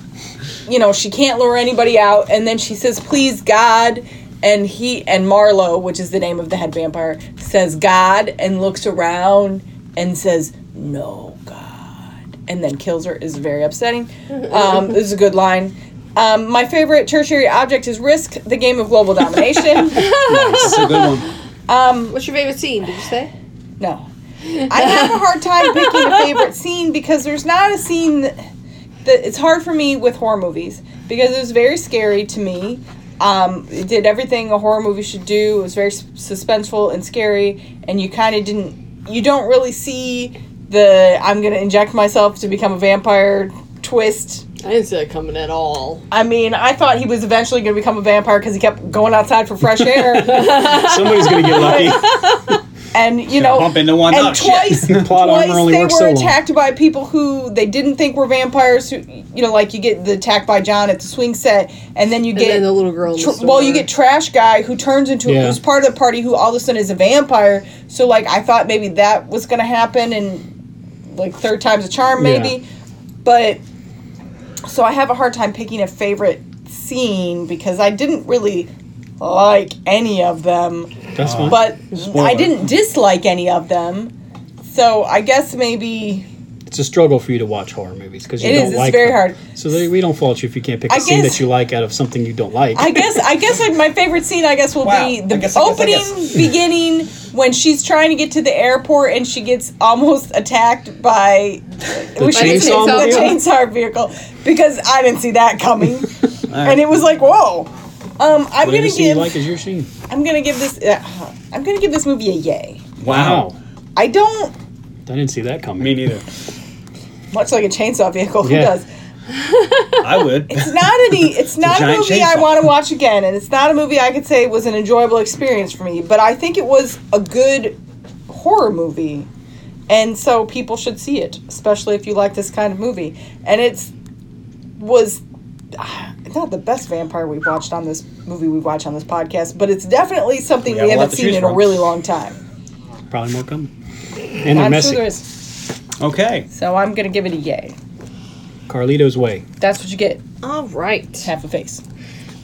you know she can't lure anybody out and then she says please god and he and marlowe which is the name of the head vampire says god and looks around and says no god and then kills her is very upsetting um, this is a good line um, my favorite tertiary object is risk the game of global domination
It's a good one.
What's your favorite scene? Did you say?
No. I have a hard time picking a favorite scene because there's not a scene that, that it's hard for me with horror movies because it was very scary to me. Um, it did everything a horror movie should do. It was very s- suspenseful and scary, and you kind of didn't, you don't really see the I'm going to inject myself to become a vampire twist
I didn't see that coming at all.
i mean i thought he was eventually going to become a vampire because he kept going outside for
(laughs)
fresh air
Somebody's gonna get
(laughs)
lucky. (laughs)
and you know
Bump into one.
and
oh, shit.
twice,
Plot armor
twice
only
they were
works so long.
attacked by people who they didn't think were vampires. Who, you know, like you get the attack by John at the swing set, and then you
And
get
then the little girl. In the
tr- well, you
store.
get trash guy who turns into
Yeah.
who's part of the party who all of a sudden is a vampire. So like I thought maybe that was gonna happen, and like third time's a charm
Yeah.
maybe, but so I have a hard time picking a favorite scene because I didn't really like any of them
That's fine.
but
Spoiler.
I didn't dislike any of them. So I guess maybe
it's a struggle for you to watch horror movies because you
It
don't
is, it's
like
very
them.
hard.
So they, we don't fault you if you can't pick a
I
scene
guess-
that you like out of something you don't like.
I guess I guess like my favorite scene I guess will be
Wow.
the
I guess, I guess, I
opening
guess.
beginning when she's trying to get to the airport and she gets almost attacked by
the
which is-
chainsaw
the
movie?
chainsaw vehicle because I didn't see that
(laughs)
coming and it was like whoa. Um, I'm
Whatever
gonna
scene you
give
like is your scene.
I'm gonna give this uh, I'm gonna give this movie a yay.
Wow.
I don't
I didn't see that coming.
Me neither.
much like a chainsaw vehicle.
Yeah.
Who does?
I would.
It's not
(laughs)
any. It's not a,
giant
movie I
chainsaw.
want to watch again, and it's not a movie I could say was an enjoyable experience for me. But I think it was a good horror movie, and so people should see it, especially if you like this kind of movie. And it's was (sighs) ah, not the best vampire we've watched on this movie we watch on this podcast, but it's definitely something
We
we,
have a lot
haven't
to
seen
choose
in a
from.
really long time.
Probably more coming. And they're
I'm sure
messy.
there is.
Okay.
So I'm gonna give it a yay.
Carlito's way.
That's what you get.
All right.
Half a face.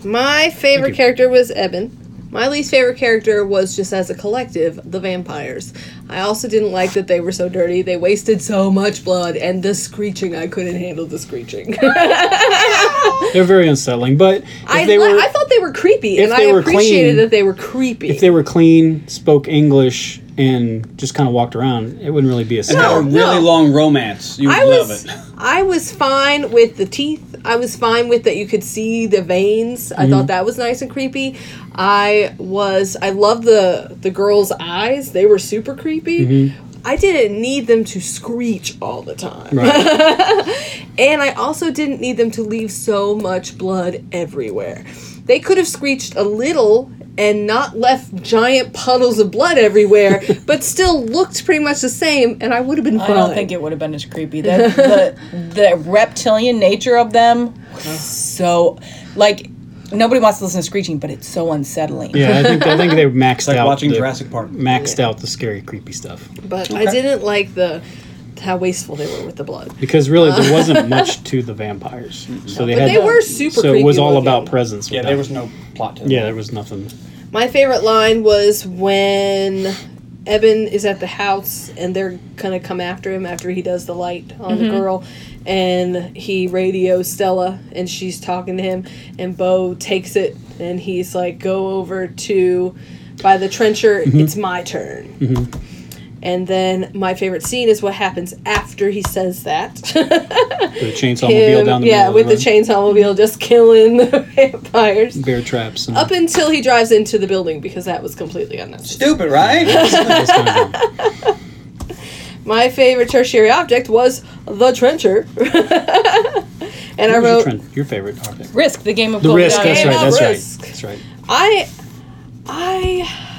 My
you.
favorite character was Eben. My least favorite character was just as a collective, the vampires. I also didn't like that they were so dirty. They wasted so much blood, and the screeching, I couldn't handle the screeching. (laughs)
They're very unsettling. But if
I,
they
li-
were
I thought they were creepy,
if
and
they
I
were
appreciated
clean-
that they were creepy.
if they were clean, spoke English, and just kind of walked around, it wouldn't really be a scene.
Had a
No.
really long romance. You would
I
love
was
it.
I was fine with the teeth. I was fine with that you could see the veins. I
Mhm.
thought that was nice and creepy. I was I love the the girl's eyes. They were super creepy.
Mm-hmm.
I didn't need them to screech all the time.
Right.
(laughs) And I also didn't need them to leave so much blood everywhere. They could have screeched a little and not left giant puddles of blood everywhere,
(laughs)
but still looked pretty much the same, and I would have been fine.
I don't think it would have been as creepy. The,
(laughs)
the, the reptilian nature of them was so like nobody wants to listen to screeching, but it's so unsettling.
Yeah, I think I think they maxed
It's (laughs) like
out
watching
the,
Jurassic Park.
maxed out the scary creepy stuff.
but I didn't like the how wasteful they were with the blood.
Because really there
(laughs)
wasn't much to the vampires. So they
But
had
they were super.
So it was
creepy
all
looking.
about presence.
Yeah,
with
there
that.
was no plot to it.
Yeah, there was nothing.
My favorite line was when Eben is at the house and they're gonna come after him after he does the light on the girl, and he radios Stella and she's talking to him, and Bo takes it and he's like, "Go over to by the trencher. It's my turn." And then my favorite scene is what happens after he says that. (laughs)
The chainsaw mobile
him,
down the
yeah,
middle of
with the
road.
chainsaw mobile just killing (laughs) the vampires.
bear traps
(laughs)
and
Up until he drives into the building because that was completely unnecessary.
Stupid,
(laughs)
right?
That's kind of-
My favorite tertiary object was the trencher. (laughs) and I
What was your
wrote
trend- your favorite object.
Risk the game of
The
Golden
risk.
Dawn.
That's
Game
right.
of
That's
risk.
right. That's right.
I I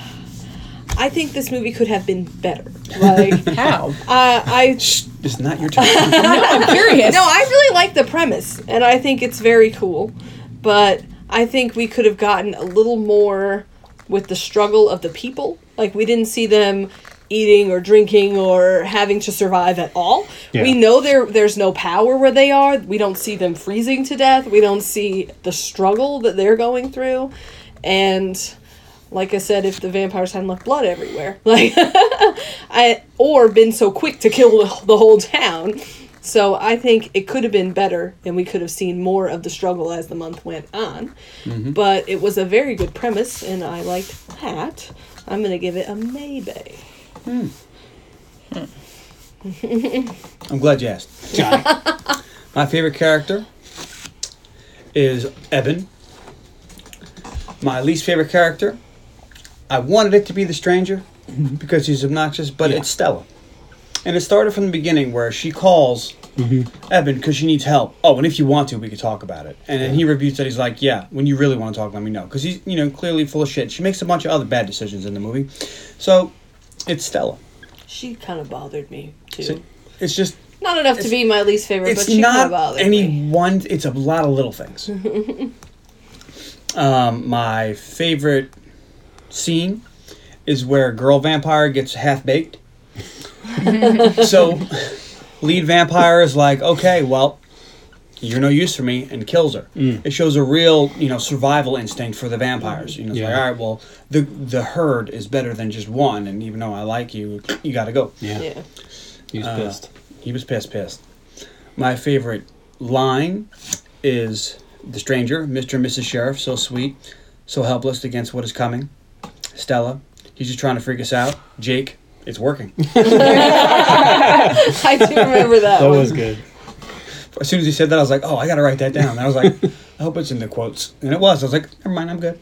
I think this movie could have been better.
(laughs)
Like
How?
I I
it's not your turn.
(laughs)
I'm curious.
No, I really like the premise, and I think it's very cool. But I think we could have gotten a little more with the struggle of the people Like we didn't see them eating or drinking or having to survive at all.
Yeah.
We know there there's no power where they are. We don't see them freezing to death. We don't see the struggle that they're going through. And like I said, if the vampires hadn't left blood everywhere, (laughs) like I or been so quick to kill the the whole town. So I think it could have been better, and we could have seen more of the struggle as the month went on.
Mm-hmm.
But it was a very good premise, and I liked that. I'm gonna give it a maybe.
I'm glad you asked.
(laughs)
Johnny. My favorite character is Eben. My least favorite character, I wanted it to be the stranger because he's obnoxious, but it's Stella. And it started from the beginning where she calls Eben because she needs help. Oh, and if you want to, we could talk about it. And then he rebukes that. He's like, "Yeah, when you really want to talk, let me know." Because he's, you know, clearly full of shit. She makes a bunch of other bad decisions in the movie, so it's Stella.
She kind of bothered me too.
So it's just
not enough to be my least favorite,
it's
but she kind
not
of bothered
any
me.
one. It's a lot of little things. um, my favorite scene is where girl vampire gets half baked. so, lead vampire is like, okay, well, you're no use for me, and kills her.
Mm.
It shows a real, you know, survival instinct for the vampires. You know, it's like,
Yeah.
all right, well, the the herd is better than just one, and even though I like you, you got to go.
Yeah.
Yeah. (laughs)
He was pissed.
He was pissed, pissed. My favorite line is the stranger, Mr. and Mrs. Sheriff, so sweet, so helpless against what is coming. Stella, he's just trying to freak us out. Jake, it's working.
I do remember that.
That
one.
was (laughs) good.
as soon as he said that, I was like, oh, I got to write that down. And I was like, I hope it's in the quotes. And it was. I was like, never mind, I'm good.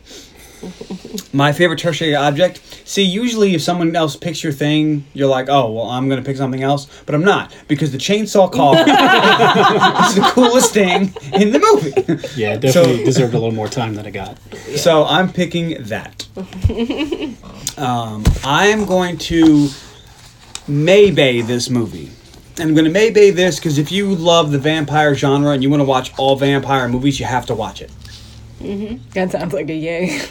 My favorite tertiary object. See, usually if someone else picks your thing, you're like, oh, well, I'm going to pick something else. But I'm not because the chainsaw collar (laughs) is the coolest thing in the movie.
Yeah, it definitely deserved a little more time than it got.
So I'm
(laughs)
picking that. um, I am going to Maybay this movie. And I'm going to Maybay this because if you love the vampire genre and you want to watch all vampire movies, you have to watch it.
(laughs) That sounds like a yay.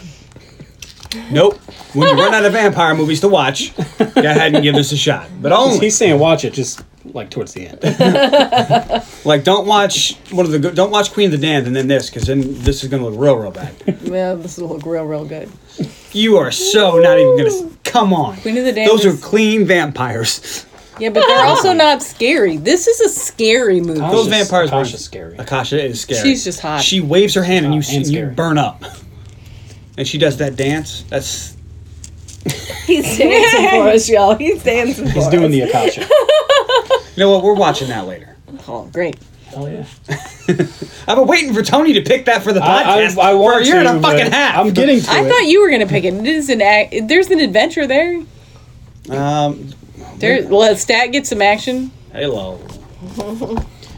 Nope. When you run out of vampire movies to watch, go ahead and give this a shot.
(laughs)
But only
He's saying watch it just like towards the end.
like don't watch one of the good, don't watch Queen of the Damned and then this because then this is going to look real real bad.
well, this will look real, real good.
You are so not even going to come on.
Queen of the Damned
Those are
is-
clean vampires.
Yeah, but they're also not scary. This is a scary movie.
Those
Akasha's-
vampires burn.
Akasha's scary.
Akasha is scary.
She's just hot.
She waves her hand and you
hot and
and you
scary.
burn up. (laughs) And she does that dance. That's
He's dancing for us, y'all. He's dancing for
(laughs) He's doing the Akasha.
you know what? We're watching that later.
Oh, great.
Hell yeah.
I've been waiting for Tony to pick that for the
I,
podcast.
I, I want
for a year
to,
and a
but
fucking half.
I'm getting to
I
it.
thought you were gonna pick it. It is an act. There's an adventure there.
Um,
There, let Stat get some action.
hello. Let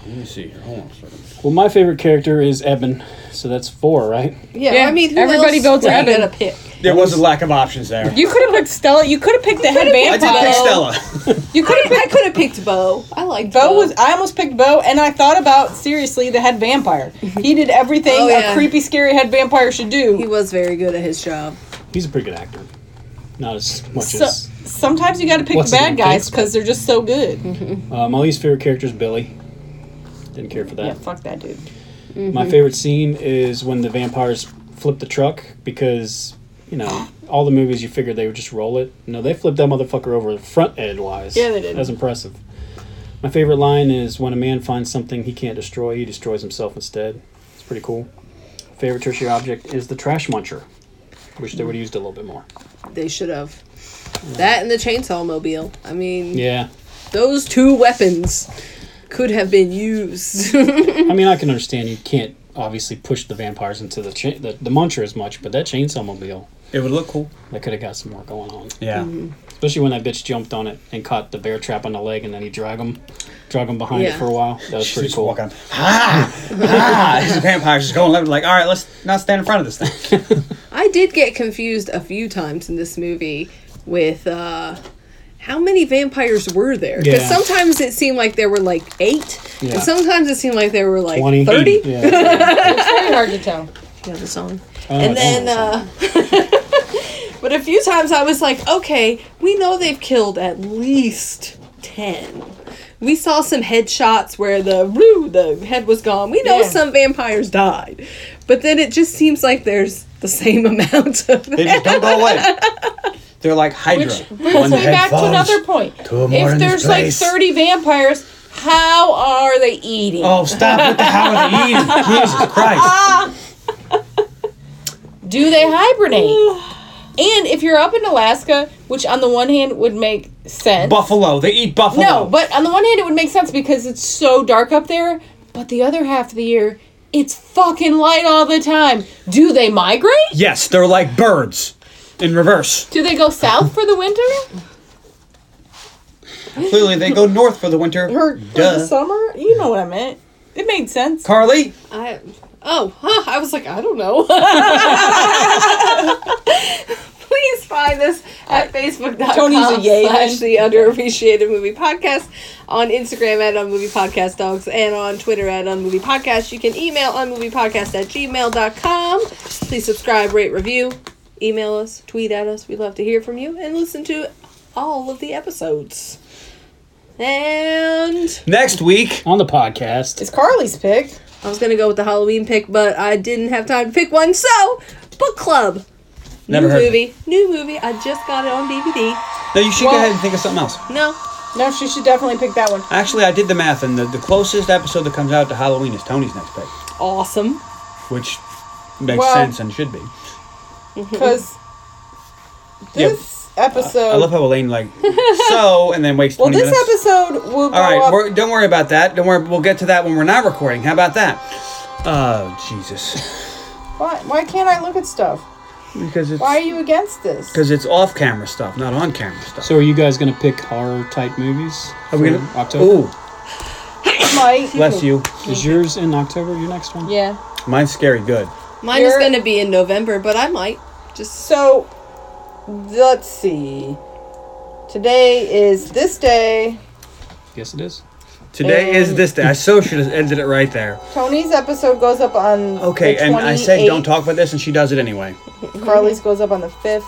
me see here. Hold on a second.
well, my favorite character is Eben, so that's four, right?
Yeah,
Yeah,
I mean, who
everybody
else
votes
were you
Evan.
gonna pick?
There was a lack of options there.
You could have picked Stella. You could have picked the head
I did
vampire.
pick Stella.
You could I could have picked Bo. I like
Bo was. I almost picked Bo, and I thought about seriously the head vampire. He did everything
Oh, yeah.
a creepy, scary head vampire should do.
He was very good at his job.
He's a pretty good actor. Not as much
so,
as.
sometimes you got to pick
What's
the
his
bad
name,
guys
Kate?
because they're just so good.
Uh, my least favorite character is Billy. Didn't care for that.
Yeah, fuck that dude. Mm-hmm.
My favorite scene is when the vampires flip the truck because, you know, all the movies you figured they would just roll it. No, they flipped that motherfucker over front end wise.
Yeah, they did.
That's impressive. My favorite line is when a man finds something he can't destroy, he destroys himself instead. It's pretty cool. Favorite tertiary object is the trash muncher. Wish they would have used it a little bit more.
They should have. That and the chainsaw mobile. I mean,
Yeah.
those two weapons could have been used. (laughs)
I mean, I can understand you can't obviously push the vampires into the, cha- the, the muncher as much, but that chainsaw mobile,
It would look cool.
that could have got some more going on.
Yeah.
Especially when that bitch jumped on it and caught the bear trap on the leg, and then he drug him, drug him behind
Yeah.
it for a while. That was pretty
Just
cool.
walk on. Ah! Ah! These vampires just going left. Like, all right, let's not stand in front of this thing.
I did get confused a few times in this movie with uh how many vampires were there? Because
Yeah.
sometimes it seemed like there were like eight,
Yeah.
and sometimes it seemed like there were like
20.
thirty.
Yeah.
Very hard to tell.
Yeah, the song.
Oh, I don't
and then
know.
uh, (laughs) But a few times I was like, okay, we know they've killed at least 10. We saw some headshots where the woo, the head was gone. We know
Yeah.
some vampires died. But then it just seems like there's the same (laughs) amount of
They just don't go away. They're like Hydra.
Which brings me back to another point.
two more
if
in this
there's like
place.
30 vampires, how are they eating?
Oh, stop with the how are they eating? Jesus Christ.
Do they
(sighs)
hibernate? and if you're up in Alaska, which on the one hand would make sense.
Buffalo. They eat buffalo.
No, but on the one hand, it would make sense because it's so dark up there. But the other half of the year, it's fucking light all the time. Do they migrate?
Yes, they're like birds in reverse.
Do they go south for the winter?
Clearly, they go north for the
(laughs)
winter. Duh.
summer? You know what I meant. It made sense.
Carly,
I oh, huh. I was like, I don't know. (laughs) Please find us at facebook.com
Tony's a yay
slash the underappreciated movie podcast on Instagram at unmovie podcast dogs and on Twitter at unmovie podcast. You can email unmoviepodcast at gmail.com. Please subscribe, rate, review, email us, tweet at us. We'd love to hear from you and listen to all of the episodes. And
next week.
on the podcast.
It's Carly's pick.
I was gonna go with the Halloween pick, but I didn't have time to pick one, so book club.
Never
new
heard.
movie. New movie. I just got it on DVD.
No, you should go ahead and think of something else.
No.
No, she should definitely pick that one.
Actually, I did the math, and the, the closest episode that comes out to Halloween is Tony's next pick,
Awesome.
which makes
Well-
sense and should be.
Because
Yep.
this episode.
I love how Elaine
(laughs)
like so, and then waits.
well,
20
this
minutes.
episode will go
All right,
up.
we're, don't worry about that. Don't worry. We'll get to that when we're not recording. How about that? Oh
(laughs)
Jesus,
Why, why can't I look at stuff?
because it's
Why are you against this?
because it's off camera stuff, not on camera stuff.
So, are you guys gonna pick horror type movies?
Are we
for
gonna-
October?
Ooh,
Mike.
bless you.
Is yours in October? Your next one?
Yeah.
Mine's scary good.
Mine
You're-
is gonna be in November, but I might just
So, let's see. Today is this day.
Yes, it is.
Today is this day. I so should have ended it right there.
Tony's episode goes up on
Okay,
the
and I said don't
28th.
talk about this, and she does it anyway.
Carly's goes up on the fifth.